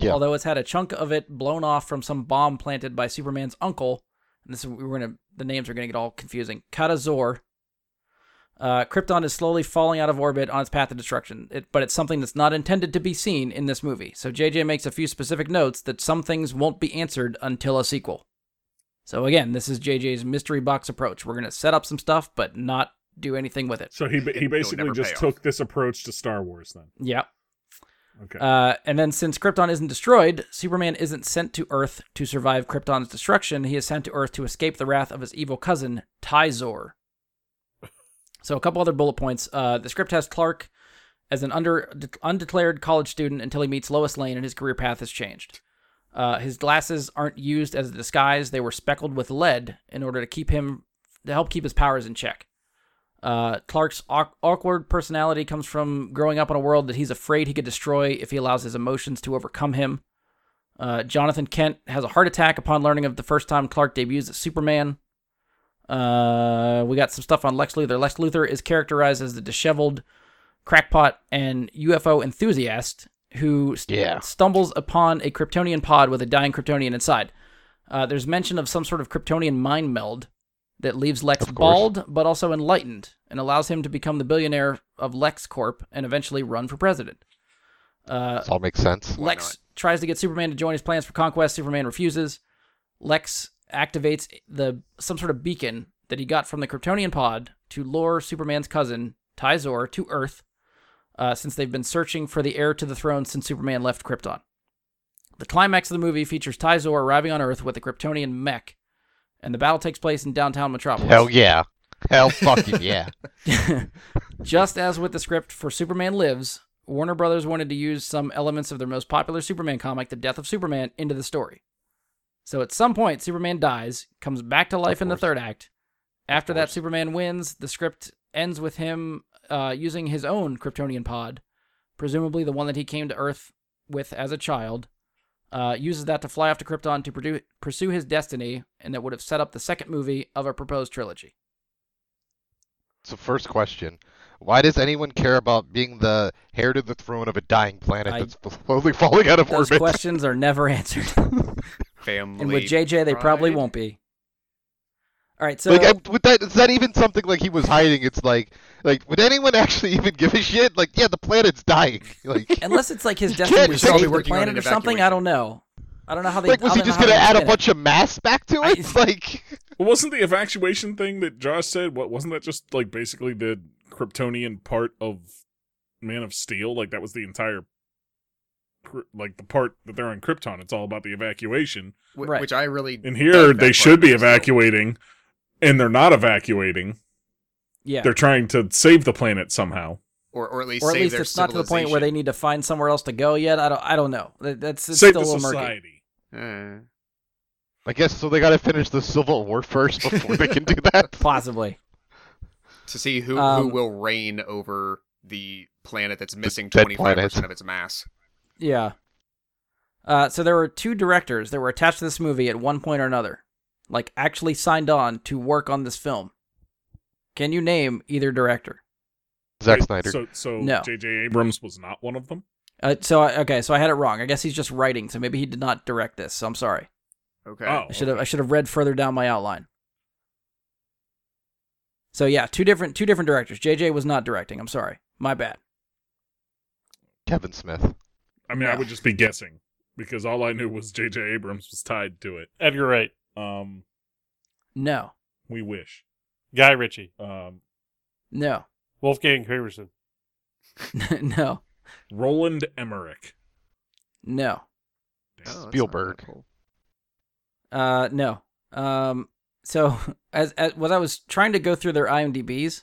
Speaker 1: Yeah.
Speaker 2: although it's had a chunk of it blown off from some bomb planted by Superman's uncle. And this is, we're gonna the names are gonna get all confusing. Katazor. Uh, Krypton is slowly falling out of orbit on its path to destruction, it, but it's something that's not intended to be seen in this movie. So JJ makes a few specific notes that some things won't be answered until a sequel. So again, this is JJ's mystery box approach. We're gonna set up some stuff, but not do anything with it.
Speaker 3: So he ba- he
Speaker 5: It'll
Speaker 3: basically
Speaker 5: never
Speaker 3: just
Speaker 5: pay off.
Speaker 3: took this approach to Star Wars then.
Speaker 2: Yeah.
Speaker 3: Okay.
Speaker 2: Uh, and then, since Krypton isn't destroyed, Superman isn't sent to Earth to survive Krypton's destruction. He is sent to Earth to escape the wrath of his evil cousin, Tyzor. So, a couple other bullet points. Uh, the script has Clark as an under, undeclared college student until he meets Lois Lane, and his career path has changed. Uh, his glasses aren't used as a disguise; they were speckled with lead in order to keep him to help keep his powers in check. Uh, Clark's awk- awkward personality comes from growing up in a world that he's afraid he could destroy if he allows his emotions to overcome him. Uh, Jonathan Kent has a heart attack upon learning of the first time Clark debuts as Superman. Uh, we got some stuff on Lex Luthor. Lex Luthor is characterized as the disheveled crackpot and UFO enthusiast who st-
Speaker 1: Yeah.
Speaker 2: stumbles upon a Kryptonian pod with a dying Kryptonian inside. Uh, there's mention of some sort of Kryptonian mind meld that leaves Lex
Speaker 1: Of course.
Speaker 2: bald but also enlightened and allows him to become the billionaire of LexCorp and eventually run for president. Uh,
Speaker 1: This all makes sense.
Speaker 5: Why
Speaker 2: Lex
Speaker 5: not?
Speaker 2: tries to get Superman to join his plans for conquest. Superman refuses. Lex activates the some sort of beacon that he got from the Kryptonian pod to lure Superman's cousin Tyzor to Earth, uh, since they've been searching for the heir to the throne since Superman left Krypton. The climax of the movie features Tyzor arriving on Earth with a Kryptonian mech, and the battle takes place in downtown Metropolis.
Speaker 1: Hell yeah. Hell fucking yeah.
Speaker 2: Just as with the script for Superman Lives, Warner Brothers wanted to use some elements of their most popular Superman comic, The Death of Superman, into the story. So at some point, Superman dies, comes back to life
Speaker 1: Of
Speaker 2: in the
Speaker 1: course.
Speaker 2: third act. After that,
Speaker 1: course.
Speaker 2: Superman wins. The script ends with him uh, using his own Kryptonian pod, presumably the one that he came to Earth with as a child, uh, uses that to fly off to Krypton to produ- pursue his destiny, and that would have set up the second movie of a proposed trilogy.
Speaker 1: So first question. Why does anyone care about being the heir to the throne of a dying planet
Speaker 2: I-
Speaker 1: that's slowly falling out of
Speaker 2: Those
Speaker 1: orbit?
Speaker 2: questions are never answered.
Speaker 5: Family.
Speaker 2: And with JJ, they probably
Speaker 5: pride.
Speaker 2: won't be. All right, so
Speaker 1: Like, I, with that, is that even something like he was hiding? It's like, like, would anyone actually even give a shit? Like, yeah, the planet's dying. Like,
Speaker 2: unless it's like his
Speaker 1: You
Speaker 2: destiny
Speaker 1: can't
Speaker 2: was
Speaker 1: just
Speaker 2: saved
Speaker 5: be
Speaker 2: the
Speaker 5: working on
Speaker 2: planet
Speaker 5: an
Speaker 2: or something, I don't
Speaker 5: evacuation.
Speaker 2: know. I don't know how they.
Speaker 1: like was
Speaker 2: I
Speaker 1: he
Speaker 2: don't
Speaker 1: just
Speaker 2: know how
Speaker 1: gonna
Speaker 2: they
Speaker 1: add a
Speaker 2: did it.
Speaker 1: bunch of mass back to
Speaker 2: I-
Speaker 1: it? like,
Speaker 3: well, wasn't the evacuation thing that Josh said? What wasn't that just like basically the Kryptonian part of Man of Steel? Like that was the entire, Kry- like the part that they're on Krypton. It's all about the evacuation.
Speaker 5: Wh-
Speaker 2: Right.
Speaker 5: Which I really.
Speaker 3: And
Speaker 5: dug
Speaker 3: here
Speaker 5: that
Speaker 3: they
Speaker 5: part
Speaker 3: should be
Speaker 5: of the show.
Speaker 3: evacuating, and they're not evacuating.
Speaker 2: Yeah,
Speaker 3: They're trying to save the planet somehow.
Speaker 5: Or, or at least,
Speaker 2: or at
Speaker 5: save
Speaker 2: least
Speaker 5: their
Speaker 2: it's not to the point where they need to find somewhere else to go yet. I don't. I don't know. That- That's it's
Speaker 3: save
Speaker 2: still
Speaker 3: the
Speaker 2: a little murky.
Speaker 3: society.
Speaker 5: civilization.
Speaker 1: I guess so. They gotta finish the Civil War first before they can do that.
Speaker 2: Possibly.
Speaker 5: Uh, to see who who
Speaker 2: Um,
Speaker 5: will reign over the planet that's missing
Speaker 1: dead
Speaker 5: twenty five percent
Speaker 1: planet.
Speaker 5: of its mass.
Speaker 2: Yeah. Uh, so there were two directors that were attached to this movie at one point or another, like actually signed on to work on this film. Can you name either director?
Speaker 1: Zack
Speaker 3: Wait,
Speaker 1: Snyder.
Speaker 3: So, so
Speaker 2: No.
Speaker 3: J.J. Abrams was not one of them.
Speaker 2: Uh, so I, okay, so I had it wrong. I guess he's just writing, so maybe he did not direct this. So I'm sorry.
Speaker 5: Okay.
Speaker 3: Oh,
Speaker 2: I should have I should have read further down my outline. So yeah, two different two different directors. JJ was not directing. I'm sorry. My bad.
Speaker 1: Kevin Smith.
Speaker 3: I mean, I
Speaker 2: No.
Speaker 3: would just be guessing because all I knew was J.J. Abrams was tied to it.
Speaker 4: Edgar Wright,
Speaker 3: Um,
Speaker 2: No.
Speaker 3: we wish.
Speaker 4: Guy Ritchie,
Speaker 3: Um,
Speaker 2: No.
Speaker 4: Wolfgang Kramerson,
Speaker 2: no.
Speaker 3: Roland Emmerich.
Speaker 2: No.
Speaker 5: Oh, that's not
Speaker 1: Spielberg.
Speaker 5: cool.
Speaker 2: Uh no. Um so as, as was I was trying to go through their IMDb's,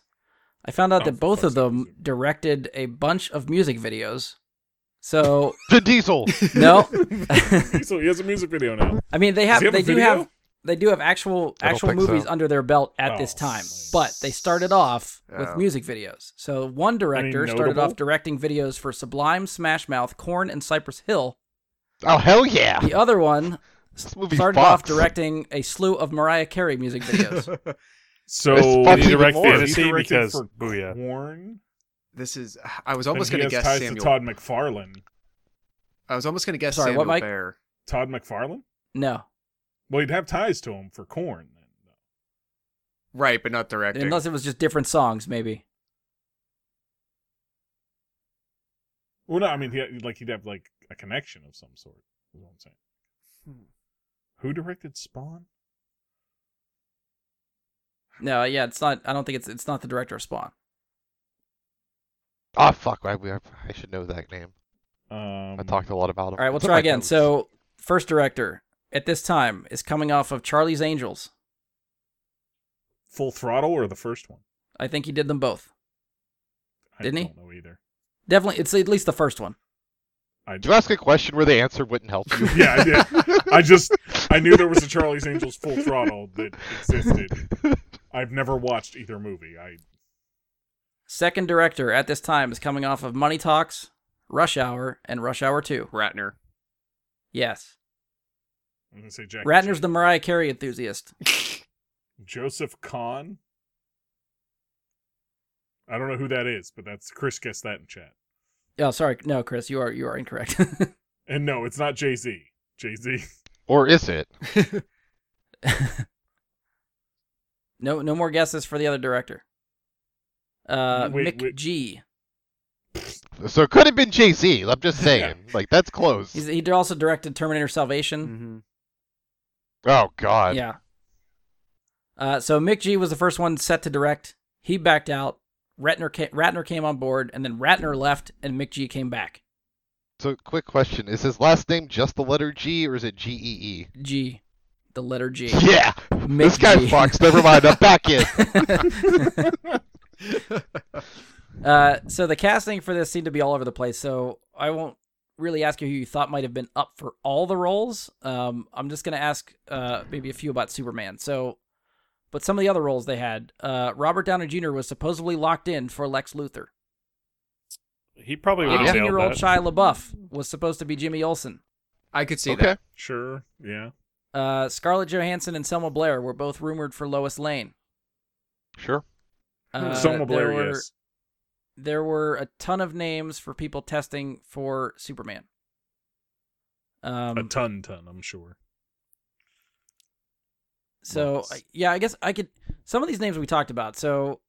Speaker 2: I found out
Speaker 3: Oh,
Speaker 2: that
Speaker 3: for
Speaker 2: both
Speaker 3: fuck's
Speaker 2: of
Speaker 3: sake,
Speaker 2: them
Speaker 3: Susan.
Speaker 2: directed a bunch of music videos. So
Speaker 1: Vin Diesel.
Speaker 2: no.
Speaker 3: so he has a music video now.
Speaker 2: I mean, they have,
Speaker 3: he have a
Speaker 2: they do
Speaker 3: video?
Speaker 2: have, they do have actual
Speaker 1: I don't
Speaker 2: actual
Speaker 1: think so.
Speaker 2: movies under their belt at this
Speaker 3: Oh,
Speaker 2: time,
Speaker 3: man.
Speaker 2: but they started off with
Speaker 5: Yeah.
Speaker 2: music videos. So one director started
Speaker 3: notable?
Speaker 2: off directing videos for Sublime, Smash Mouth, Corn, and Cypress Hill.
Speaker 1: Oh hell yeah!
Speaker 2: The other one
Speaker 1: This movie
Speaker 2: started off
Speaker 1: fucks.
Speaker 2: directing a slew of Mariah Carey music videos.
Speaker 3: So
Speaker 1: It's
Speaker 3: he
Speaker 1: fucking
Speaker 3: directed-
Speaker 1: even more.
Speaker 3: he
Speaker 4: Fantasy
Speaker 3: directed
Speaker 4: because-
Speaker 3: for
Speaker 4: booyah.
Speaker 3: Corn.
Speaker 5: This is. I was
Speaker 3: and
Speaker 5: almost
Speaker 3: he
Speaker 5: going
Speaker 3: has
Speaker 5: guess
Speaker 3: ties
Speaker 5: Samuel.
Speaker 3: to Todd McFarlane.
Speaker 5: I was almost gonna guess
Speaker 2: Sorry, what,
Speaker 5: Samuel
Speaker 2: Mike?
Speaker 5: Bear.
Speaker 3: Todd McFarlane?
Speaker 2: No,
Speaker 3: Well, he'd have ties to him for corn. Then.
Speaker 5: Right, but not directing.
Speaker 2: unless it was just different songs, maybe.
Speaker 3: Well, no, I mean, he, like he'd have like a connection of some sort. Is what I'm saying. Who directed Spawn?
Speaker 2: No, yeah, it's not. I don't think it's it's not the director of Spawn.
Speaker 1: Ah, fuck. I, I should know that name.
Speaker 3: Um,
Speaker 1: I talked a lot about him.
Speaker 2: All right, we'll
Speaker 1: Look at
Speaker 2: try
Speaker 1: my
Speaker 2: again.
Speaker 1: notes.
Speaker 2: So, first director at this time is coming off of Charlie's Angels.
Speaker 3: Full Throttle or the first one?
Speaker 2: I think he did them both.
Speaker 3: I
Speaker 2: Didn't he?
Speaker 3: don't know either.
Speaker 2: Definitely, it's at least the first one.
Speaker 3: I
Speaker 1: Did you ask a question where the answer wouldn't help you?
Speaker 3: yeah, I did. I just I knew there was a Charlie's Angels Full Throttle that existed. I've never watched either movie. I
Speaker 2: Second director at this time is coming off of Money Talks, Rush Hour, and Rush Hour Two.
Speaker 5: Ratner.
Speaker 2: Yes,
Speaker 3: I'm gonna say Jack
Speaker 2: Ratner's the Mariah Carey enthusiast.
Speaker 3: Joseph Kahn. I don't know who that is, but that's Chris guessed that in chat.
Speaker 2: Oh, sorry, no, Chris, you are you are incorrect.
Speaker 3: And no, it's not Jay Z. Jay Z.
Speaker 1: Or is it?
Speaker 2: no, no more guesses for the other director. Uh,
Speaker 3: Wait,
Speaker 2: Mick
Speaker 3: wait.
Speaker 2: G.
Speaker 1: So it could have been Jay Z. I'm just saying. Like, that's close.
Speaker 2: He's, he also directed Terminator
Speaker 3: Mm.
Speaker 2: Salvation.
Speaker 5: mm-hmm.
Speaker 1: Oh, God.
Speaker 2: Yeah. Uh, so Mick G was the first one set to direct. He backed out. Ratner ca- Ratner came on board, and then Ratner left, and Mick G came back.
Speaker 1: So, quick question. Is his last name just the letter G, or is it G E
Speaker 2: G, the letter G.
Speaker 1: E? Yeah. this guy
Speaker 2: G.
Speaker 1: fucks. Never mind. I'm back in.
Speaker 2: uh, so the casting for this seemed to be all over the place. So I won't really ask you who you thought might have been up for all the roles. Um, I'm just gonna ask uh, maybe a few about Superman. So, but some of the other roles they had. Uh, Robert Downey Jr. was supposedly locked in for Lex Luthor.
Speaker 4: He probably would have
Speaker 2: 18
Speaker 4: failed
Speaker 2: year old
Speaker 4: that.
Speaker 2: Shia LaBeouf was supposed to be Jimmy Olsen.
Speaker 5: I could see
Speaker 1: Okay.
Speaker 5: that.
Speaker 3: Sure. Yeah.
Speaker 2: Uh, Scarlett Johansson and Selma Blair were both rumored for Lois Lane.
Speaker 1: Sure.
Speaker 2: Uh,
Speaker 3: Hmm. Selma Blair.
Speaker 2: there were,
Speaker 3: yes.
Speaker 2: There were a ton of names for people testing for Superman.
Speaker 3: A
Speaker 2: Um,
Speaker 3: ton, ton. I'm sure.
Speaker 2: so
Speaker 3: Lots.
Speaker 2: I- yeah, I guess I could. Some of these names we talked about. So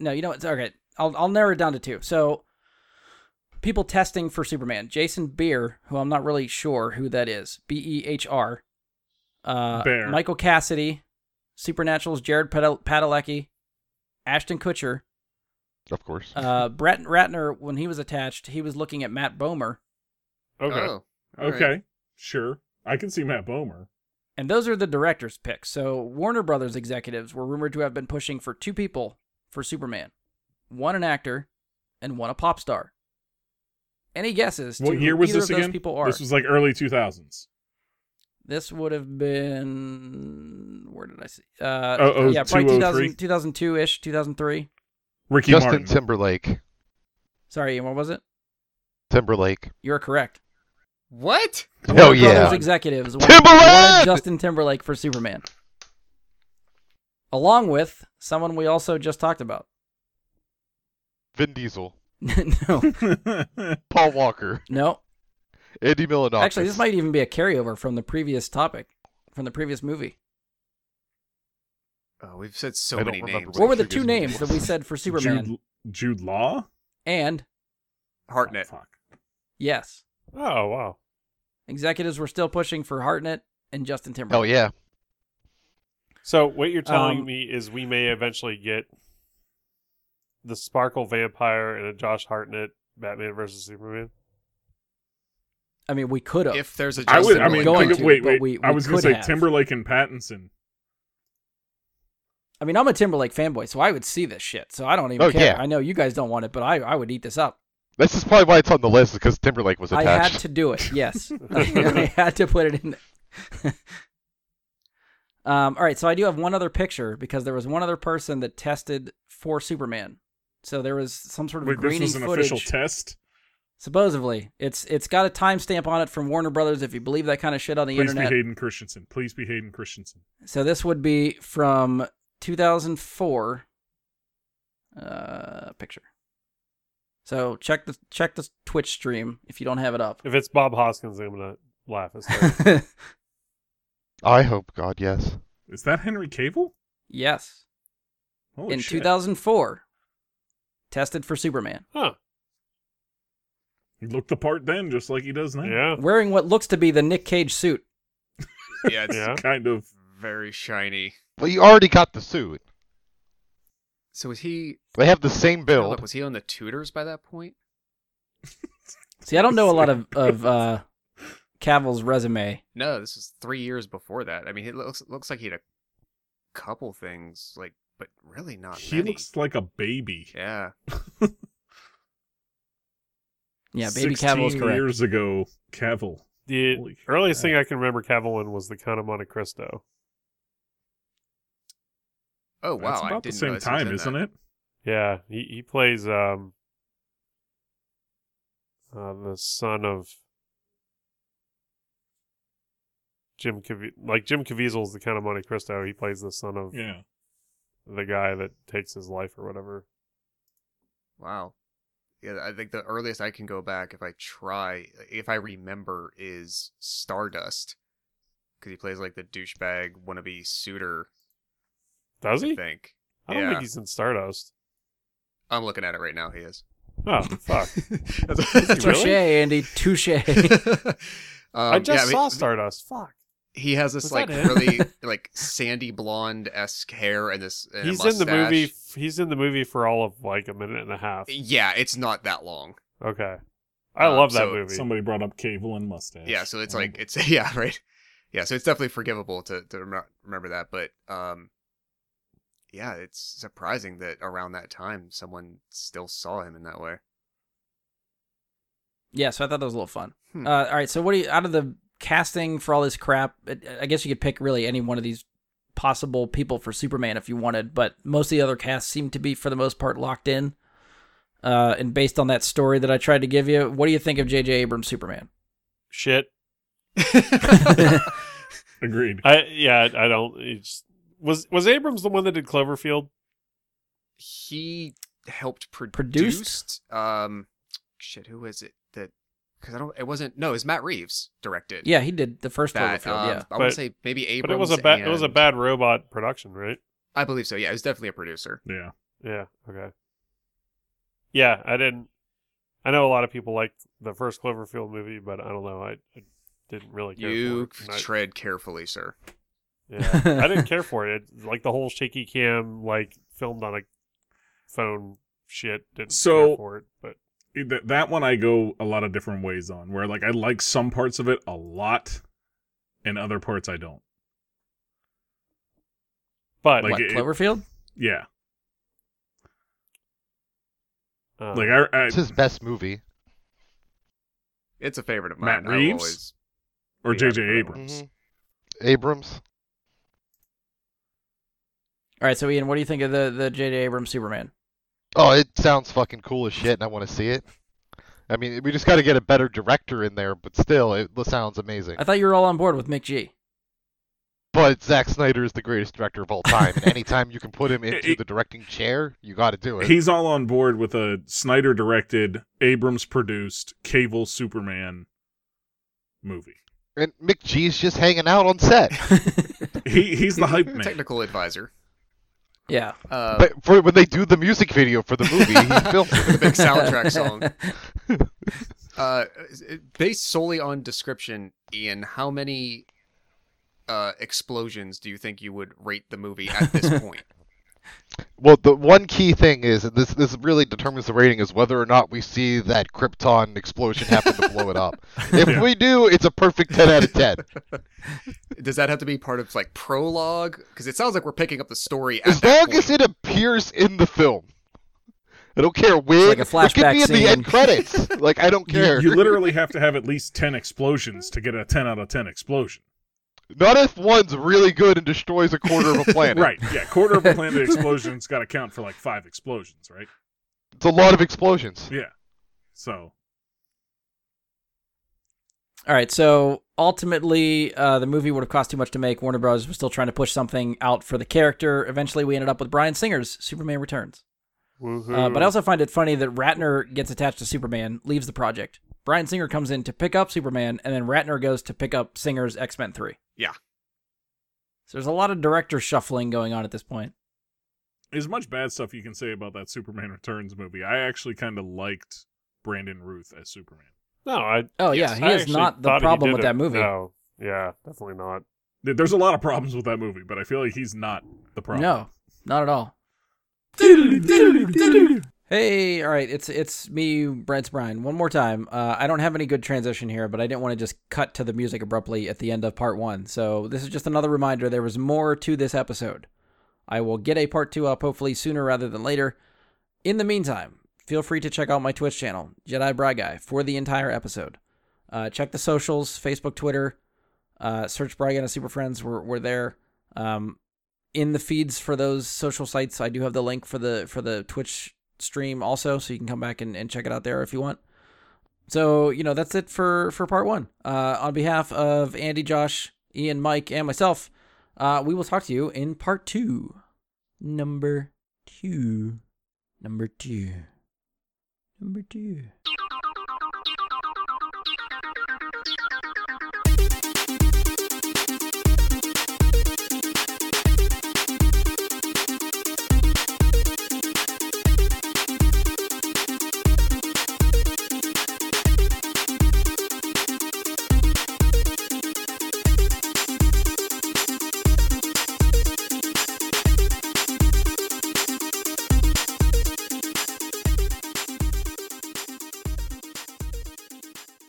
Speaker 2: no, you know what? Okay, I'll I'll narrow it down to two. So people testing for Superman: Jason Beer, who I'm not really sure who that is. B E H R. Uh,
Speaker 3: Bear.
Speaker 2: Michael Cassidy, Supernatural's Jared Padal- Padalecki, Ashton Kutcher,
Speaker 1: Of course.
Speaker 2: uh, Brett Ratner. When he was attached, he was looking at Matt Bomer,
Speaker 4: Okay.
Speaker 5: Oh, all right.
Speaker 3: Okay. Sure. I can see Matt Bomer.
Speaker 2: and those are the directors' picks. So Warner Brothers executives were rumored to have been pushing for two people for Superman, one an actor, and one a pop star. Any guesses? to
Speaker 3: What
Speaker 2: who
Speaker 3: year was
Speaker 2: either
Speaker 3: this
Speaker 2: of those
Speaker 3: again?
Speaker 2: People are.
Speaker 3: This was like early 2000s.
Speaker 2: This would have been where did I see? Uh,
Speaker 3: Oh, oh,
Speaker 2: yeah, probably
Speaker 3: 203?
Speaker 2: 2000, 2002 ish, 2003.
Speaker 3: Ricky
Speaker 1: Justin
Speaker 3: Martin.
Speaker 1: Timberlake.
Speaker 2: Sorry, what was it?
Speaker 1: Timberlake.
Speaker 2: you're correct.
Speaker 5: What?
Speaker 1: Hell
Speaker 2: Warner Brothers
Speaker 1: Oh, yeah.
Speaker 2: executives wanted-
Speaker 1: Timberland!
Speaker 2: wanted Justin Timberlake for Superman, along with someone we also just talked about.
Speaker 1: Vin Diesel.
Speaker 2: no,
Speaker 1: Paul Walker.
Speaker 2: no.
Speaker 1: Andy Milonakis.
Speaker 2: Actually, this might even be a carryover from the previous topic, from the previous movie.
Speaker 5: Oh, we've said so
Speaker 1: I don't
Speaker 5: many
Speaker 1: remember
Speaker 5: names.
Speaker 1: what
Speaker 2: What were the
Speaker 1: Previous
Speaker 2: two
Speaker 1: movie
Speaker 2: names that
Speaker 1: was-
Speaker 2: we said for Superman?
Speaker 3: Jude, Jude Law? Oh,
Speaker 2: And
Speaker 5: Hartnett.
Speaker 3: Fuck.
Speaker 2: yes,
Speaker 4: Oh wow.
Speaker 2: executives were still pushing for Hartnett and Justin Timberlake.
Speaker 1: Oh, yeah.
Speaker 4: So what you're telling
Speaker 2: Um,
Speaker 4: me is we may eventually get the Sparkle Vampire and a Josh Hartnett Batman versus Superman.
Speaker 2: I mean, we could have.
Speaker 5: If there's a
Speaker 3: I
Speaker 5: Justin
Speaker 3: would. I
Speaker 2: Timberlake.
Speaker 3: mean,
Speaker 2: Going
Speaker 3: think of-
Speaker 2: to,
Speaker 3: wait,
Speaker 2: but
Speaker 3: wait.
Speaker 2: we-
Speaker 3: I
Speaker 2: we
Speaker 3: was gonna
Speaker 2: could
Speaker 3: say
Speaker 2: have.
Speaker 3: Timberlake and Pattinson.
Speaker 2: I mean, I'm a Timberlake fanboy, so I would see this shit. So I don't even
Speaker 1: Oh,
Speaker 2: care.
Speaker 1: yeah.
Speaker 2: I know you guys don't want it, but I, I would eat this up.
Speaker 1: This is probably why it's on the list, because Timberlake was
Speaker 2: I had
Speaker 1: attached.
Speaker 2: to do it. Yes, I had to put it in. there. um, all right, so I do have one other picture because there was one other person that tested for Superman. So there was some sort of
Speaker 3: Wait, this
Speaker 2: greening
Speaker 3: was an
Speaker 2: footage.
Speaker 3: official test.
Speaker 2: supposedly, it's it's got a timestamp on it from Warner Brothers. If you believe that kind of shit on the
Speaker 3: Please
Speaker 2: internet.
Speaker 3: be Hayden Christensen. Please be Hayden Christensen.
Speaker 2: So this would be from 2004 uh, picture. So check the check the Twitch stream if you don't have it up.
Speaker 4: If it's Bob Hoskins, I'm gonna laugh. hysterically.
Speaker 1: I hope God, yes.
Speaker 3: Is that Henry Cable?
Speaker 2: yes.
Speaker 3: Holy
Speaker 2: in
Speaker 3: shit.
Speaker 2: 2004, tested for Superman,
Speaker 4: huh?
Speaker 3: He looked the part then, just like he does now.
Speaker 4: Yeah.
Speaker 2: wearing what looks to be the Nick Cage suit.
Speaker 5: Yeah, it's
Speaker 4: Yeah.
Speaker 3: Kind of.
Speaker 5: very shiny.
Speaker 1: Well, you already got the suit.
Speaker 5: So was he?
Speaker 1: They have the same
Speaker 5: Look,
Speaker 1: build.
Speaker 5: was he on the Tudors by that point?
Speaker 2: See, I don't know a lot of of uh, Cavill's resume.
Speaker 5: No, this was three years before that. I mean, it looks looks like he had a couple things, like, but really not
Speaker 3: He
Speaker 5: many.
Speaker 3: looks like a baby.
Speaker 5: Yeah,
Speaker 2: Yeah, baby
Speaker 3: 16
Speaker 2: Cavill's correct.
Speaker 3: years ago, Cavill.
Speaker 4: The
Speaker 3: Holy
Speaker 4: earliest
Speaker 3: crap.
Speaker 4: thing I can remember Cavill in was the Count of Monte Cristo.
Speaker 5: Oh wow,
Speaker 3: That's
Speaker 5: I
Speaker 3: about the
Speaker 5: didn't
Speaker 3: same
Speaker 5: realize he was
Speaker 3: time,
Speaker 5: in
Speaker 3: isn't
Speaker 5: that.
Speaker 3: it?
Speaker 4: Yeah, he he plays um uh, the son of Jim Cavie- like Jim Caviezel's the Count of Monte Cristo. He plays the son of
Speaker 3: Yeah.
Speaker 4: the guy that takes his life or whatever.
Speaker 5: Wow. Yeah, I think the earliest I can go back, if I try, if I remember, is Stardust, because he plays like the douchebag wannabe suitor.
Speaker 4: Does
Speaker 5: I
Speaker 4: he?
Speaker 5: think.
Speaker 4: I don't
Speaker 5: yeah.
Speaker 4: think he's in Stardust.
Speaker 5: I'm looking at it right now. He is.
Speaker 4: Oh fuck!
Speaker 5: that's, that's
Speaker 4: Really?
Speaker 2: Touche, Andy. Touche.
Speaker 5: um,
Speaker 4: I just
Speaker 5: yeah, mean,
Speaker 4: saw Stardust. Fuck.
Speaker 5: He has
Speaker 4: Was
Speaker 5: this
Speaker 4: that
Speaker 5: like
Speaker 4: him?
Speaker 5: really like sandy blonde esque hair and this. And a
Speaker 4: he's in the movie.
Speaker 5: mustache.
Speaker 4: He's in the movie for all of like a minute and a half.
Speaker 5: Yeah, it's not that long.
Speaker 4: Okay, I
Speaker 5: Uh,
Speaker 4: love that
Speaker 5: so
Speaker 4: movie.
Speaker 3: Somebody brought up Cable and mustache.
Speaker 5: yeah so it's
Speaker 3: Um,
Speaker 5: like it's yeah right yeah so it's definitely forgivable to, to rem- remember that but um yeah it's surprising that around that time someone still saw him in that way
Speaker 2: Yeah, so I thought that was a little fun.
Speaker 5: Hmm.
Speaker 2: Uh, all right, so what do you out of the casting for all this crap? I- I guess you could pick really any one of these possible people for Superman if you wanted, but most of the other casts seem to be for the most part locked in. Uh, and based on that story that I tried to give you, what do you think of J.J. Abrams Superman?
Speaker 4: Shit.
Speaker 3: Oh, Agreed.
Speaker 4: I yeah. I don't. It's, was was Abrams the one that did Cloverfield?
Speaker 5: he helped produce
Speaker 2: Produced?
Speaker 5: um shit who is it that because i don't it wasn't no it's matt reeves directed
Speaker 2: Yeah, he did the first
Speaker 5: that
Speaker 2: Cloverfield.
Speaker 5: um,
Speaker 2: yeah,
Speaker 5: i want
Speaker 4: But-
Speaker 5: to say maybe Abrams
Speaker 4: but it was a bad. It was a
Speaker 5: and-
Speaker 4: bad robot production, right?
Speaker 5: i believe so yeah it was definitely a producer
Speaker 3: yeah.
Speaker 4: Yeah. Okay. Yeah, I didn't. I know a lot of people like the first Cloverfield movie, but I don't know. I, I didn't really care
Speaker 5: you
Speaker 4: for it. And I-
Speaker 5: tread carefully sir
Speaker 4: Yeah, I didn't care for it. it. Like the whole shaky cam, like filmed on a phone, shit. Didn't
Speaker 3: So-
Speaker 4: care for it, but
Speaker 3: Th- that one I go a lot of different ways on, where like I like some parts of it a lot, and other parts I don't.
Speaker 4: but
Speaker 3: like
Speaker 4: like,
Speaker 2: what
Speaker 3: it-
Speaker 2: Cloverfield?
Speaker 3: Yeah.
Speaker 4: uh,
Speaker 3: Like I, I
Speaker 1: It's his best movie.
Speaker 5: it's a favorite of mine
Speaker 3: Matt
Speaker 5: I will
Speaker 3: Reeves?
Speaker 5: always-
Speaker 3: or
Speaker 4: Yeah,
Speaker 3: J.J.
Speaker 4: for that one.
Speaker 3: Abrams.
Speaker 1: Mm-hmm. Abrams.
Speaker 2: All right, so Ian, what do you think of the the J.J. Abrams Superman?
Speaker 1: Oh, it sounds fucking cool as shit, and I want to see it. I mean, we just got to get a better director in there, but still, it l- sounds amazing.
Speaker 2: I thought you were all on board with Mick G.
Speaker 1: But Zack Snyder is the greatest director of all time, and anytime you can put him into
Speaker 3: It-
Speaker 1: the directing chair, you got to do it.
Speaker 3: He's all on board with a Snyder directed, Abrams produced, Cable Superman movie.
Speaker 1: And Mick G's just hanging out on set.
Speaker 3: He he's the hype man.
Speaker 5: technical advisor
Speaker 2: yeah,
Speaker 5: uh,
Speaker 1: But for when they do the music video for the movie, he films it.
Speaker 5: the big soundtrack song. Uh, based solely on description, Ian, how many uh, explosions do you think you would rate the movie at this point?
Speaker 1: Well, the one key thing is, and this this really determines the rating, is whether or not we see that Krypton explosion happen to blow it up. If
Speaker 3: Yeah.
Speaker 1: we do, it's a perfect ten out of ten.
Speaker 5: Does that have to be part of like prologue? Because it sounds like we're picking up the story. At
Speaker 1: As
Speaker 5: that
Speaker 1: long
Speaker 5: point.
Speaker 1: as it appears in the film, I don't care when.
Speaker 2: Like a
Speaker 1: It could be
Speaker 2: flashback
Speaker 1: in the
Speaker 2: scene.
Speaker 1: end credits. like I don't
Speaker 3: You,
Speaker 1: care.
Speaker 3: you literally have to have at least ten explosions to get a ten out of ten explosion.
Speaker 1: Not if one's really good and destroys a quarter of a planet.
Speaker 3: Right. Yeah. Quarter of a planet explosion's got to count for like five explosions, right?
Speaker 1: It's a lot of explosions.
Speaker 3: Yeah. So
Speaker 2: All right, so ultimately, uh, the movie would have cost too much to make. Warner Bros. was still trying to push something out for the character. Eventually, we ended up with Brian Singer's Superman Returns.
Speaker 4: Woohoo!
Speaker 2: Uh, but I also find it funny that Ratner gets attached to Superman, leaves the project. Brian Singer comes in to pick up Superman, and then Ratner goes to pick up Singer's X Men 3.
Speaker 5: Yeah.
Speaker 2: So there's a lot of director shuffling going on at this point.
Speaker 3: As much bad stuff you can say about that Superman Returns movie, I actually kind of liked Brandon Ruth as Superman.
Speaker 4: no, I
Speaker 2: Oh,
Speaker 5: Yes,
Speaker 2: yeah. He
Speaker 4: I
Speaker 2: is
Speaker 4: actually
Speaker 2: not the
Speaker 4: thought he
Speaker 2: problem
Speaker 4: did
Speaker 2: with
Speaker 4: it.
Speaker 2: that movie.
Speaker 4: No, yeah, definitely not.
Speaker 3: There- There's a lot of problems with that movie, but I feel like he's not the problem.
Speaker 2: No, not at all. Hey, all right, it's it's me, Brent's Brian. One more time. Uh, I don't have any good transition here, but I didn't want to just cut to the music abruptly at the end of part one. So this is just another reminder there was more to this episode. I will get a part two up hopefully sooner rather than later. In the meantime, feel free to check out my Twitch channel, Jedi Bry Guy, for the entire episode. Uh, check the socials, Facebook, Twitter. Uh, search Bry Guy and Super Friends. We're, we're there. Um, in the feeds for those social sites. I do have the link for the for the Twitch stream also, so you can come back and, and check it out there if you want. So you know that's it for for part one. Uh, on behalf of Andy, Josh, Ian, Mike, and myself, uh, we will talk to you in part two, number two, number two, number two.